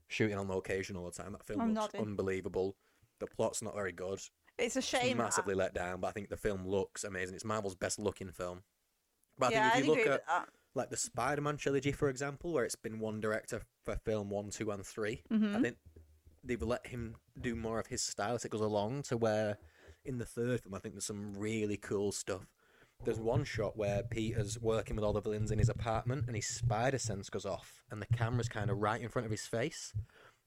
[SPEAKER 1] shooting on location all the time. That film
[SPEAKER 2] I'm
[SPEAKER 1] looks
[SPEAKER 2] nodding.
[SPEAKER 1] unbelievable. The plot's not very good.
[SPEAKER 2] it's a
[SPEAKER 1] It's
[SPEAKER 2] shame. that-
[SPEAKER 1] massively let down, but I think the film looks amazing. It's Marvel's best looking film. But I
[SPEAKER 2] yeah,
[SPEAKER 1] think if
[SPEAKER 2] I'd
[SPEAKER 1] you
[SPEAKER 2] agree
[SPEAKER 1] look at uh,
[SPEAKER 2] with that.
[SPEAKER 1] like the Spider Man trilogy, for example, where it's been one director for film one, two, and 3 I
[SPEAKER 2] Mhm.
[SPEAKER 1] think they've let him do more of his style as it goes along to where in the third film, I think there's some really cool stuff. There's one shot where Peter's working with all the villains in his apartment and his spider sense goes off and the camera's kind of right in front of his face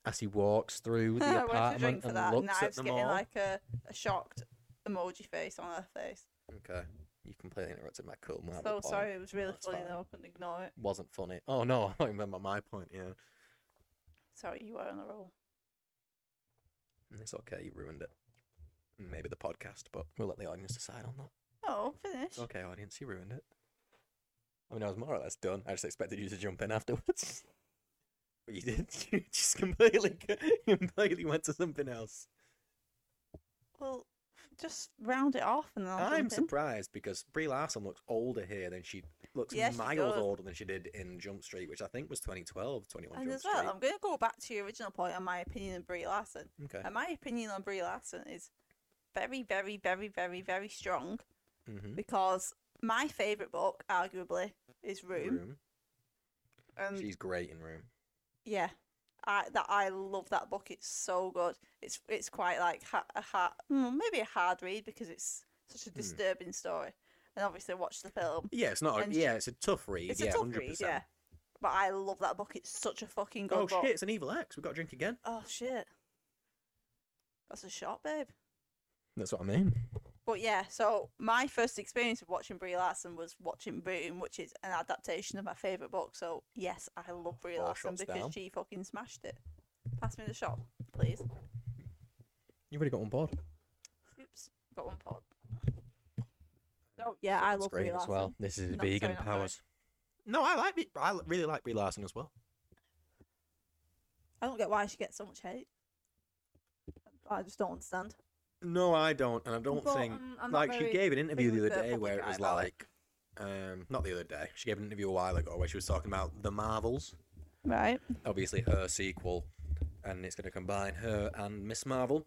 [SPEAKER 1] as he walks through
[SPEAKER 2] <laughs> I
[SPEAKER 1] the
[SPEAKER 2] went to drink
[SPEAKER 1] apartment
[SPEAKER 2] for
[SPEAKER 1] and
[SPEAKER 2] that.
[SPEAKER 1] looks at
[SPEAKER 2] Knives
[SPEAKER 1] them
[SPEAKER 2] getting
[SPEAKER 1] all.
[SPEAKER 2] like a, a shocked emoji face on her face.
[SPEAKER 1] Okay, you completely interrupted my cool Marvel
[SPEAKER 2] so
[SPEAKER 1] point.
[SPEAKER 2] sorry, it was really
[SPEAKER 1] That's
[SPEAKER 2] funny
[SPEAKER 1] fine.
[SPEAKER 2] though. I couldn't ignore it.
[SPEAKER 1] Wasn't funny. Oh no, <laughs> I remember my point, yeah.
[SPEAKER 2] Sorry, you were on the roll.
[SPEAKER 1] It's okay, you ruined it. Maybe the podcast, but we'll let the audience decide on that.
[SPEAKER 2] Oh, finish.
[SPEAKER 1] Okay, audience, you ruined it. I mean, I was more or less done. I just expected you to jump in afterwards. <laughs> But you did. <laughs> You just completely, <laughs> completely went to something else.
[SPEAKER 2] Well, just round it off and then I'll
[SPEAKER 1] I'm
[SPEAKER 2] jump in.
[SPEAKER 1] surprised because Brie Larson looks older here than she looks
[SPEAKER 2] Yes, she
[SPEAKER 1] miles
[SPEAKER 2] does.
[SPEAKER 1] older than she did in Jump Street, which I think was 2012, 21
[SPEAKER 2] And
[SPEAKER 1] Jump
[SPEAKER 2] as well,
[SPEAKER 1] Street.
[SPEAKER 2] I'm going to go back to your original point on my opinion of Brie Larson.
[SPEAKER 1] Okay.
[SPEAKER 2] And my opinion on Brie Larson is very, very, very, very, very strong
[SPEAKER 1] mm-hmm.
[SPEAKER 2] because my favourite book, arguably, is Room. And
[SPEAKER 1] She's great in Room.
[SPEAKER 2] yeah, I that I love that book. It's so good. It's it's quite like ha- a ha- mm, maybe a hard read because it's such
[SPEAKER 1] Hmm.
[SPEAKER 2] a disturbing story. And obviously, watch the film.
[SPEAKER 1] Yeah, it's not. A,
[SPEAKER 2] And she-
[SPEAKER 1] yeah, it's a tough read.
[SPEAKER 2] It's
[SPEAKER 1] yeah,
[SPEAKER 2] a tough
[SPEAKER 1] 100%.
[SPEAKER 2] read, yeah. But I love that book. It's such a fucking good
[SPEAKER 1] Oh
[SPEAKER 2] book.
[SPEAKER 1] shit! It's an evil X. We've got to drink again.
[SPEAKER 2] Oh shit. That's a shot, babe.
[SPEAKER 1] That's what I mean.
[SPEAKER 2] But yeah, so my first experience of watching Brie Larson was watching Boom, which is an adaptation of my favourite book. So yes, I love Brie
[SPEAKER 1] Four
[SPEAKER 2] Larson
[SPEAKER 1] shots
[SPEAKER 2] because
[SPEAKER 1] down.
[SPEAKER 2] she fucking smashed it. Pass me the shot, please.
[SPEAKER 1] You've already got on board.
[SPEAKER 2] Oops, got one pod. So yeah, I love Brie
[SPEAKER 1] great as
[SPEAKER 2] Larson.
[SPEAKER 1] well. This is
[SPEAKER 2] Not-
[SPEAKER 1] vegan
[SPEAKER 2] sorry, not
[SPEAKER 1] powers. No, I like. Brie- I really like Brie Larson as well.
[SPEAKER 2] I don't get why she gets so much hate. I just don't understand.
[SPEAKER 1] No, I don't, and I don't
[SPEAKER 2] But,
[SPEAKER 1] think
[SPEAKER 2] um, I'm not
[SPEAKER 1] like she
[SPEAKER 2] very
[SPEAKER 1] gave an interview
[SPEAKER 2] big
[SPEAKER 1] the
[SPEAKER 2] with
[SPEAKER 1] other
[SPEAKER 2] the
[SPEAKER 1] day where it
[SPEAKER 2] public
[SPEAKER 1] was
[SPEAKER 2] eye about it.
[SPEAKER 1] like, um, not the other day. She gave an interview a while ago where she was talking about the Marvels,
[SPEAKER 2] Right.
[SPEAKER 1] obviously her sequel, and it's going to combine her and Miss Marvel.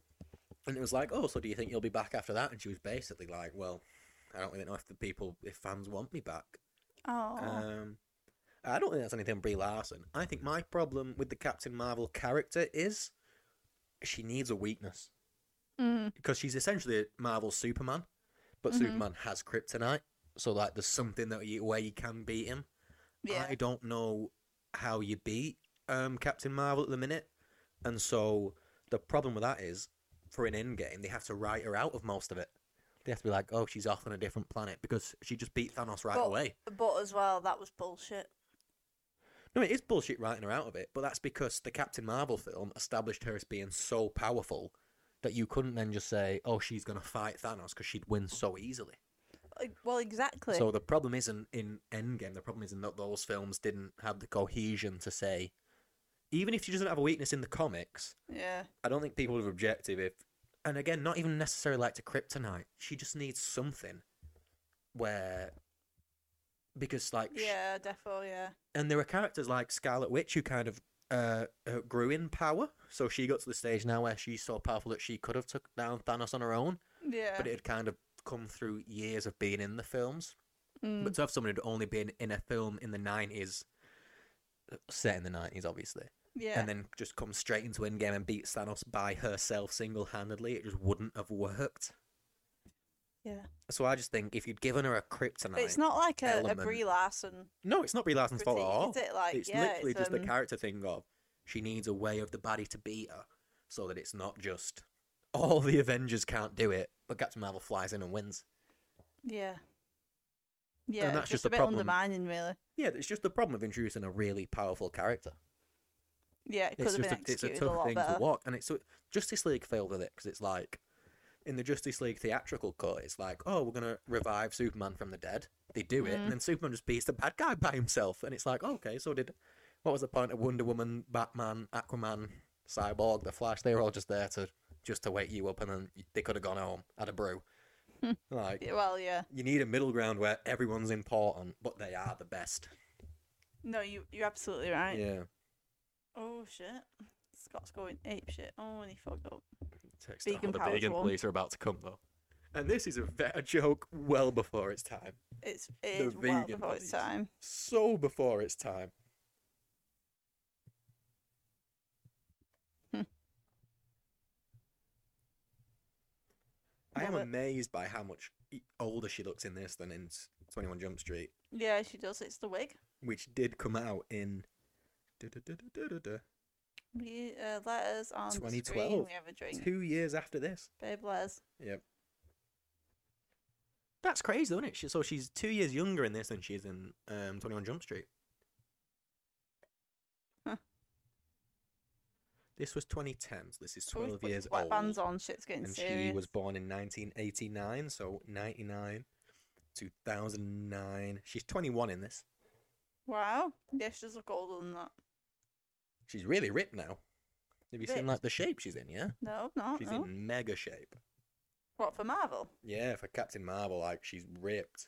[SPEAKER 1] And it was like, oh, so do you think you'll be back after that? And she was basically like, well, I don't really know if the people, if fans want me back.
[SPEAKER 2] Oh,
[SPEAKER 1] Um, I don't think that's anything Brie Larson. I think my problem with the Captain Marvel character is she needs a weakness
[SPEAKER 2] mm,
[SPEAKER 1] because she's essentially Marvel's Superman, but
[SPEAKER 2] Mhm.
[SPEAKER 1] Superman has kryptonite, so like there's something that you, where you can beat him.
[SPEAKER 2] yeah.
[SPEAKER 1] I don't know how you beat um, Captain Marvel at the minute, and so the problem with that is for an end game they have to write her out of most of it. They have to be like, oh, she's off on a different planet because she just beat Thanos right
[SPEAKER 2] But-
[SPEAKER 1] away.
[SPEAKER 2] But as well, that was bullshit.
[SPEAKER 1] No, it is bullshit writing her out of it, but that's because the Captain Marvel film established her as being so powerful that you couldn't then just say, oh, she's going to fight Thanos because she'd win so easily.
[SPEAKER 2] Like, Well, exactly.
[SPEAKER 1] So the problem isn't in Endgame. The problem isn't that those films didn't have the cohesion to say, even if she doesn't have a weakness in the comics,
[SPEAKER 2] yeah.
[SPEAKER 1] I don't think people would have objective if, and again, not even necessarily like to kryptonite. She just needs something where, because like, sh-
[SPEAKER 2] Yeah, defo, yeah.
[SPEAKER 1] and there are characters like Scarlet Witch who kind of uh, uh, grew in power. So she got to the stage now where she's so powerful that she could have took down Thanos on her own,
[SPEAKER 2] Yeah.
[SPEAKER 1] but it had kind of come through years of being in the films.
[SPEAKER 2] mm.
[SPEAKER 1] But to have someone who'd only been in a film in the nineties, set in the nineties, obviously,
[SPEAKER 2] yeah.
[SPEAKER 1] and then just come straight into Endgame and beat Thanos by herself single handedly, it just wouldn't have worked.
[SPEAKER 2] yeah.
[SPEAKER 1] So I just think if you'd given her a kryptonite,
[SPEAKER 2] It's not like a, a
[SPEAKER 1] element
[SPEAKER 2] Brie Larson
[SPEAKER 1] no, it's not Brie Larson's fault at all.
[SPEAKER 2] critique, is it? Like,
[SPEAKER 1] it's
[SPEAKER 2] yeah,
[SPEAKER 1] literally
[SPEAKER 2] it's,
[SPEAKER 1] just
[SPEAKER 2] um,
[SPEAKER 1] a character thing of she needs a way of the baddie to beat her so that it's not just all the Avengers can't do it, but Captain Marvel flies in and wins.
[SPEAKER 2] Yeah. Yeah,
[SPEAKER 1] that's just
[SPEAKER 2] a
[SPEAKER 1] the
[SPEAKER 2] bit
[SPEAKER 1] problem.
[SPEAKER 2] undermining, really.
[SPEAKER 1] Yeah, it's just the problem of introducing a really powerful character.
[SPEAKER 2] Yeah, it could
[SPEAKER 1] It's
[SPEAKER 2] have been
[SPEAKER 1] just a, it's a
[SPEAKER 2] executed a,
[SPEAKER 1] tough
[SPEAKER 2] lot
[SPEAKER 1] thing
[SPEAKER 2] better.
[SPEAKER 1] to walk, and it's so- Justice League failed with it because it's like in the Justice League theatrical cut, it's like, oh, we're gonna revive Superman from the dead. They do it,
[SPEAKER 2] Mm.
[SPEAKER 1] and then Superman just beats the bad guy by himself, and it's like, okay, so did what was the point of Wonder Woman, Batman, Aquaman, Cyborg, The Flash? They were all just there to just to wake you up, and then they could have gone home, had a
[SPEAKER 2] <laughs>
[SPEAKER 1] brew. like
[SPEAKER 2] Yeah, well, yeah.
[SPEAKER 1] you need a middle ground where everyone's important, but they are the best.
[SPEAKER 2] No, you you're absolutely right.
[SPEAKER 1] Yeah,
[SPEAKER 2] Oh shit, Scott's going ape shit. Oh, and he fucked up.
[SPEAKER 1] Text
[SPEAKER 2] Vegan
[SPEAKER 1] oh, the
[SPEAKER 2] powers
[SPEAKER 1] vegan
[SPEAKER 2] one.
[SPEAKER 1] police are about to come though. And this is a, ve- a joke well before its time.
[SPEAKER 2] It's
[SPEAKER 1] The
[SPEAKER 2] it's well
[SPEAKER 1] vegan
[SPEAKER 2] before its
[SPEAKER 1] police.
[SPEAKER 2] time.
[SPEAKER 1] So before its time.
[SPEAKER 2] Hmm.
[SPEAKER 1] I am
[SPEAKER 2] Love it.
[SPEAKER 1] amazed by how much e- older she looks in this than in s- 21 Jump Street,
[SPEAKER 2] Yeah, she does. It's the wig.
[SPEAKER 1] which did come out in. duh, duh, duh, duh, duh, duh,
[SPEAKER 2] We uh, letters on the
[SPEAKER 1] 2012.
[SPEAKER 2] screen. We have a
[SPEAKER 1] duh,
[SPEAKER 2] drink.
[SPEAKER 1] Two years after this.
[SPEAKER 2] Babe, Les.
[SPEAKER 1] Yep. That's crazy, isn't it? She, so she's two years younger in this than she is in um, 21 Jump Street.
[SPEAKER 2] Huh.
[SPEAKER 1] This was 2010, so this is
[SPEAKER 2] Oh, he's
[SPEAKER 1] 12
[SPEAKER 2] put
[SPEAKER 1] years
[SPEAKER 2] his
[SPEAKER 1] old.
[SPEAKER 2] Bands on. Shit's getting
[SPEAKER 1] and
[SPEAKER 2] serious.
[SPEAKER 1] she was born in 1989, so 99, 2009. She's 21 in this.
[SPEAKER 2] Wow. Yeah, she does look older than that.
[SPEAKER 1] She's really ripped now. Have you seen
[SPEAKER 2] Ripped.
[SPEAKER 1] like the shape she's in? Yeah,
[SPEAKER 2] No, not.
[SPEAKER 1] she's
[SPEAKER 2] no.
[SPEAKER 1] in mega shape.
[SPEAKER 2] What for Marvel?
[SPEAKER 1] Yeah, for Captain Marvel, like she's ripped.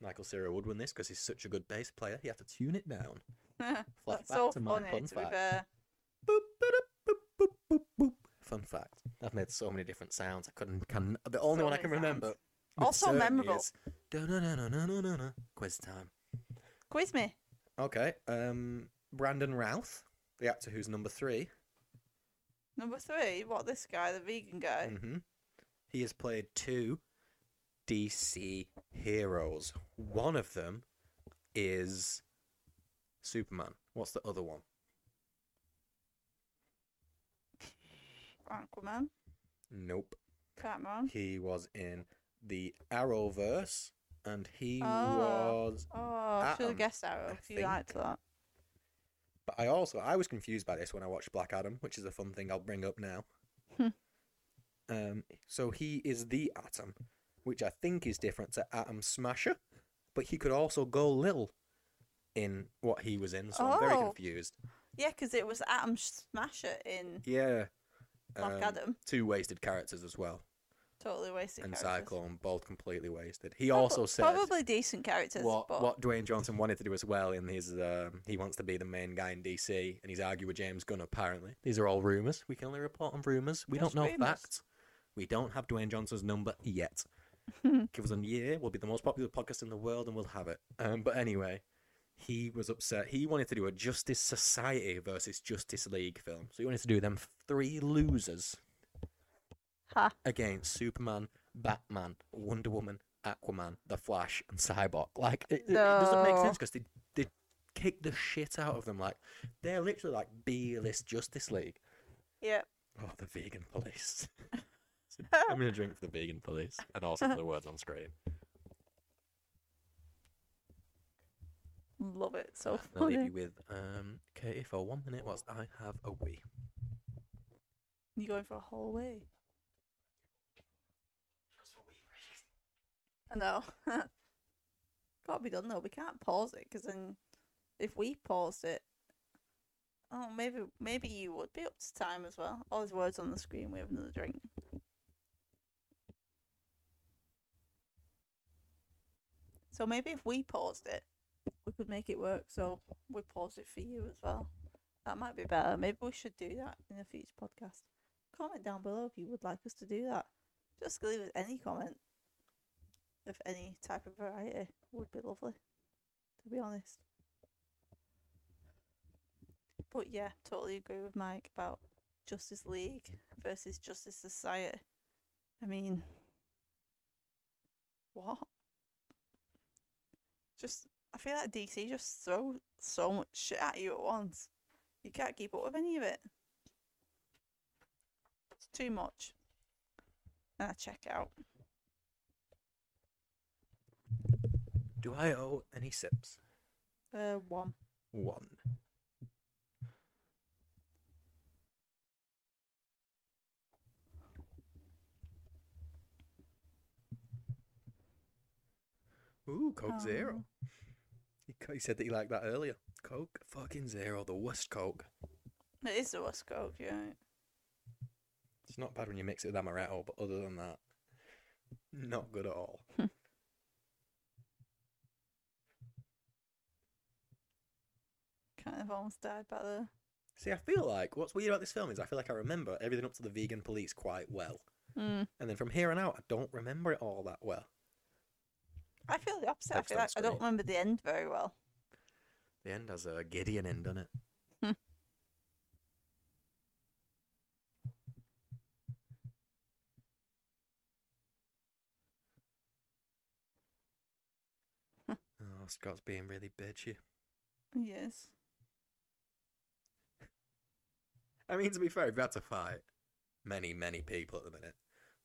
[SPEAKER 1] Michael Cera would win this because he's such a good bass player. You have to tune it down.
[SPEAKER 2] <laughs>
[SPEAKER 1] Flash
[SPEAKER 2] That's so
[SPEAKER 1] back to my
[SPEAKER 2] funny.
[SPEAKER 1] fun
[SPEAKER 2] To be
[SPEAKER 1] fact.
[SPEAKER 2] fair.
[SPEAKER 1] Boop, boop, boop, boop, boop. Fun fact: I've made so many different sounds. I couldn't. Can the only
[SPEAKER 2] So
[SPEAKER 1] one I
[SPEAKER 2] many
[SPEAKER 1] can
[SPEAKER 2] sounds.
[SPEAKER 1] remember. with
[SPEAKER 2] Also
[SPEAKER 1] certainty
[SPEAKER 2] memorable.
[SPEAKER 1] is "Da-na-na-na-na-na-na-na." Quiz time.
[SPEAKER 2] Quiz me.
[SPEAKER 1] Okay. Um, Brandon Routh, the actor who's number three.
[SPEAKER 2] Number three. What this guy, the vegan guy?
[SPEAKER 1] Mm-hmm. He has played two DC heroes. One of them is Superman. What's the other one? Hmm.
[SPEAKER 2] Aquaman.
[SPEAKER 1] Nope.
[SPEAKER 2] Catman.
[SPEAKER 1] He was in the Arrowverse, and he
[SPEAKER 2] Oh.
[SPEAKER 1] was.
[SPEAKER 2] Oh, I should
[SPEAKER 1] Atom,
[SPEAKER 2] have guessed Arrow
[SPEAKER 1] I
[SPEAKER 2] if you liked
[SPEAKER 1] think.
[SPEAKER 2] that.
[SPEAKER 1] But I also I was confused by this when I watched Black Adam, which is a fun thing I'll bring up now.
[SPEAKER 2] Hmm.
[SPEAKER 1] um, so he is the Atom, which I think is different to Atom Smasher, but he could also go Lil in what he was in. So I'm very
[SPEAKER 2] Oh.
[SPEAKER 1] confused.
[SPEAKER 2] Yeah, because it was Atom Smasher in
[SPEAKER 1] Yeah.
[SPEAKER 2] Black
[SPEAKER 1] Um,
[SPEAKER 2] Adam.
[SPEAKER 1] Two wasted characters as well.
[SPEAKER 2] Totally wasted.
[SPEAKER 1] and
[SPEAKER 2] characters.
[SPEAKER 1] Cyclone both completely wasted. He
[SPEAKER 2] Prob-
[SPEAKER 1] also said
[SPEAKER 2] probably decent characters.
[SPEAKER 1] what
[SPEAKER 2] but
[SPEAKER 1] what Dwayne Johnson wanted to do as well in his um, he wants to be the main guy in DC and he's arguing with James Gunn apparently. These are all rumors. We can only report on rumors. We
[SPEAKER 2] Just
[SPEAKER 1] don't know
[SPEAKER 2] rumours.
[SPEAKER 1] facts. We don't have Dwayne Johnson's number
[SPEAKER 2] <laughs>
[SPEAKER 1] yet. Give us a year, we'll be the most popular podcast in the world and we'll have it. Um, but anyway, he was upset. He wanted to do a Justice Society versus Justice League film. So he wanted to do them three losers
[SPEAKER 2] Ha.
[SPEAKER 1] against Superman, Batman, Wonder Woman, Aquaman, The Flash, and Cyborg. Like it, it- it doesn't make
[SPEAKER 2] No.
[SPEAKER 1] sense because they they kick the shit out of them. Like they're literally like B-list Justice League.
[SPEAKER 2] Yeah.
[SPEAKER 1] Oh, the vegan police. <laughs> I'm gonna drink for the vegan police and also for the words on screen.
[SPEAKER 2] Love it. So
[SPEAKER 1] And I'll leave
[SPEAKER 2] funny.
[SPEAKER 1] you with um, Katie for one minute whilst I have a wee.
[SPEAKER 2] You're going for a whole way. I know. <laughs> Gotta be done though. We can't pause it because then if we paused it, oh maybe maybe you would be up to time as well. All these words on the screen. We have another drink. So maybe if we paused it, we could make it work. So we paused it for you as well. That might be better. Maybe we should do that in a future podcast. Comment down below if you would like us to do that. Just leave us any comment of any type of variety would be lovely, to be honest. But yeah, totally agree with Mike about Justice League versus Justice Society. I mean, what? Just, I feel like DC just throw so much shit at you at once. You can't keep up with any of it. It's too much. And I check out.
[SPEAKER 1] Do I owe any sips?
[SPEAKER 2] Uh, one.
[SPEAKER 1] One. Ooh, Coke Zero. He, c- he said that he liked that earlier. Coke fucking Zero, the worst Coke.
[SPEAKER 2] It is the West Coast, yeah.
[SPEAKER 1] It's not bad when you mix it with amaretto, but other than that, not good at all.
[SPEAKER 2] Kind of almost died by the.
[SPEAKER 1] See, I feel like what's weird about this film is I feel like I remember everything up to the vegan police quite well.
[SPEAKER 2] Mm.
[SPEAKER 1] And then from here on out, I don't remember it all that well.
[SPEAKER 2] I feel the opposite. I
[SPEAKER 1] Text
[SPEAKER 2] feel
[SPEAKER 1] on
[SPEAKER 2] like I don't
[SPEAKER 1] screen.
[SPEAKER 2] remember the end very well.
[SPEAKER 1] The end has a Gideon end, doesn't it? oh, Scott's being really bitchy.
[SPEAKER 2] Yes.
[SPEAKER 1] I mean, to be fair, we've had to fight many, many people at the minute.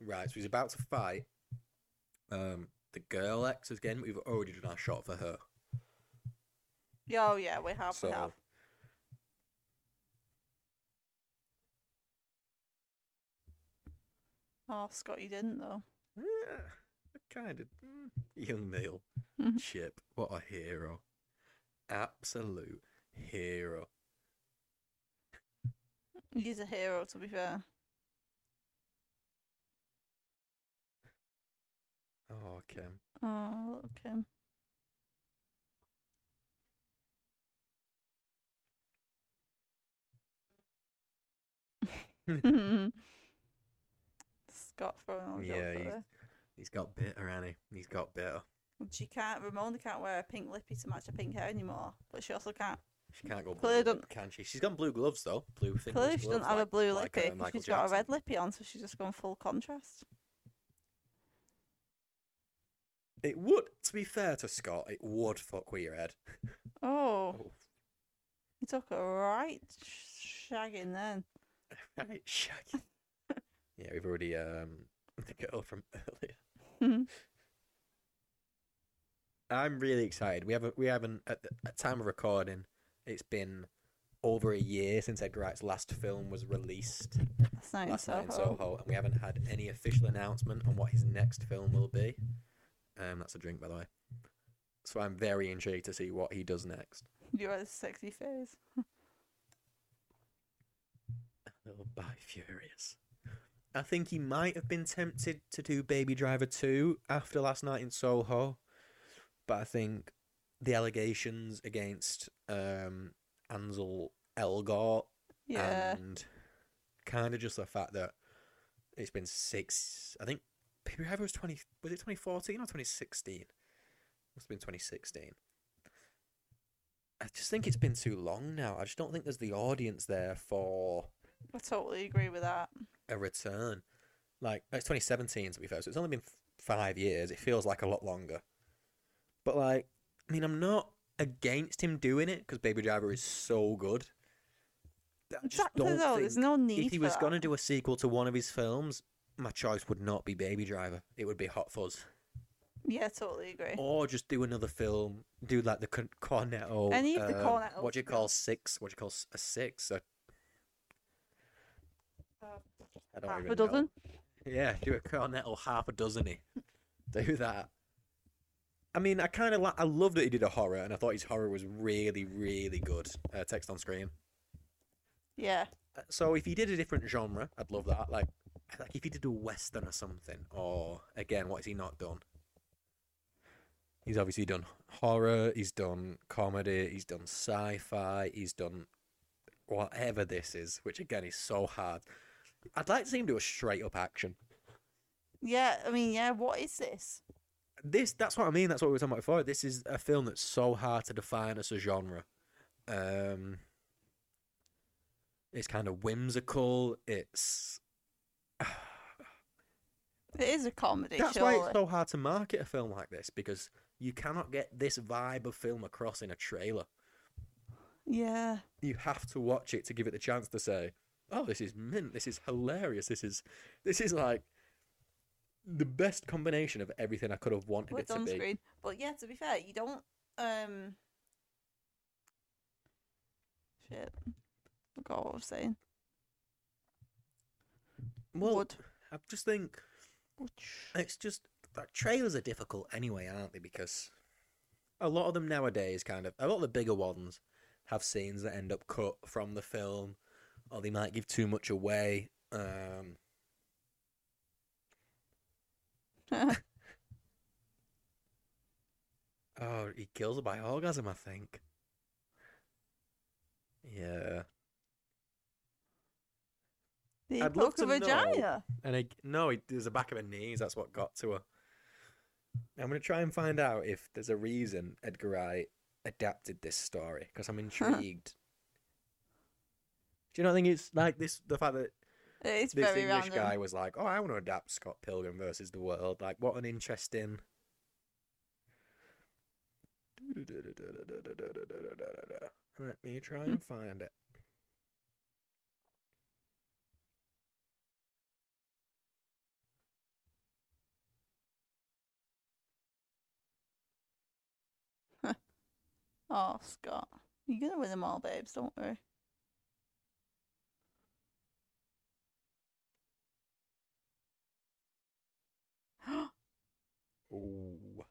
[SPEAKER 1] Right, so he's about to fight um, the girl ex again. We've already done our shot for her.
[SPEAKER 2] Yeah, Oh, yeah, we have.
[SPEAKER 1] So-
[SPEAKER 2] We have. Oh, Scott, you didn't, though.
[SPEAKER 1] kind of young Neil
[SPEAKER 2] Mhm.
[SPEAKER 1] Chip. What a hero! Absolute hero.
[SPEAKER 2] He's a hero, to be fair.
[SPEAKER 1] Oh, Kim.
[SPEAKER 2] Oh, look
[SPEAKER 1] <laughs>
[SPEAKER 2] at him. Scott throwing all the jokes
[SPEAKER 1] Yeah,
[SPEAKER 2] out
[SPEAKER 1] he's-
[SPEAKER 2] there.
[SPEAKER 1] He's got bitter, Annie. He's got bitter.
[SPEAKER 2] She can't. Ramona can't wear a pink lippy to match her pink hair anymore. But she also can't.
[SPEAKER 1] She can't go blue,
[SPEAKER 2] Clearly
[SPEAKER 1] lip, can she? She's got blue gloves though. Blue fingerless
[SPEAKER 2] Clearly, she doesn't
[SPEAKER 1] gloves,
[SPEAKER 2] have
[SPEAKER 1] like-
[SPEAKER 2] a blue
[SPEAKER 1] like,
[SPEAKER 2] lippy.
[SPEAKER 1] uh,
[SPEAKER 2] 'cause
[SPEAKER 1] Michael
[SPEAKER 2] she's got a
[SPEAKER 1] Jackson.
[SPEAKER 2] red lippy on, so she's just gone full contrast.
[SPEAKER 1] It would, to be fair to Scott, it would fuck with your head.
[SPEAKER 2] Oh,
[SPEAKER 1] Oh,
[SPEAKER 2] he took a right sh- shagging then. <laughs>
[SPEAKER 1] right, Shaggy. <laughs> yeah, we've already um <laughs> the girl from earlier. I'm really excited. We haven't we haven't at the at time of recording. It's been over a year since Edgar Wright's last film was released
[SPEAKER 2] That's not
[SPEAKER 1] last night in
[SPEAKER 2] Soho.
[SPEAKER 1] Soho, and we haven't had any official announcement on what his next film will be. Um, that's a drink, by the way. So I'm very intrigued to see what he does next.
[SPEAKER 2] You're a sexy face.
[SPEAKER 1] A little by furious. I think he might have been tempted to do Baby Driver 2 after last night in Soho, but I think the allegations against um, Ansel Elgort
[SPEAKER 2] Yeah.
[SPEAKER 1] and kind of just the fact that it's been six. I think Baby Driver was twenty. Was it twenty fourteen or twenty sixteen? Must have been twenty sixteen. I just think it's been too long now. I just don't think there's the audience there for
[SPEAKER 2] I totally agree with that.
[SPEAKER 1] a return. Like it's 2017 to be fair, so it's only been f- five years. It feels like a lot longer. But like, I mean, I'm not against him doing it because Baby Driver is so good. I just
[SPEAKER 2] Exactly
[SPEAKER 1] don't
[SPEAKER 2] though. There's
[SPEAKER 1] think-
[SPEAKER 2] no need.
[SPEAKER 1] if he
[SPEAKER 2] for
[SPEAKER 1] was
[SPEAKER 2] that.
[SPEAKER 1] gonna do a sequel to one of his films, my choice would not be Baby Driver. It would be Hot
[SPEAKER 2] <laughs>
[SPEAKER 1] Fuzz,
[SPEAKER 2] Yeah, totally agree.
[SPEAKER 1] or just do another film. Do like the Con- Cornetto.
[SPEAKER 2] Any of the
[SPEAKER 1] um,
[SPEAKER 2] Cornetto
[SPEAKER 1] What do you
[SPEAKER 2] films.
[SPEAKER 1] call six? What do you call s- a six? A, I don't
[SPEAKER 2] Uh, Half
[SPEAKER 1] even
[SPEAKER 2] a dozen.
[SPEAKER 1] know. Yeah, do a Cornetto half a dozen. Do that. I mean, I kind of like. I love that he did a horror, and I thought his horror was really, really good. Uh, text on screen.
[SPEAKER 2] Yeah.
[SPEAKER 1] Uh, So if he did a different genre, I'd love that. Like, like if he did a western or something, or again, what has he not done? He's obviously done horror. He's done comedy. He's done sci-fi. He's done whatever this is, which again is so hard. I'd like to see him do a straight-up action.
[SPEAKER 2] Yeah. I mean, yeah. What is this?
[SPEAKER 1] this that's what I mean. That's what we were talking about before. This is a film that's so hard to define as a genre. Um, it's kind of whimsical. It's
[SPEAKER 2] It is a comedy.
[SPEAKER 1] that's
[SPEAKER 2] surely.
[SPEAKER 1] why it's so hard to market a film like this because you cannot get this vibe of film across in a trailer.
[SPEAKER 2] Yeah.
[SPEAKER 1] You have to watch it to give it the chance to say, "Oh, this is mint. This is hilarious. This is this is like the best combination of everything I could have wanted
[SPEAKER 2] Well,
[SPEAKER 1] it
[SPEAKER 2] it's
[SPEAKER 1] to
[SPEAKER 2] on
[SPEAKER 1] be."
[SPEAKER 2] screen. But yeah, to be fair, you don't. Um. Shit. Forgot what I was saying.
[SPEAKER 1] Well,
[SPEAKER 2] Would.
[SPEAKER 1] I just think It's just like trailers are difficult anyway, aren't they? Because a lot of them nowadays, kind of, a lot of the bigger ones have scenes that end up cut from the film, or they might give too much away. Um, oh, he kills her by orgasm, I think. Yeah,
[SPEAKER 2] The
[SPEAKER 1] I'd love
[SPEAKER 2] poker
[SPEAKER 1] to know.
[SPEAKER 2] vagina.
[SPEAKER 1] and I, no, it was the back of her knees. That's what got to her. I'm gonna try and find out if there's a reason Edgar Wright adapted this story because
[SPEAKER 2] Hmm.
[SPEAKER 1] I'm intrigued. Do you not think it's like this? The fact that
[SPEAKER 2] It's
[SPEAKER 1] this
[SPEAKER 2] very
[SPEAKER 1] English
[SPEAKER 2] random.
[SPEAKER 1] guy was like, "Oh, I want to adapt Scott Pilgrim versus the World." Like, what an interesting. Let me try and find it.
[SPEAKER 2] Oh, Scott. You're going to win them all, babes. Don't worry.
[SPEAKER 1] Ooh.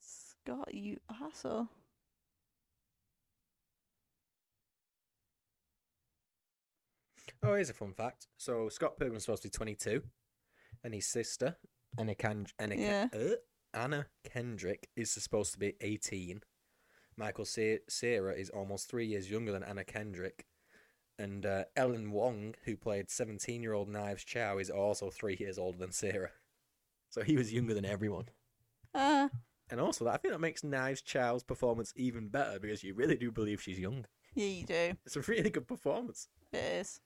[SPEAKER 2] Scott, you asshole.
[SPEAKER 1] Oh, here's a fun fact. So Scott Pilgrim's supposed to be 22, and his sister Anna, Ken- Anna, Ken-
[SPEAKER 2] Yeah.
[SPEAKER 1] uh, Anna Kendrick is supposed to be 18. Michael Sa- Sarah is almost three years younger than Anna Kendrick, and uh, Ellen Wong, who played 17-year-old Knives Chow, is also three years older than Sarah. So he was younger than everyone.
[SPEAKER 2] Uh,
[SPEAKER 1] And also, that I think that makes Knives Chow's performance even better because you really do believe she's young.
[SPEAKER 2] yeah, you do.
[SPEAKER 1] It's a really good performance.
[SPEAKER 2] It is.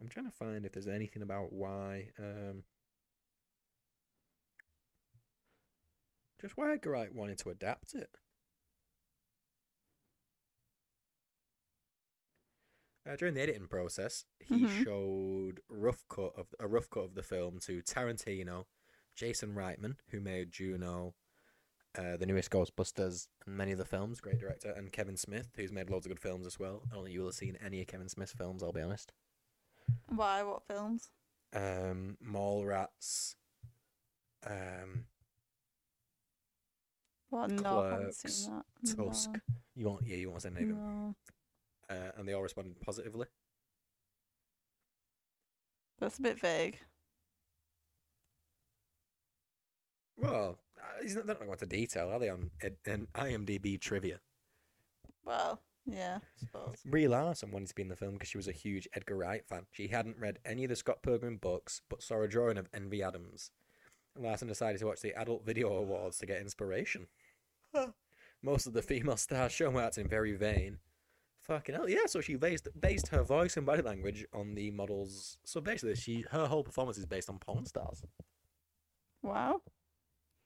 [SPEAKER 1] I'm trying to find if there's anything about why. Um, just why Edgar Wright wanted to adapt it. Uh, during the editing process, he
[SPEAKER 2] Mhm.
[SPEAKER 1] showed rough cut of a rough cut of the film to Tarantino, Jason Reitman, who made Juno, uh, the newest Ghostbusters, and many of the films. Great director, and Kevin Smith, who's made loads of good films as well. I don't think you will have seen any of Kevin Smith's films. I'll be honest
[SPEAKER 2] Why? What films?
[SPEAKER 1] um, mall rats. Um,
[SPEAKER 2] Well, no, I haven't
[SPEAKER 1] Clerks,
[SPEAKER 2] seen that.
[SPEAKER 1] Tusk. You won't. Yeah, you won't say
[SPEAKER 2] No,
[SPEAKER 1] name them.
[SPEAKER 2] no.
[SPEAKER 1] Uh, and they all responded positively.
[SPEAKER 2] That's a bit vague.
[SPEAKER 1] Well, uh, he's not, they're not going to go into detail, are they? On um, an- an IMDb trivia.
[SPEAKER 2] Well, yeah, I suppose.
[SPEAKER 1] Brie Larson wanted to be in the film because she was a huge Edgar Wright fan. She hadn't read any of the Scott Pilgrim books, but saw a drawing of Envy Adams. Larson decided to watch the Adult Video Awards to get inspiration. Most of the female stars shown were acting very vain. Fucking hell, yeah. So she based based her voice and body language on the models. So basically, she her whole performance is based on porn stars.
[SPEAKER 2] Wow.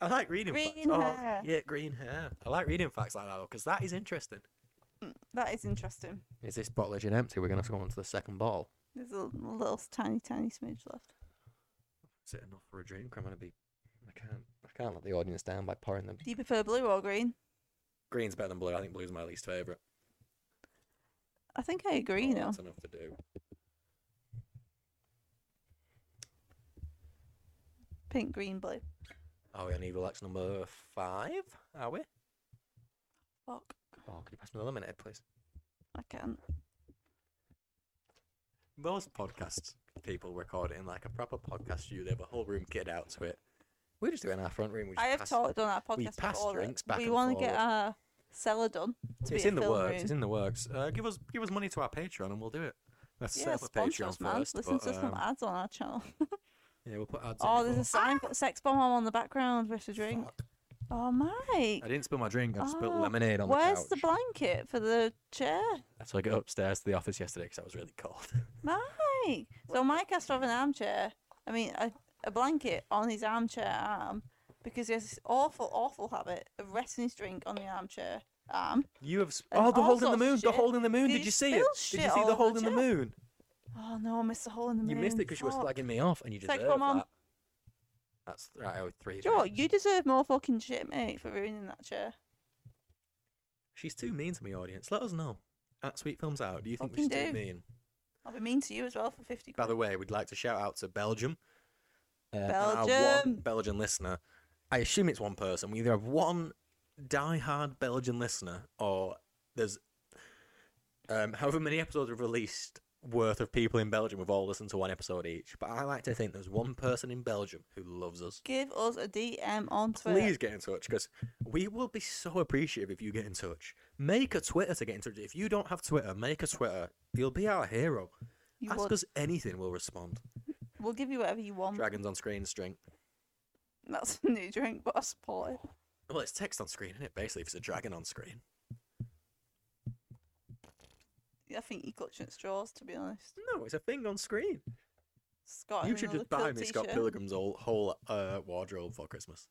[SPEAKER 1] I like reading facts.
[SPEAKER 2] Green
[SPEAKER 1] Oh,
[SPEAKER 2] hair.
[SPEAKER 1] yeah, green hair. I like reading facts like that because that is interesting.
[SPEAKER 2] That is interesting.
[SPEAKER 1] Is this bottle of gin empty? We're gonna have to go on to the second bottle.
[SPEAKER 2] There's a little tiny, tiny smidge left.
[SPEAKER 1] Is it enough for a drink? I'm gonna be. I can't. I can't let the audience down by pouring them.
[SPEAKER 2] Do you prefer blue or green?
[SPEAKER 1] Green's better than blue. I think blue's my least favorite.
[SPEAKER 2] I think I agree, you know.
[SPEAKER 1] Oh, That's enough to do.
[SPEAKER 2] Pink, green, blue.
[SPEAKER 1] Are Oh, we on Evil X number five? Are we?
[SPEAKER 2] Fuck.
[SPEAKER 1] Oh, could you pass me the lemonade, please?
[SPEAKER 2] I can't.
[SPEAKER 1] Most podcast people record it in like a proper podcast studio. They have a whole room kitted out to it. We just do it in our front room. We just
[SPEAKER 2] I have
[SPEAKER 1] pass-
[SPEAKER 2] talked on our
[SPEAKER 1] we
[SPEAKER 2] podcast
[SPEAKER 1] pass
[SPEAKER 2] before. that
[SPEAKER 1] drinks back
[SPEAKER 2] we
[SPEAKER 1] and
[SPEAKER 2] wanna get
[SPEAKER 1] forward.
[SPEAKER 2] our cellar done. to
[SPEAKER 1] It's
[SPEAKER 2] be a
[SPEAKER 1] in the
[SPEAKER 2] film
[SPEAKER 1] works.
[SPEAKER 2] room.
[SPEAKER 1] It's in the works. Uh, give us give us money to our Patreon and we'll do it. Let's set
[SPEAKER 2] yeah,
[SPEAKER 1] up a Patreon
[SPEAKER 2] sponsors, man.
[SPEAKER 1] first.
[SPEAKER 2] Listen
[SPEAKER 1] but,
[SPEAKER 2] to some
[SPEAKER 1] um,
[SPEAKER 2] ads on our channel.
[SPEAKER 1] Yeah, we'll put ads. in
[SPEAKER 2] oh, there's
[SPEAKER 1] before-
[SPEAKER 2] a sign put sex bomb on the background with a drink.
[SPEAKER 1] Fuck.
[SPEAKER 2] Oh, Mike.
[SPEAKER 1] I didn't spill my drink. I just spilled
[SPEAKER 2] Oh,
[SPEAKER 1] lemonade on
[SPEAKER 2] Where's
[SPEAKER 1] the
[SPEAKER 2] the
[SPEAKER 1] couch.
[SPEAKER 2] blanket for the chair?
[SPEAKER 1] so I got upstairs to the office yesterday because I was really cold. <laughs>
[SPEAKER 2] Mike. So Mike has to have an armchair. I mean, a, a blanket on his armchair arm because he has this awful, awful habit of resting his drink on the armchair arm.
[SPEAKER 1] You have. Sp-
[SPEAKER 2] And
[SPEAKER 1] oh, the
[SPEAKER 2] all
[SPEAKER 1] hole in the
[SPEAKER 2] sorts of
[SPEAKER 1] moon. The
[SPEAKER 2] shit.
[SPEAKER 1] hole in the moon.
[SPEAKER 2] Did
[SPEAKER 1] Did
[SPEAKER 2] you
[SPEAKER 1] you see it?
[SPEAKER 2] spill
[SPEAKER 1] Did you
[SPEAKER 2] shit
[SPEAKER 1] see
[SPEAKER 2] all over
[SPEAKER 1] the hole
[SPEAKER 2] the
[SPEAKER 1] in the
[SPEAKER 2] chair?
[SPEAKER 1] moon?
[SPEAKER 2] Oh no, I missed the hole in the
[SPEAKER 1] You
[SPEAKER 2] moon.
[SPEAKER 1] missed it because you were
[SPEAKER 2] Fuck.
[SPEAKER 1] slagging me off, and you
[SPEAKER 2] It's like,
[SPEAKER 1] deserve
[SPEAKER 2] come on.
[SPEAKER 1] that. That's right. I owe three.
[SPEAKER 2] Do you know
[SPEAKER 1] drinks.
[SPEAKER 2] what? You deserve more fucking shit, mate, for ruining that chair.
[SPEAKER 1] She's too mean to me, audience. Let us know. At Sweet Films Out, do you think
[SPEAKER 2] Fucking
[SPEAKER 1] we should
[SPEAKER 2] do.
[SPEAKER 1] do mean?
[SPEAKER 2] I'll be mean to you as well for fifty
[SPEAKER 1] By
[SPEAKER 2] quid.
[SPEAKER 1] the way, we'd like to shout out to Belgium. Uh, and Our
[SPEAKER 2] Belgium.
[SPEAKER 1] one Belgian listener. I assume it's one person. We either have one die-hard Belgian listener, or there's um, however many episodes we've released worth of people in Belgium. We've all listened to one episode each. But I like to think there's one person in Belgium who loves us.
[SPEAKER 2] Give us a DM on Twitter.
[SPEAKER 1] Please get in touch because we will be so appreciative if you get in touch. Make a Twitter to get in touch. If you don't have Twitter, make a Twitter. You'll be our hero.
[SPEAKER 2] You
[SPEAKER 1] Ask
[SPEAKER 2] want-
[SPEAKER 1] us anything, we'll respond.
[SPEAKER 2] We'll give you whatever you want.
[SPEAKER 1] Dragons on screen string.
[SPEAKER 2] That's <laughs> a new drink, but I support it.
[SPEAKER 1] Well, it's text on screen, isn't it? Basically, if it's a dragon on screen.
[SPEAKER 2] I think you're clutching at straws, to be honest.
[SPEAKER 1] No, it's a thing on screen.
[SPEAKER 2] Scott,
[SPEAKER 1] you
[SPEAKER 2] in
[SPEAKER 1] should
[SPEAKER 2] another
[SPEAKER 1] just buy
[SPEAKER 2] kilt
[SPEAKER 1] me Scott
[SPEAKER 2] t-shirt.
[SPEAKER 1] Pilgrim's whole, whole uh, wardrobe for Christmas.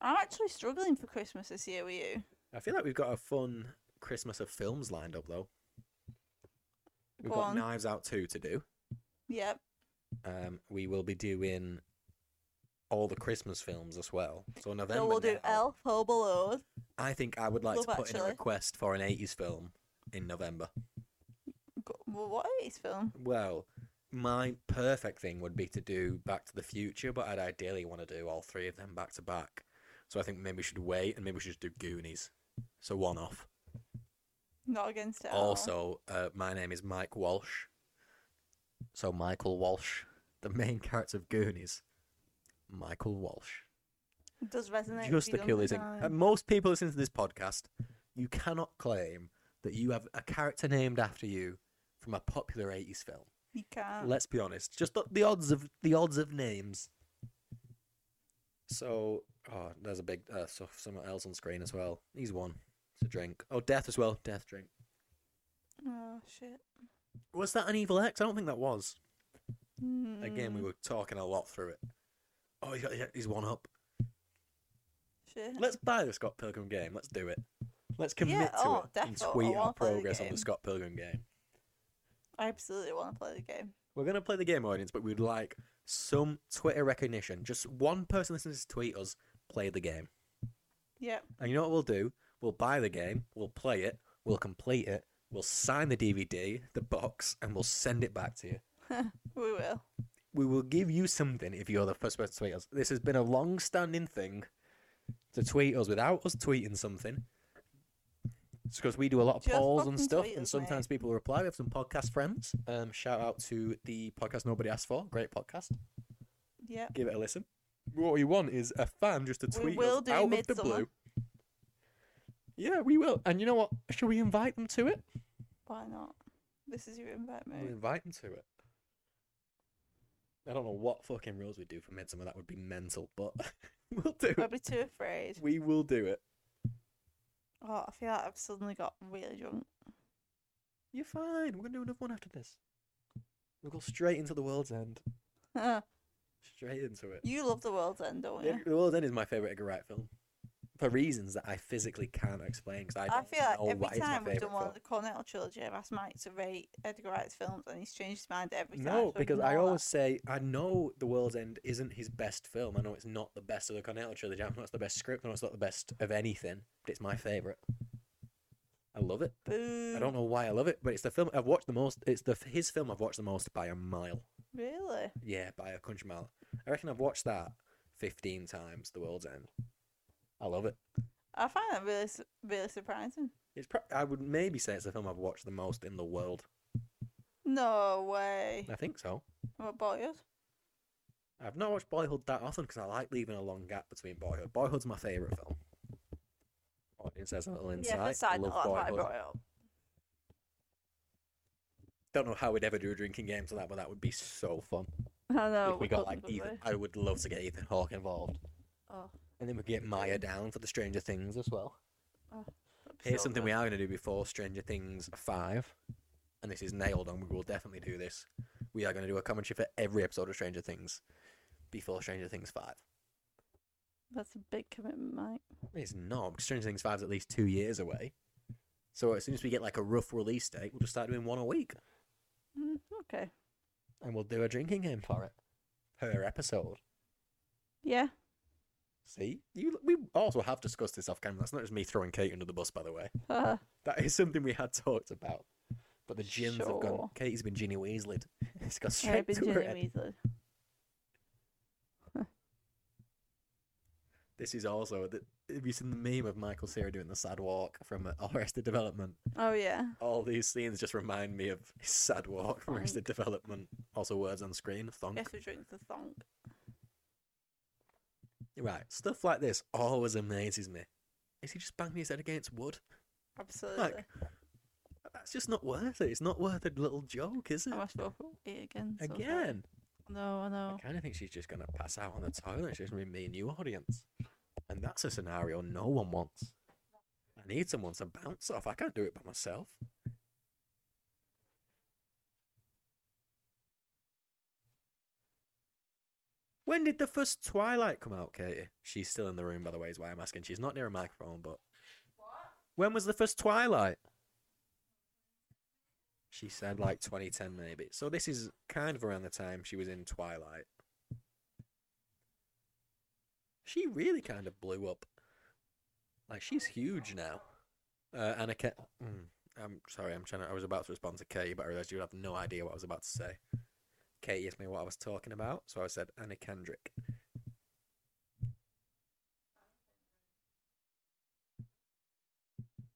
[SPEAKER 2] I'm actually struggling for Christmas this year with you.
[SPEAKER 1] I feel like we've got a fun Christmas of films lined up, though. We've
[SPEAKER 2] Go
[SPEAKER 1] got
[SPEAKER 2] on.
[SPEAKER 1] Knives Out 2 to do.
[SPEAKER 2] Yep.
[SPEAKER 1] Um, we will be doing all the Christmas films as well. So November.
[SPEAKER 2] So we'll do
[SPEAKER 1] now,
[SPEAKER 2] Elf, Home Alone.
[SPEAKER 1] I think I would like to
[SPEAKER 2] Love
[SPEAKER 1] put in a
[SPEAKER 2] Actually.
[SPEAKER 1] request for an 80s film in November.
[SPEAKER 2] Go- Well, what is this film?
[SPEAKER 1] Well, my perfect thing would be to do Back to the Future, but I'd ideally want to do all three of them back to back. So I think maybe we should wait and maybe we should just do Goonies. So one off.
[SPEAKER 2] Not against it. at all.
[SPEAKER 1] Also, uh, my name is Mike Walsh. So Michael Walsh, the main character of Goonies, Michael Walsh.
[SPEAKER 2] It does resonate.
[SPEAKER 1] Just
[SPEAKER 2] with
[SPEAKER 1] the
[SPEAKER 2] you,
[SPEAKER 1] coolest
[SPEAKER 2] doesn't
[SPEAKER 1] thing.
[SPEAKER 2] it?
[SPEAKER 1] And most people listening to this podcast, you cannot claim that you have a character named after you from a popular 80s film.
[SPEAKER 2] You can't.
[SPEAKER 1] Let's be honest. Just the, the odds of the odds of names. So, oh, there's a big uh, so someone else on screen as well. He's one. It's a drink. Oh, death as well. Death drink.
[SPEAKER 2] Oh shit.
[SPEAKER 1] Was that an evil X? I don't think that was. Again, we
[SPEAKER 2] Mm,
[SPEAKER 1] were talking a lot through it. Oh, he's, got, he's one up.
[SPEAKER 2] Shit.
[SPEAKER 1] Let's buy the Scott Pilgrim game. Let's do it. Let's commit to
[SPEAKER 2] oh,
[SPEAKER 1] it and
[SPEAKER 2] defo, I
[SPEAKER 1] tweet our
[SPEAKER 2] wanna play the
[SPEAKER 1] progress on the
[SPEAKER 2] game.
[SPEAKER 1] Scott Pilgrim game.
[SPEAKER 2] I absolutely want to play the game.
[SPEAKER 1] We're gonna play the game audience, but we'd like some Twitter recognition. Just one person listening to tweet us, play the game.
[SPEAKER 2] Yep.
[SPEAKER 1] And you know what we'll do? We'll buy the game, we'll play it, we'll complete it, we'll sign the DVD, the box, and we'll send it back to you.
[SPEAKER 2] We will.
[SPEAKER 1] We will give you something if you're the first person to tweet us. This has been a long standing thing. to tweet us without us tweeting something. It's because we do a lot of
[SPEAKER 2] Just
[SPEAKER 1] polls and
[SPEAKER 2] fucking
[SPEAKER 1] stuff,
[SPEAKER 2] tweet
[SPEAKER 1] and
[SPEAKER 2] us, mate.
[SPEAKER 1] sometimes people reply. We have some podcast friends. Um, shout out to the podcast nobody asked for. Great podcast.
[SPEAKER 2] Yeah.
[SPEAKER 1] Give it a listen. What we want is a fan just to tweet
[SPEAKER 2] We will
[SPEAKER 1] us
[SPEAKER 2] do
[SPEAKER 1] out of the
[SPEAKER 2] midsummer.
[SPEAKER 1] blue. Yeah, we will. And you know what? Shall we invite them to it?
[SPEAKER 2] Why not? This is your invite,
[SPEAKER 1] We'll
[SPEAKER 2] mate.
[SPEAKER 1] invite them to it. I don't know what fucking rules we do for midsummer. That would be mental, but <laughs> we'll do it.
[SPEAKER 2] Don't be too afraid.
[SPEAKER 1] We will do it.
[SPEAKER 2] Oh, I feel like I've suddenly got really drunk. <laughs>
[SPEAKER 1] You're fine. We're gonna do another one after this. We'll go straight into the world's end. Straight into it.
[SPEAKER 2] you love the world's end, don't you?
[SPEAKER 1] The world's end is my favorite Edgar Wright film for reasons that I physically can't explain because I,
[SPEAKER 2] I
[SPEAKER 1] don't
[SPEAKER 2] feel like
[SPEAKER 1] know what
[SPEAKER 2] every
[SPEAKER 1] is my
[SPEAKER 2] time we've
[SPEAKER 1] favorite
[SPEAKER 2] done one
[SPEAKER 1] film.
[SPEAKER 2] of the Cornell trilogy, I've asked Mike to rate Edgar Wright's films, and he's changed his mind every time.
[SPEAKER 1] No,
[SPEAKER 2] so
[SPEAKER 1] because I
[SPEAKER 2] ignore that.
[SPEAKER 1] always say I know The World's End isn't his best film. I know it's not the best of the Cornetto trilogy. I know it's the best script. I know it's not the best of anything, but it's my favorite. I love it.
[SPEAKER 2] Boo.
[SPEAKER 1] I don't know why I love it, but it's the film I've watched the most. It's the his film I've watched the most by a mile.
[SPEAKER 2] Really?
[SPEAKER 1] Yeah, by a country mile. I reckon I've watched that 15 times, The World's End. I love it.
[SPEAKER 2] I find that really, su- really surprising.
[SPEAKER 1] It's pro- I would maybe say it's the film I've watched the most in the world.
[SPEAKER 2] No way.
[SPEAKER 1] I think so.
[SPEAKER 2] What about yours?
[SPEAKER 1] I've not watched Boyhood that often because I like leaving a long gap between Boyhood. Boyhood's my favourite film. Audience has a little
[SPEAKER 2] yeah, for
[SPEAKER 1] insight.
[SPEAKER 2] side note,
[SPEAKER 1] love
[SPEAKER 2] that's why I
[SPEAKER 1] Boyhood.
[SPEAKER 2] brought it up. <laughs>
[SPEAKER 1] Don't know how we'd ever do a drinking game to that, but that would be so fun.
[SPEAKER 2] I know.
[SPEAKER 1] if we got like
[SPEAKER 2] couldn't, would
[SPEAKER 1] Ethan,
[SPEAKER 2] we?
[SPEAKER 1] I would love to get Ethan Hawke involved,
[SPEAKER 2] Oh,
[SPEAKER 1] and then we get Maya down for the Stranger Things as well.
[SPEAKER 2] that'd be
[SPEAKER 1] Here's
[SPEAKER 2] so
[SPEAKER 1] something
[SPEAKER 2] good.
[SPEAKER 1] we are going to do before Stranger Things 5. And this is nailed on. We will definitely do this. We are going to do a commentary for every episode of Stranger Things before Stranger Things 5.
[SPEAKER 2] That's a big commitment, Mike.
[SPEAKER 1] It's not. because Stranger Things 5 is at least two years away. So as soon as we get like a rough release date, we'll just start doing one a week.
[SPEAKER 2] Mm, okay.
[SPEAKER 1] And we'll do a drinking game for it per episode.
[SPEAKER 2] Yeah. <laughs>
[SPEAKER 1] See? you. We also have discussed this off camera. That's not just me throwing Kate under the bus, by the way. That is something we had talked about. But the gins have gone.
[SPEAKER 2] Sure.
[SPEAKER 1] Katie's been Ginny Weasley. <laughs> It's got
[SPEAKER 2] yeah,
[SPEAKER 1] straight
[SPEAKER 2] been
[SPEAKER 1] to her head.
[SPEAKER 2] Jenny Weasley.
[SPEAKER 1] This is also the, have you seen the meme of Michael Cera doing the sad walk from uh, Arrested Development?
[SPEAKER 2] Oh yeah.
[SPEAKER 1] All these scenes just remind me of his sad walk from Arrested Development. Also, words on screen, thonk.
[SPEAKER 2] Guess who drinks the thong?
[SPEAKER 1] Right, stuff like this always amazes me. Is he just banging his head against wood?
[SPEAKER 2] Absolutely.
[SPEAKER 1] Like, that's just not worth it. It's not worth a little joke, is it?
[SPEAKER 2] Oh, I must go for it again. so sorry.
[SPEAKER 1] Again,
[SPEAKER 2] No, I know.
[SPEAKER 1] I kind of think she's just gonna pass out on the toilet. She's gonna be me and you audience, and that's a scenario no one wants. I need someone to bounce off. I can't do it by myself. When did the first Twilight come out, Katie? She's still in the room, by the way, is why I'm asking. She's not near a microphone, but. When was the first Twilight? She said like 2010, maybe. So this is kind of around the time she was in Twilight. She really kind of blew up. Like, she's huge now. Uh, Anna Ke- mm, I'm sorry, I'm trying to. I was about to respond to Katie, but I realized you would have no idea what I was about to say. Katie asked me what I was talking about, so I said Anna Kendrick. <laughs>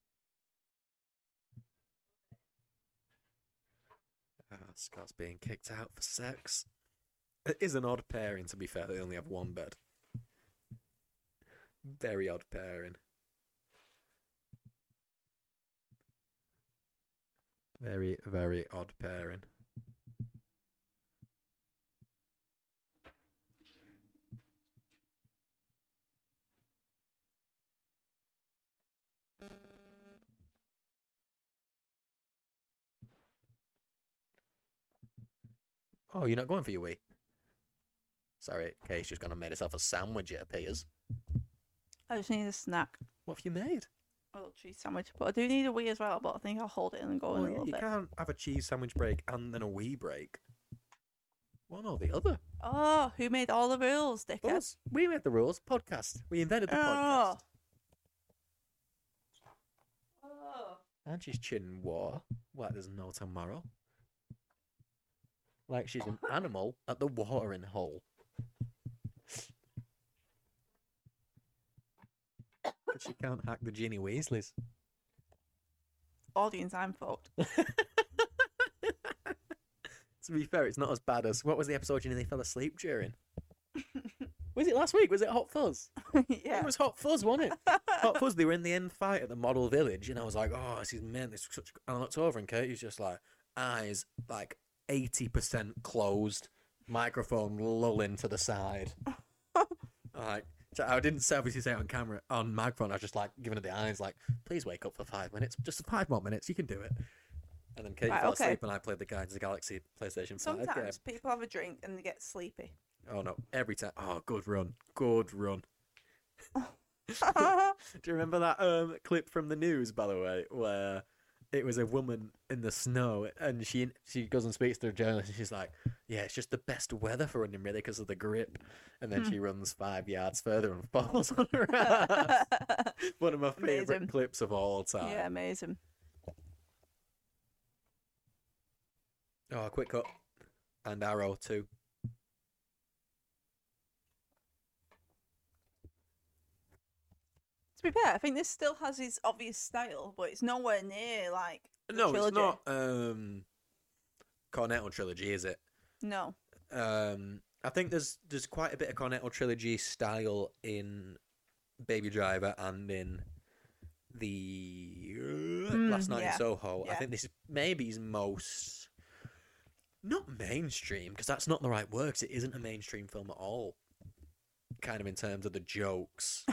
[SPEAKER 1] Ah, Scott's being kicked out for sex. It is an odd pairing, to be fair. They only have one bed. Very odd pairing. Very, very odd pairing. Oh, you're not going for your wee? Sorry, Kate's just gone and made herself a sandwich, it appears.
[SPEAKER 2] I just need a snack,
[SPEAKER 1] What have you made?
[SPEAKER 2] a little cheese sandwich. But I do need a wee as well. But Oh, I think I'll hold it in and go
[SPEAKER 1] Well,
[SPEAKER 2] in a
[SPEAKER 1] Oh, yeah,
[SPEAKER 2] little
[SPEAKER 1] you
[SPEAKER 2] bit.
[SPEAKER 1] can't have a cheese sandwich break and then a wee break. One or the other.
[SPEAKER 2] Oh, who made all the rules, dickhead?
[SPEAKER 1] Us. We made the rules. Podcast. We invented the podcast.
[SPEAKER 2] Oh.
[SPEAKER 1] And she's chin war. Like there's no tomorrow. Like she's an animal at the watering hole. she can't hack the Ginny Weasleys.
[SPEAKER 2] Audience, I'm fucked. <laughs>
[SPEAKER 1] To be fair, it's not as bad as what was the episode you nearly fell asleep during? was it last week? Was it Hot Fuzz? It
[SPEAKER 2] yeah.
[SPEAKER 1] was Hot Fuzz, wasn't it? Hot Fuzz. They were in the end fight at the model village, and I was like, "Oh, this is meant." This is such. And I looked over, and Kurt was just like, eyes like eighty percent closed, microphone lolling to the
[SPEAKER 2] <laughs>
[SPEAKER 1] side. like so I didn't obviously say it on camera on microphone. I was just like giving her the eyes, like, "Please wake up for five minutes, just five more minutes. You can do it." And then Kate
[SPEAKER 2] Right,
[SPEAKER 1] fell
[SPEAKER 2] okay.
[SPEAKER 1] asleep, and I played the Guardians of the Galaxy PlayStation Five game.
[SPEAKER 2] Sometimes people have a drink and they
[SPEAKER 1] <laughs>
[SPEAKER 2] get sleepy. <laughs>
[SPEAKER 1] Oh no! Every time. Oh, good run, good run. Do you remember that um, clip from the news, by the way, where it was a woman in the snow and she she goes and speaks to a journalist and she's like, "Yeah, it's just the best weather for running really because of the grip," and then she
[SPEAKER 2] Hmm.
[SPEAKER 1] runs five yards further and falls on
[SPEAKER 2] <laughs>
[SPEAKER 1] her ass. One of my
[SPEAKER 2] Amazing.
[SPEAKER 1] favorite clips of all time.
[SPEAKER 2] yeah, amazing.
[SPEAKER 1] Oh, quick cut and arrow too.
[SPEAKER 2] To be fair, I think this still has his obvious style, but it's nowhere near like the
[SPEAKER 1] No,
[SPEAKER 2] trilogy.
[SPEAKER 1] it's not um, Cornetto trilogy, is it?
[SPEAKER 2] No, <laughs>
[SPEAKER 1] um, I think there's there's quite a bit of Cornetto trilogy style in Baby Driver and in the uh, Last Night
[SPEAKER 2] Hmm, yeah,
[SPEAKER 1] in Soho. I
[SPEAKER 2] yeah.
[SPEAKER 1] think this is maybe his most not mainstream because that's not the right word. 'cause it isn't a mainstream film at all. Kind of in terms of the jokes.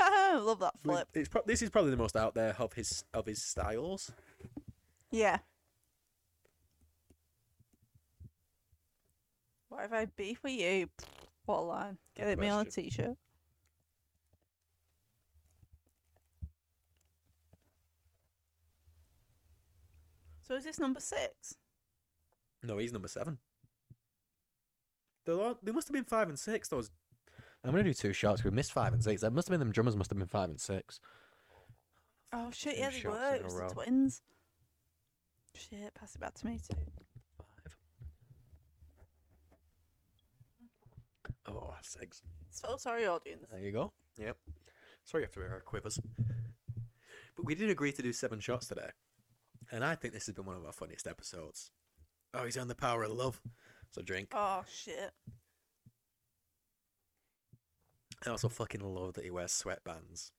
[SPEAKER 2] love that
[SPEAKER 1] We-
[SPEAKER 2] <laughs> flip.
[SPEAKER 1] It's pro- this is probably the most out there of his of his styles.
[SPEAKER 2] Yeah. What have I beef with you? What a line? Get
[SPEAKER 1] Good
[SPEAKER 2] it me on a
[SPEAKER 1] question.
[SPEAKER 2] t-shirt. So is this number six?
[SPEAKER 1] No, he's number seven. There, are, there must have been five and six. Those. I'm gonna do two shots. 'cause We missed five and six. That must have been them drummers. Must have been five and six.
[SPEAKER 2] Oh shit!
[SPEAKER 1] Two
[SPEAKER 2] Yeah, they
[SPEAKER 1] shots
[SPEAKER 2] were.
[SPEAKER 1] in
[SPEAKER 2] It
[SPEAKER 1] a
[SPEAKER 2] was the
[SPEAKER 1] row.
[SPEAKER 2] twins. Shit! Pass it back to me too.
[SPEAKER 1] Five. Oh, that's six.
[SPEAKER 2] So sorry, audience.
[SPEAKER 1] There you go. Yep. Sorry, you have to wear our quivers. But we did agree to do seven shots today, and I think this has been one of our funniest episodes. Oh, he's on the power of love. So drink.
[SPEAKER 2] Oh shit!
[SPEAKER 1] I also fucking love that he wears sweatbands.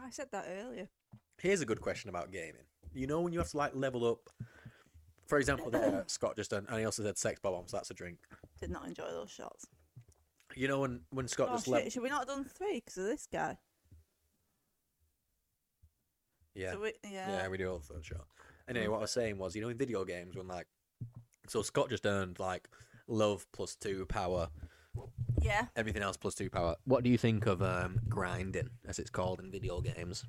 [SPEAKER 2] I said that earlier.
[SPEAKER 1] Here's a good question about gaming. You know when you have to like level up. For example, there, Scott just done, and he also said sex bombs. That's a drink.
[SPEAKER 2] Did not enjoy those shots.
[SPEAKER 1] You know when when Scott
[SPEAKER 2] Oh
[SPEAKER 1] just level.
[SPEAKER 2] shit! Should we not have done three because of this guy?
[SPEAKER 1] Yeah,
[SPEAKER 2] So we,
[SPEAKER 1] yeah,
[SPEAKER 2] yeah. Mm.
[SPEAKER 1] we do all the third shot. Anyway, what I was saying was, you know, in video games when like, so Scott just earned like love plus two power,
[SPEAKER 2] Yeah.
[SPEAKER 1] everything else plus two power. What do you think of um grinding, as it's called in video games?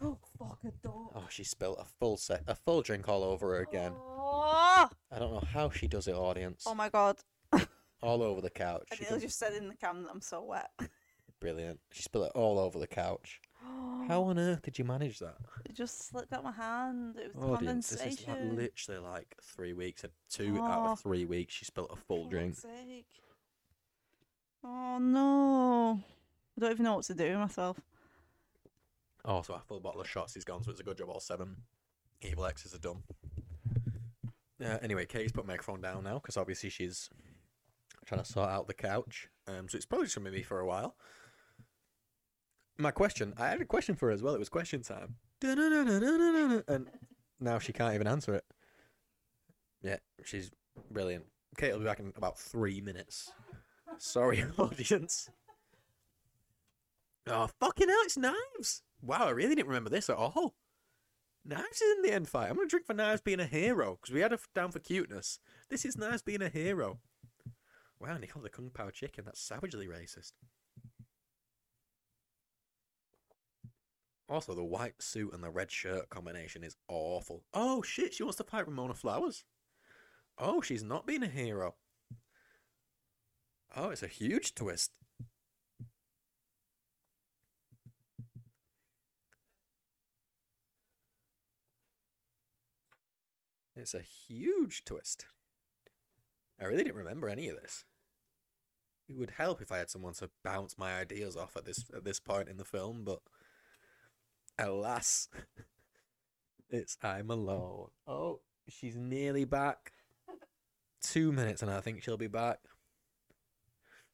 [SPEAKER 2] Oh, fuck a dog.
[SPEAKER 1] Oh, she spilled a full set, a full drink all over her again.
[SPEAKER 2] Oh,
[SPEAKER 1] I don't know how she does it, audience.
[SPEAKER 2] my god.
[SPEAKER 1] all over the couch.
[SPEAKER 2] I
[SPEAKER 1] She
[SPEAKER 2] nearly
[SPEAKER 1] does-
[SPEAKER 2] just said in the cam that I'm so wet. <gasps>
[SPEAKER 1] Brilliant. She spilled it all over the couch.
[SPEAKER 2] Oh.
[SPEAKER 1] How on earth did you manage that?
[SPEAKER 2] It just slipped out my hand. It was the
[SPEAKER 1] Audience, Oh, this is like
[SPEAKER 2] condensation.
[SPEAKER 1] literally like three weeks. uh, Two out
[SPEAKER 2] Oh.
[SPEAKER 1] of three weeks, she spilled a full
[SPEAKER 2] For
[SPEAKER 1] drink.
[SPEAKER 2] fuck's sake. Oh no. I don't even know what to do with myself.
[SPEAKER 1] Oh, so our full bottle of shots is gone, so it's a good job all seven evil exes are done. Uh, anyway, Katie's put microphone down now because obviously she's trying to sort out the couch. Um, so it's probably just going to be me for a while. My question, I had a question for her as well. It was question time. Da-na-na-na-na-na-na, And now she can't even answer it. Yeah, she's brilliant. Kate will be back in about three minutes. Sorry, audience. Oh, fucking hell, it's knives. Wow, I really didn't remember this at all. Knives is in the end fight. I'm going to drink for knives being a hero because we had a f- down for cuteness. This is knives being a hero. Wow, Nicole the Kung Pao Chicken. That's savagely racist. Also, the white suit and the red shirt combination is awful. Oh shit, she wants to fight Ramona Flowers. Oh, she's not being a hero. Oh, it's a huge twist. It's a huge twist. I really didn't remember any of this. it would help if I had someone to bounce my ideas off at this at this point in the film, but alas, <laughs> it's I'm alone. Oh, she's nearly back. Two minutes, and I think she'll be back.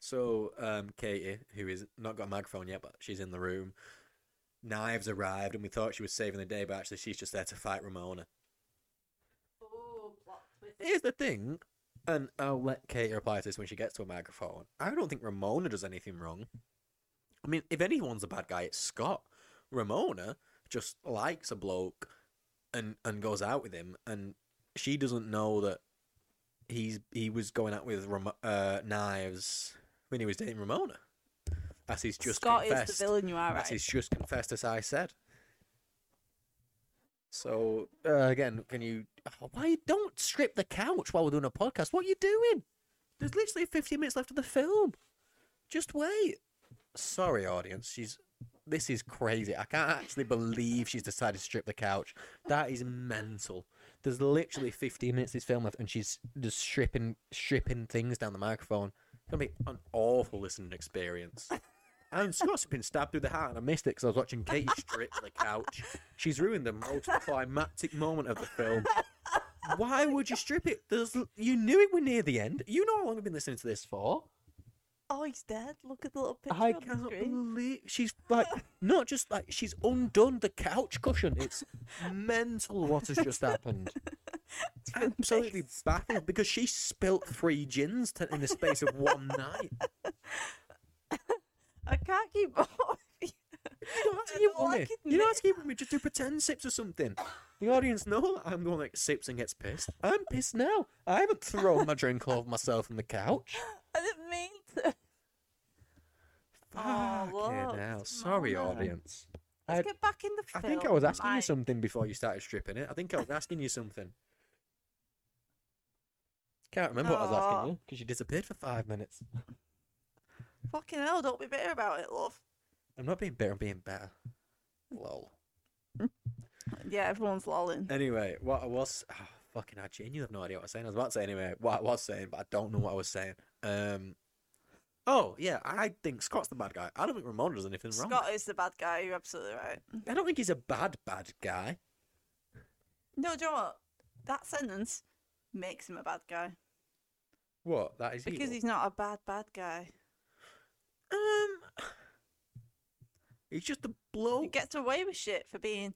[SPEAKER 1] So, um, Katie, who is not got a microphone yet, but she's in the room. Knives arrived, and we thought she was saving the day, but actually, she's just there to fight Ramona.
[SPEAKER 2] Oh, plot twist.
[SPEAKER 1] Here's the thing, and I'll let Kate reply to this when she gets to a microphone. I don't think Ramona does anything wrong. I mean, if anyone's a bad guy, it's Scott. Ramona just likes a bloke and and goes out with him, and she doesn't know that he's he was going out with Ram- uh, knives when he was dating Ramona. As he's just
[SPEAKER 2] Scott
[SPEAKER 1] confessed.
[SPEAKER 2] is the villain, you are
[SPEAKER 1] That's
[SPEAKER 2] right.
[SPEAKER 1] he's just confessed as I said. So uh, again, can you? Oh, why don't strip the couch while we're doing a podcast? What are you doing? There's literally 15 minutes left of the film. Just wait. Sorry, audience. She's. This is crazy. I can't actually believe she's decided to strip the couch. That is mental. There's literally 15 minutes of this film left, and she's just stripping, stripping things down the microphone. It's gonna be an awful listening experience. And Scott's been stabbed through the heart, and I missed it because I was watching Kate strip the couch. She's ruined the most climactic moment of the film. Why would you strip it? There's, you knew it were near the end. You know how long I've been listening to this for.
[SPEAKER 2] Oh, he's dead. Look at the little picture
[SPEAKER 1] I
[SPEAKER 2] on the
[SPEAKER 1] cannot
[SPEAKER 2] screen.
[SPEAKER 1] believe she's like not just like she's undone the couch cushion. It's mental what has just happened. Absolutely baffled because she spilt three gins to, in the space of one night.
[SPEAKER 2] I can't keep <laughs> up. with
[SPEAKER 1] <laughs> You don't have
[SPEAKER 2] I
[SPEAKER 1] to keep
[SPEAKER 2] don't
[SPEAKER 1] on
[SPEAKER 2] like
[SPEAKER 1] it.
[SPEAKER 2] it,
[SPEAKER 1] You don't
[SPEAKER 2] mate.
[SPEAKER 1] have to keep on me. Just do pretend sips or something. The audience know that I'm the one that sips and gets pissed. I'm pissed now. I haven't thrown my drink all over myself on the couch.
[SPEAKER 2] I didn't mean to. Oh,
[SPEAKER 1] Fucking
[SPEAKER 2] look,
[SPEAKER 1] hell. Sorry,
[SPEAKER 2] Mama.
[SPEAKER 1] audience. I,
[SPEAKER 2] Let's get back in the
[SPEAKER 1] I
[SPEAKER 2] film.
[SPEAKER 1] think I was asking you
[SPEAKER 2] Mike.
[SPEAKER 1] something before you started stripping it. I think I was asking you something. Can't remember what I was asking
[SPEAKER 2] Aw.
[SPEAKER 1] you because you disappeared for five minutes.
[SPEAKER 2] Fucking hell, don't be bitter about it, love.
[SPEAKER 1] I'm not being bitter. I'm being better. Lol.
[SPEAKER 2] Yeah, everyone's lolling.
[SPEAKER 1] Anyway, what I was oh, fucking I genuinely have no idea what I was saying. I was about to say anyway what I was saying, but I don't know what I was saying. Um Oh yeah, I think Scott's the bad guy. I don't think Ramon does anything wrong.
[SPEAKER 2] Scott is the bad guy. You're absolutely right.
[SPEAKER 1] I don't think he's a bad bad guy.
[SPEAKER 2] No, do you know what? That sentence makes him a bad guy
[SPEAKER 1] What? That is
[SPEAKER 2] because
[SPEAKER 1] evil.
[SPEAKER 2] he's not a bad bad guy.
[SPEAKER 1] um He's just a
[SPEAKER 2] He
[SPEAKER 1] bloke.
[SPEAKER 2] gets away with shit for being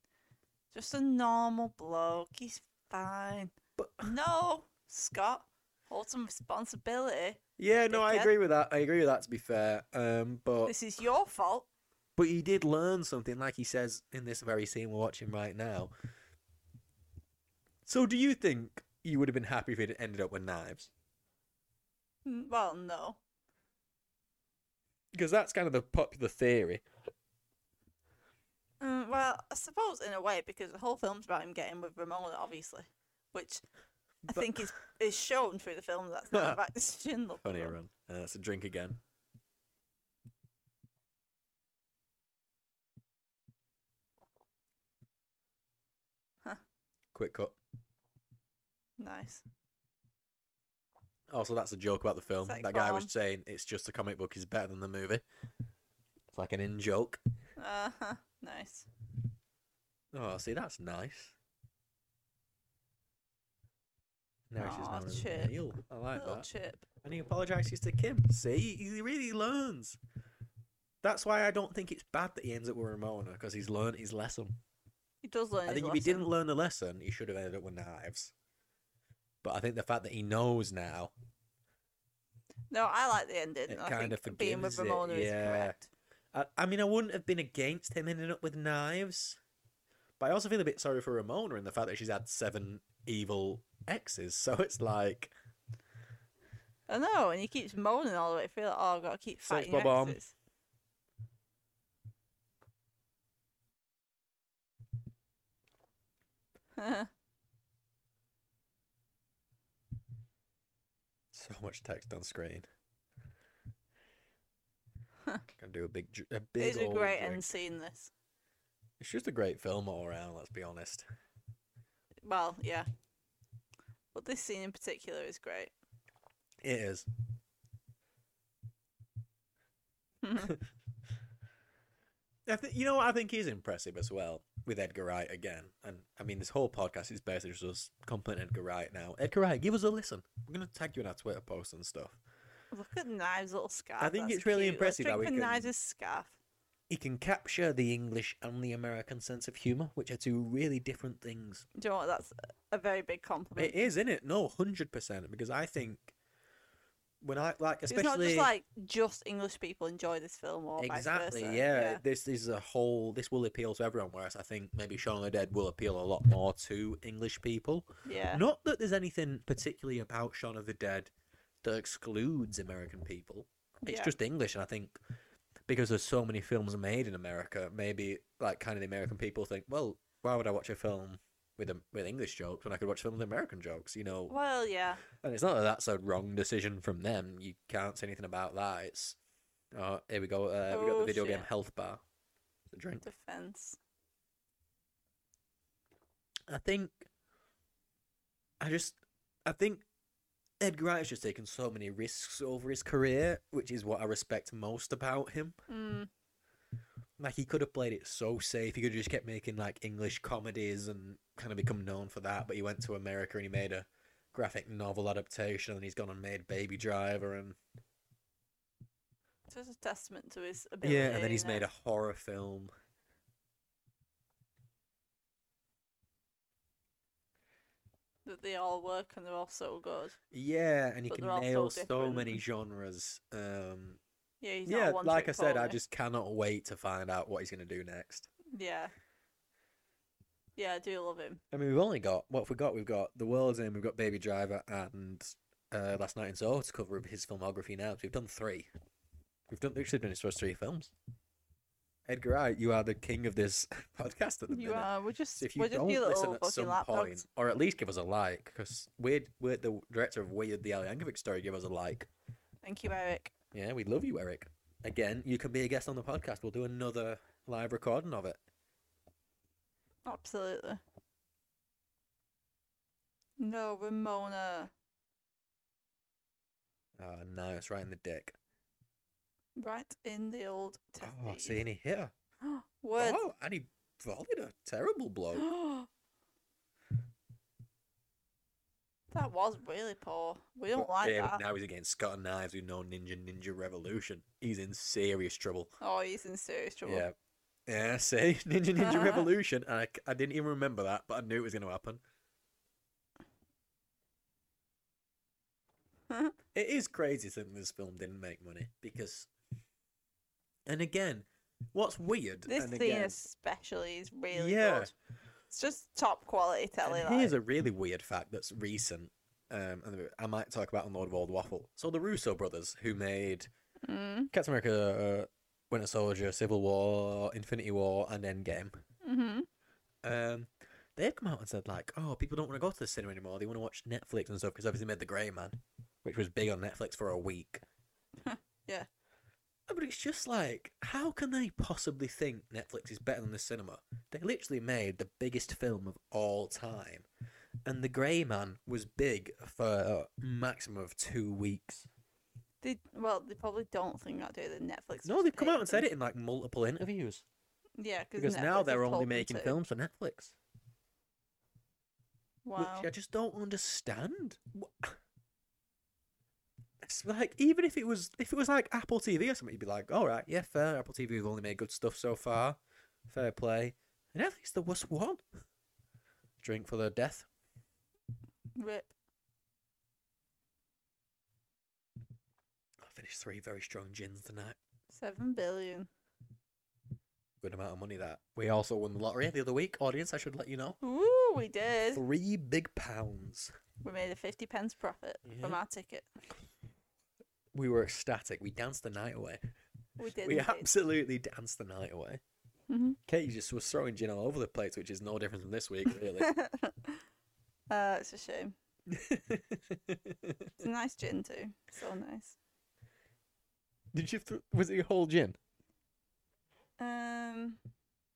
[SPEAKER 2] just a normal bloke. He's fine.
[SPEAKER 1] But-
[SPEAKER 2] no, Scott, hold some responsibility.
[SPEAKER 1] Yeah, no, I
[SPEAKER 2] dickhead.
[SPEAKER 1] agree with that. I agree with that to be fair. Um but
[SPEAKER 2] This is your fault.
[SPEAKER 1] But he did learn something, like he says in this very scene we're watching right now. So, do you think you would have been happy if it ended up with knives?
[SPEAKER 2] Mm, Well, no.
[SPEAKER 1] Because that's kind of the popular theory.
[SPEAKER 2] Mm, well, I suppose in a way because the whole film's about him getting with Ramona, obviously, which I
[SPEAKER 1] But-
[SPEAKER 2] think is is shown through the film. That's
[SPEAKER 1] <laughs>
[SPEAKER 2] not a right decision. love.
[SPEAKER 1] Funny run. Uh, that's a drink again.
[SPEAKER 2] Huh.
[SPEAKER 1] Quick cut.
[SPEAKER 2] Nice.
[SPEAKER 1] Also, that's a joke about the film.
[SPEAKER 2] Sex
[SPEAKER 1] that guy
[SPEAKER 2] bomb.
[SPEAKER 1] was saying it's just a comic book is better than the movie. It's like an in joke.
[SPEAKER 2] Uh huh. Nice.
[SPEAKER 1] Oh, see, that's nice. Now she's
[SPEAKER 2] Aw,
[SPEAKER 1] not a
[SPEAKER 2] chip.
[SPEAKER 1] meal. I like
[SPEAKER 2] Little
[SPEAKER 1] that.
[SPEAKER 2] chip.
[SPEAKER 1] and he apologizes to Kim. See, he really learns. That's why I don't think it's bad that he ends up with Ramona because he's learned his lesson.
[SPEAKER 2] He does learn.
[SPEAKER 1] I think
[SPEAKER 2] his
[SPEAKER 1] if he
[SPEAKER 2] lesson.
[SPEAKER 1] didn't learn the lesson, he should have ended up with knives. But I think the fact that he knows now,
[SPEAKER 2] No, I like the ending.
[SPEAKER 1] It
[SPEAKER 2] I
[SPEAKER 1] kinda
[SPEAKER 2] think being with
[SPEAKER 1] forgives it,
[SPEAKER 2] Ramona is
[SPEAKER 1] yeah.
[SPEAKER 2] correct.
[SPEAKER 1] I, I mean, I wouldn't have been against him ending up with knives. But I also feel a bit sorry for Ramona in the fact that she's had seven evil exes. So it's like,
[SPEAKER 2] I know, and he keeps moaning all the way through. Like, oh, I've got to keep
[SPEAKER 1] Sex
[SPEAKER 2] fighting
[SPEAKER 1] bomb.
[SPEAKER 2] exes. <laughs>
[SPEAKER 1] So much text on screen.
[SPEAKER 2] <laughs>
[SPEAKER 1] Gonna do a big, dr- a big.
[SPEAKER 2] it's a
[SPEAKER 1] old
[SPEAKER 2] great
[SPEAKER 1] drink.
[SPEAKER 2] end scene. This.
[SPEAKER 1] It's just a great film all around. Let's be honest.
[SPEAKER 2] Well, yeah.
[SPEAKER 1] <laughs>
[SPEAKER 2] But this scene in particular is great.
[SPEAKER 1] It is. I th- you know what I think is impressive as well with Edgar Wright again, and I mean this whole podcast is basically just us complimenting Edgar Wright now. Edgar Wright, give us a listen. We're gonna tag you in our Twitter posts and stuff.
[SPEAKER 2] Look at Knives' little scarf.
[SPEAKER 1] I think
[SPEAKER 2] that's
[SPEAKER 1] it's really
[SPEAKER 2] cute.
[SPEAKER 1] impressive
[SPEAKER 2] Let's
[SPEAKER 1] how
[SPEAKER 2] drink
[SPEAKER 1] we
[SPEAKER 2] from
[SPEAKER 1] can-
[SPEAKER 2] Knives' scarf.
[SPEAKER 1] He can capture the English and the American sense of humor, which are two really different things.
[SPEAKER 2] Do you know what? That's a very big compliment.
[SPEAKER 1] It is, isn't it? No, hundred percent. Because I think when I like, especially
[SPEAKER 2] It's not just like just English people enjoy this film or vice
[SPEAKER 1] Exactly.
[SPEAKER 2] versa.
[SPEAKER 1] Yeah. This is a whole. This will appeal to everyone. Whereas I think maybe Shaun of the Dead will appeal a lot more to English people.
[SPEAKER 2] Yeah.
[SPEAKER 1] Not that there's anything particularly about Shaun of the Dead that excludes American people. It's
[SPEAKER 2] Yeah.
[SPEAKER 1] just English, and I think because there's so many films made in America, maybe like kind of the American people think, well, why would I watch a film with a, with English jokes when I could watch a film with American jokes? You know,
[SPEAKER 2] Well, yeah.
[SPEAKER 1] and it's not that that's a wrong decision from them. You can't say anything about that. It's oh, here we go. Uh, we got
[SPEAKER 2] Oh,
[SPEAKER 1] the video
[SPEAKER 2] shit.
[SPEAKER 1] game health bar. The drink.
[SPEAKER 2] Defense.
[SPEAKER 1] I think. I just, I think, Edgar Wright has just taken so many risks over his career, which is what I respect most about him.
[SPEAKER 2] Mm,
[SPEAKER 1] Like he could have played it so safe. He could have just kept making like English comedies and kind of become known for that. But he went to America and he made a graphic novel adaptation, and he's gone and made Baby Driver and
[SPEAKER 2] it's just a testament to his ability.
[SPEAKER 1] Yeah, and then he's
[SPEAKER 2] innit?
[SPEAKER 1] made a horror film.
[SPEAKER 2] that they all work and they're all so good.
[SPEAKER 1] Yeah, and he
[SPEAKER 2] But
[SPEAKER 1] can
[SPEAKER 2] they're all so
[SPEAKER 1] nail so
[SPEAKER 2] different.
[SPEAKER 1] many genres. Um,
[SPEAKER 2] Yeah, he's
[SPEAKER 1] yeah,
[SPEAKER 2] not one
[SPEAKER 1] like I
[SPEAKER 2] trick
[SPEAKER 1] said, I
[SPEAKER 2] pony.
[SPEAKER 1] just cannot wait to find out what he's going to do next.
[SPEAKER 2] yeah, yeah, I do love him.
[SPEAKER 1] I mean, we've only got what have we got. We've got The World's End, we've got Baby Driver, and uh, Last Night in Soho to cover up his filmography. Now so we've done three. We've done actually done his first three films. Edgar Wright, you are the king of this <laughs> podcast at the
[SPEAKER 2] You
[SPEAKER 1] minute.
[SPEAKER 2] are. We're just
[SPEAKER 1] So if
[SPEAKER 2] we're
[SPEAKER 1] you
[SPEAKER 2] just
[SPEAKER 1] don't
[SPEAKER 2] your
[SPEAKER 1] listen
[SPEAKER 2] little
[SPEAKER 1] at
[SPEAKER 2] fucking
[SPEAKER 1] some
[SPEAKER 2] lapdogs.
[SPEAKER 1] point, or at least give us a like, because Weird, Weird, the director of Weird the Al Yankovic story, gave us a like.
[SPEAKER 2] Thank you, Eric.
[SPEAKER 1] Yeah, we love you, Eric. Again, you can be a guest on the podcast. We'll do another live recording of it.
[SPEAKER 2] Absolutely. No, Ramona.
[SPEAKER 1] Oh, no, it's right in the dick.
[SPEAKER 2] Right in the old.
[SPEAKER 1] Oh,
[SPEAKER 2] testes.
[SPEAKER 1] see, and he hit her.
[SPEAKER 2] <gasps> Words.
[SPEAKER 1] Oh, and he volleyed a terrible blow.
[SPEAKER 2] <gasps> that was really poor. We don't like
[SPEAKER 1] Yeah,
[SPEAKER 2] that.
[SPEAKER 1] Now he's against Scott and Knives, who know Ninja Ninja Revolution. He's in serious trouble.
[SPEAKER 2] Oh, he's in serious trouble.
[SPEAKER 1] Yeah. Yeah, <laughs> see? Ninja
[SPEAKER 2] <laughs>
[SPEAKER 1] Ninja Revolution. And I, c- I didn't even remember that, but I knew it was going to happen. It is crazy that this film didn't make money because, and again, what's weird?
[SPEAKER 2] this
[SPEAKER 1] and
[SPEAKER 2] scene
[SPEAKER 1] again,
[SPEAKER 2] especially is really
[SPEAKER 1] Yeah.
[SPEAKER 2] good. It's just top quality telly.
[SPEAKER 1] and
[SPEAKER 2] like.
[SPEAKER 1] here's a really weird fact that's recent, um, and I might talk about on Lord of Old Waffle. So the Russo brothers, who made
[SPEAKER 2] Mm.
[SPEAKER 1] Captain America, uh, Winter Soldier, Civil War, Infinity War, and Endgame,
[SPEAKER 2] hmm
[SPEAKER 1] um, they've come out and said like, oh, people don't want to go to the cinema anymore. They want to watch Netflix and stuff because obviously they made The Grey Man, which was big on Netflix for a week.
[SPEAKER 2] <laughs>
[SPEAKER 1] Uh,
[SPEAKER 2] yeah.
[SPEAKER 1] But it's just like, how can they possibly think Netflix is better than the cinema? They literally made the biggest film of all time, and The Grey Man was big for a maximum of two weeks.
[SPEAKER 2] They well, they probably don't think that do they? Netflix.
[SPEAKER 1] No,
[SPEAKER 2] just
[SPEAKER 1] they've come
[SPEAKER 2] paid
[SPEAKER 1] out and said
[SPEAKER 2] them.
[SPEAKER 1] it in like multiple interviews
[SPEAKER 2] Yeah,
[SPEAKER 1] because now
[SPEAKER 2] Netflix
[SPEAKER 1] they're
[SPEAKER 2] have
[SPEAKER 1] only
[SPEAKER 2] told them
[SPEAKER 1] making
[SPEAKER 2] to.
[SPEAKER 1] films for Netflix.
[SPEAKER 2] Wow.
[SPEAKER 1] Which I just don't understand. Wha- <sighs> It's like even if it was if it was like Apple TV or something, you'd be like, all right, yeah, fair. Apple TV have only made good stuff so far. Fair play. And Netflix the worst one. Drink for their death.
[SPEAKER 2] Rip.
[SPEAKER 1] I finished three very strong gins tonight.
[SPEAKER 2] Seven billion.
[SPEAKER 1] Good amount of money that. We also won the lottery the other week. Audience, I should let you know.
[SPEAKER 2] Ooh, we did.
[SPEAKER 1] Three big pounds.
[SPEAKER 2] We made a fifty pence profit from
[SPEAKER 1] Yeah.
[SPEAKER 2] our ticket.
[SPEAKER 1] We were ecstatic. We danced the night away.
[SPEAKER 2] We did.
[SPEAKER 1] We absolutely danced the night away.
[SPEAKER 2] hmm
[SPEAKER 1] Katie just was throwing gin all over the place, which is no different from this week, <laughs> really.
[SPEAKER 2] <laughs> uh, it's a shame. It's a nice gin too. So nice.
[SPEAKER 1] Did you? Th- was it your whole gin?
[SPEAKER 2] Um,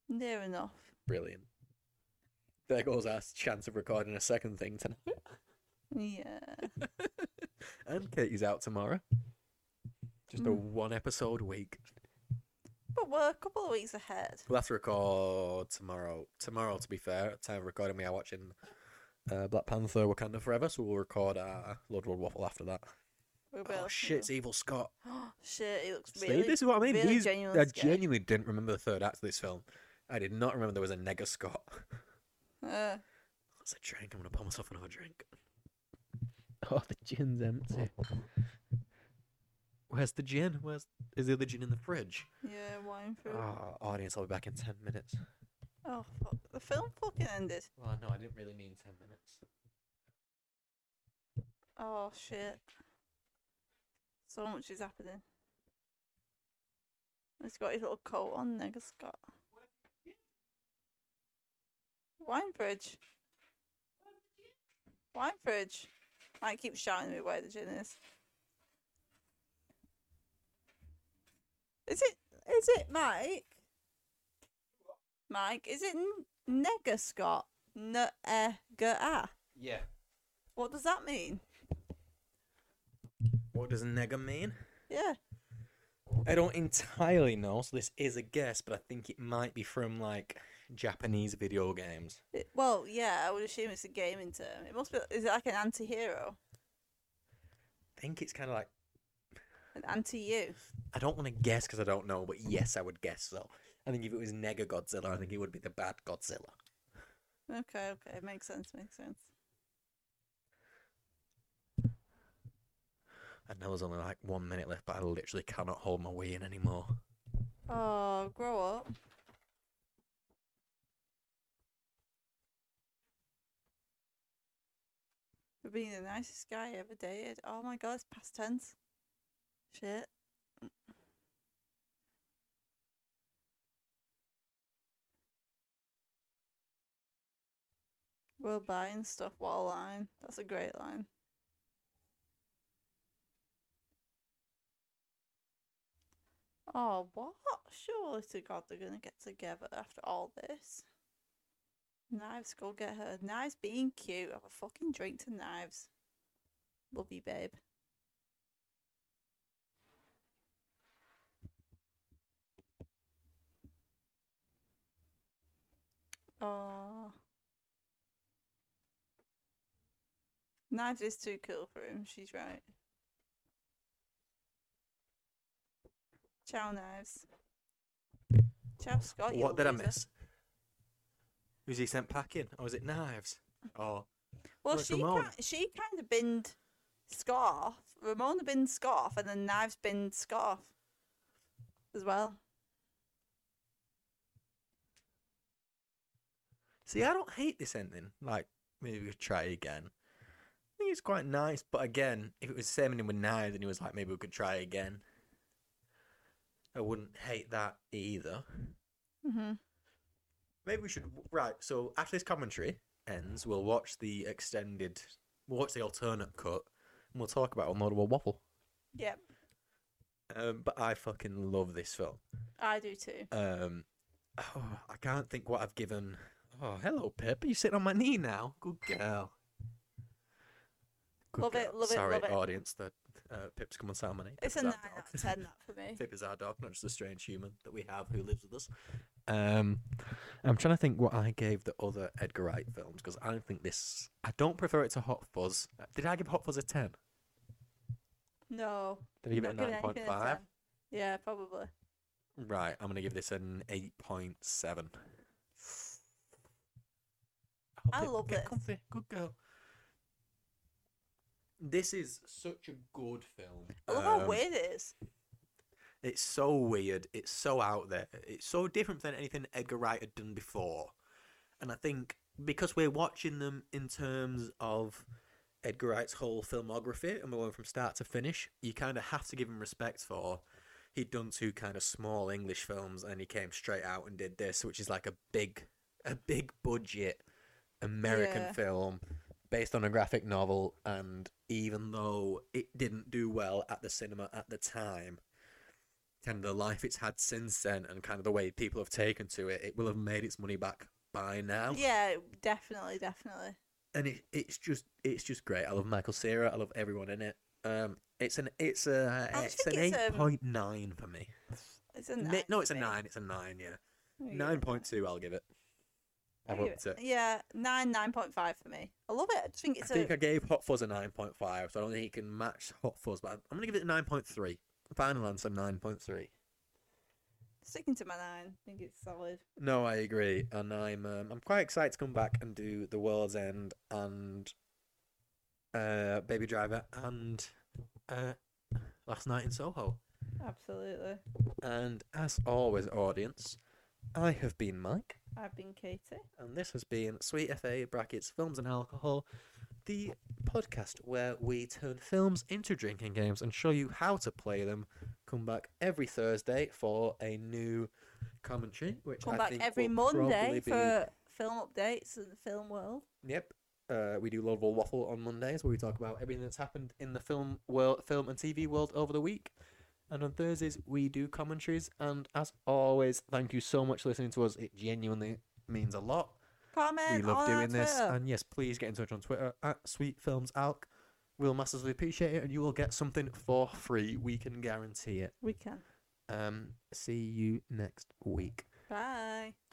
[SPEAKER 2] near enough.
[SPEAKER 1] Brilliant. There goes our chance of recording a second thing tonight.
[SPEAKER 2] Yeah.
[SPEAKER 1] And Katie's out tomorrow. Just a
[SPEAKER 2] Mm.
[SPEAKER 1] Hmm. one episode week.
[SPEAKER 2] but we're a couple of weeks ahead.
[SPEAKER 1] We'll have to record tomorrow. Tomorrow, to be fair, at the time of recording, we are watching uh, Black Panther Wakanda Forever, so we'll record our Lord World Waffle after that.
[SPEAKER 2] We will.
[SPEAKER 1] Oh, shit, it's Evil Scott.
[SPEAKER 2] shit! He looks
[SPEAKER 1] See,
[SPEAKER 2] really.
[SPEAKER 1] this is what I mean.
[SPEAKER 2] really
[SPEAKER 1] These-
[SPEAKER 2] genuinely
[SPEAKER 1] I
[SPEAKER 2] scared.
[SPEAKER 1] genuinely didn't remember the third act of this film. I did not remember there was a nega Scott.
[SPEAKER 2] Uh,
[SPEAKER 1] That's a drink. I'm going to pour myself another <laughs> drink.
[SPEAKER 3] Oh, the gin's empty.
[SPEAKER 1] Where's the gin? Where's is the other gin in the fridge?
[SPEAKER 2] yeah, wine food. Oh.
[SPEAKER 1] Ah, audience, I'll be back in ten minutes.
[SPEAKER 2] fuck! The film fucking ended.
[SPEAKER 1] Well, no, I didn't really mean ten minutes.
[SPEAKER 2] Oh shit! So much is happening. He's got his little coat on, nigga Scott. Wine fridge. Wine fridge. Mike keeps shouting at me where the gin is. Is it? Is it Mike? Mike, is it N- Nega Scott? N-E-G-A.
[SPEAKER 1] Yeah.
[SPEAKER 2] What does that mean?
[SPEAKER 1] What does nega mean?
[SPEAKER 2] Yeah.
[SPEAKER 1] I don't entirely know, so this is a guess, but I think it might be from like Japanese video games.
[SPEAKER 2] It, well, yeah, I would assume it's a gaming term. It must be. Is it like an anti-hero,
[SPEAKER 1] I think it's kind of like
[SPEAKER 2] an anti-you?
[SPEAKER 1] I don't want to guess because I don't know, but yes, I would guess so. I think if it was nega Godzilla, I think it would be the bad Godzilla.
[SPEAKER 2] Okay, okay, makes sense, makes sense.
[SPEAKER 1] I know there's only like one minute left, but I literally cannot hold my wee in anymore.
[SPEAKER 2] Oh, grow up. For being the nicest guy I ever dated. Oh my god, it's past tense. Shit. We're buying stuff. What a line. That's a great line. Oh, what? Surely to God they're going to get together after all this. Knives, go get her. Knives being cute. Have a fucking drink to Knives. Love you, babe. Oh. Knives is too cool for him. She's right. Ciao, Knives. Ciao, Scott. you
[SPEAKER 1] what did I
[SPEAKER 2] loser.
[SPEAKER 1] miss? Was he sent packing, or was it knives? Oh,
[SPEAKER 2] Well,
[SPEAKER 1] Like
[SPEAKER 2] she
[SPEAKER 1] Ramona.
[SPEAKER 2] kind, she kind of binned scarf. Ramona binned scarf, and then Knives binned scarf as well.
[SPEAKER 1] see, I don't hate this ending. Like, maybe we could try again. I think it's quite nice, but again, if it was the same ending with knives, and he was like, maybe we could try again. I wouldn't hate that either.
[SPEAKER 2] Mm-hmm.
[SPEAKER 1] Maybe we should. Right, so after this commentary ends, we'll watch the extended, we'll watch the alternate cut, and we'll talk about Unloadable Waffle.
[SPEAKER 2] Yep,
[SPEAKER 1] Um, but I fucking love this film.
[SPEAKER 2] I do too.
[SPEAKER 1] Um, oh, I can't think what I've given. Oh, hello, Pip. Are you sitting on my knee now? Good girl.
[SPEAKER 2] Love it, love it,
[SPEAKER 1] Sorry,
[SPEAKER 2] love it.
[SPEAKER 1] audience, that uh, Pip's come and sat on my knee.
[SPEAKER 2] It's a
[SPEAKER 1] Pip's
[SPEAKER 2] nine
[SPEAKER 1] our
[SPEAKER 2] out
[SPEAKER 1] dog.
[SPEAKER 2] of ten that for me.
[SPEAKER 1] <laughs> Pip is our dog, not just a strange human that we have who lives with us. Um, I'm trying to think what I gave the other Edgar Wright films because I don't think this. I don't prefer it to Hot Fuzz. Did I give Hot Fuzz a ten?
[SPEAKER 2] No,
[SPEAKER 1] Did I give
[SPEAKER 2] not
[SPEAKER 1] it a
[SPEAKER 2] giving
[SPEAKER 1] nine
[SPEAKER 2] anything
[SPEAKER 1] point
[SPEAKER 2] a
[SPEAKER 1] five?
[SPEAKER 2] 10. Yeah, probably.
[SPEAKER 1] Right, I'm gonna give this an eight point seven.
[SPEAKER 2] I love
[SPEAKER 1] get
[SPEAKER 2] this.
[SPEAKER 1] Comfy. Good girl. This is such a good film.
[SPEAKER 2] I love how
[SPEAKER 1] Um,
[SPEAKER 2] weird it is.
[SPEAKER 1] It's so weird. It's so out there. It's so different than anything Edgar Wright had done before. And I think because we're watching them in terms of Edgar Wright's whole filmography and we're going from start to finish, you kind of have to give him respect for he'd done two kind of small English films and he came straight out and did this, which is like a big, a big budget American
[SPEAKER 2] Yeah.
[SPEAKER 1] film based on a graphic novel. And even though it didn't do well at the cinema at the time, kind of the life it's had since then and kind of the way people have taken to it, it will have made its money back by now.
[SPEAKER 2] Yeah, definitely, definitely.
[SPEAKER 1] And it, it's just it's just great. I love Michael Cera. I love everyone in it. Um, it's an it's a
[SPEAKER 2] I
[SPEAKER 1] it's an
[SPEAKER 2] think it's,
[SPEAKER 1] eight
[SPEAKER 2] um,
[SPEAKER 1] point nine for me.
[SPEAKER 2] It's a
[SPEAKER 1] Ni-
[SPEAKER 2] nine.
[SPEAKER 1] no, it's a
[SPEAKER 2] for me.
[SPEAKER 1] nine. It's a nine. Yeah,
[SPEAKER 2] Yeah.
[SPEAKER 1] nine point two. I'll give it. I
[SPEAKER 2] Give
[SPEAKER 1] won't
[SPEAKER 2] it- Yeah, nine, nine point five for me. I love it. I just think
[SPEAKER 1] I
[SPEAKER 2] it's a
[SPEAKER 1] think I gave Hot Fuzz a 9.5, so I don't think it can match Hot Fuzz, but I'm going to give it a 9.3. Final answer 9.3.
[SPEAKER 2] sticking to my nine. I think it's solid.
[SPEAKER 1] No, I agree, and I'm um, I'm quite excited to come back and do The World's End and uh, Baby Driver and uh, Last Night in Soho.
[SPEAKER 2] Absolutely.
[SPEAKER 1] And as always, audience, I have been Mike,
[SPEAKER 2] I've been Katie.
[SPEAKER 1] and this has been Sweet FA brackets Films and Alcohol, the podcast where we turn films into drinking games and show you how to play them. Come back every Thursday for a new commentary, which
[SPEAKER 2] Come
[SPEAKER 1] I
[SPEAKER 2] back
[SPEAKER 1] think
[SPEAKER 2] every
[SPEAKER 1] will probably
[SPEAKER 2] Monday
[SPEAKER 1] be-
[SPEAKER 2] for film updates and the film world.
[SPEAKER 1] Yep. Uh, we do Lovable Waffle on Mondays where we talk about everything that's happened in the film world, film and TV world over the week. And on Thursdays we do commentaries. And as always, thank you so much for listening to us. It genuinely means a lot.
[SPEAKER 2] Comment.
[SPEAKER 1] we love
[SPEAKER 2] on our
[SPEAKER 1] doing this.
[SPEAKER 2] Twitter.
[SPEAKER 1] And yes, please get in touch on Twitter at Sweet Films Alc. We'll massively appreciate it, and you will get something for free. We can guarantee it.
[SPEAKER 2] We can.
[SPEAKER 1] Um, see you next week.
[SPEAKER 2] Bye.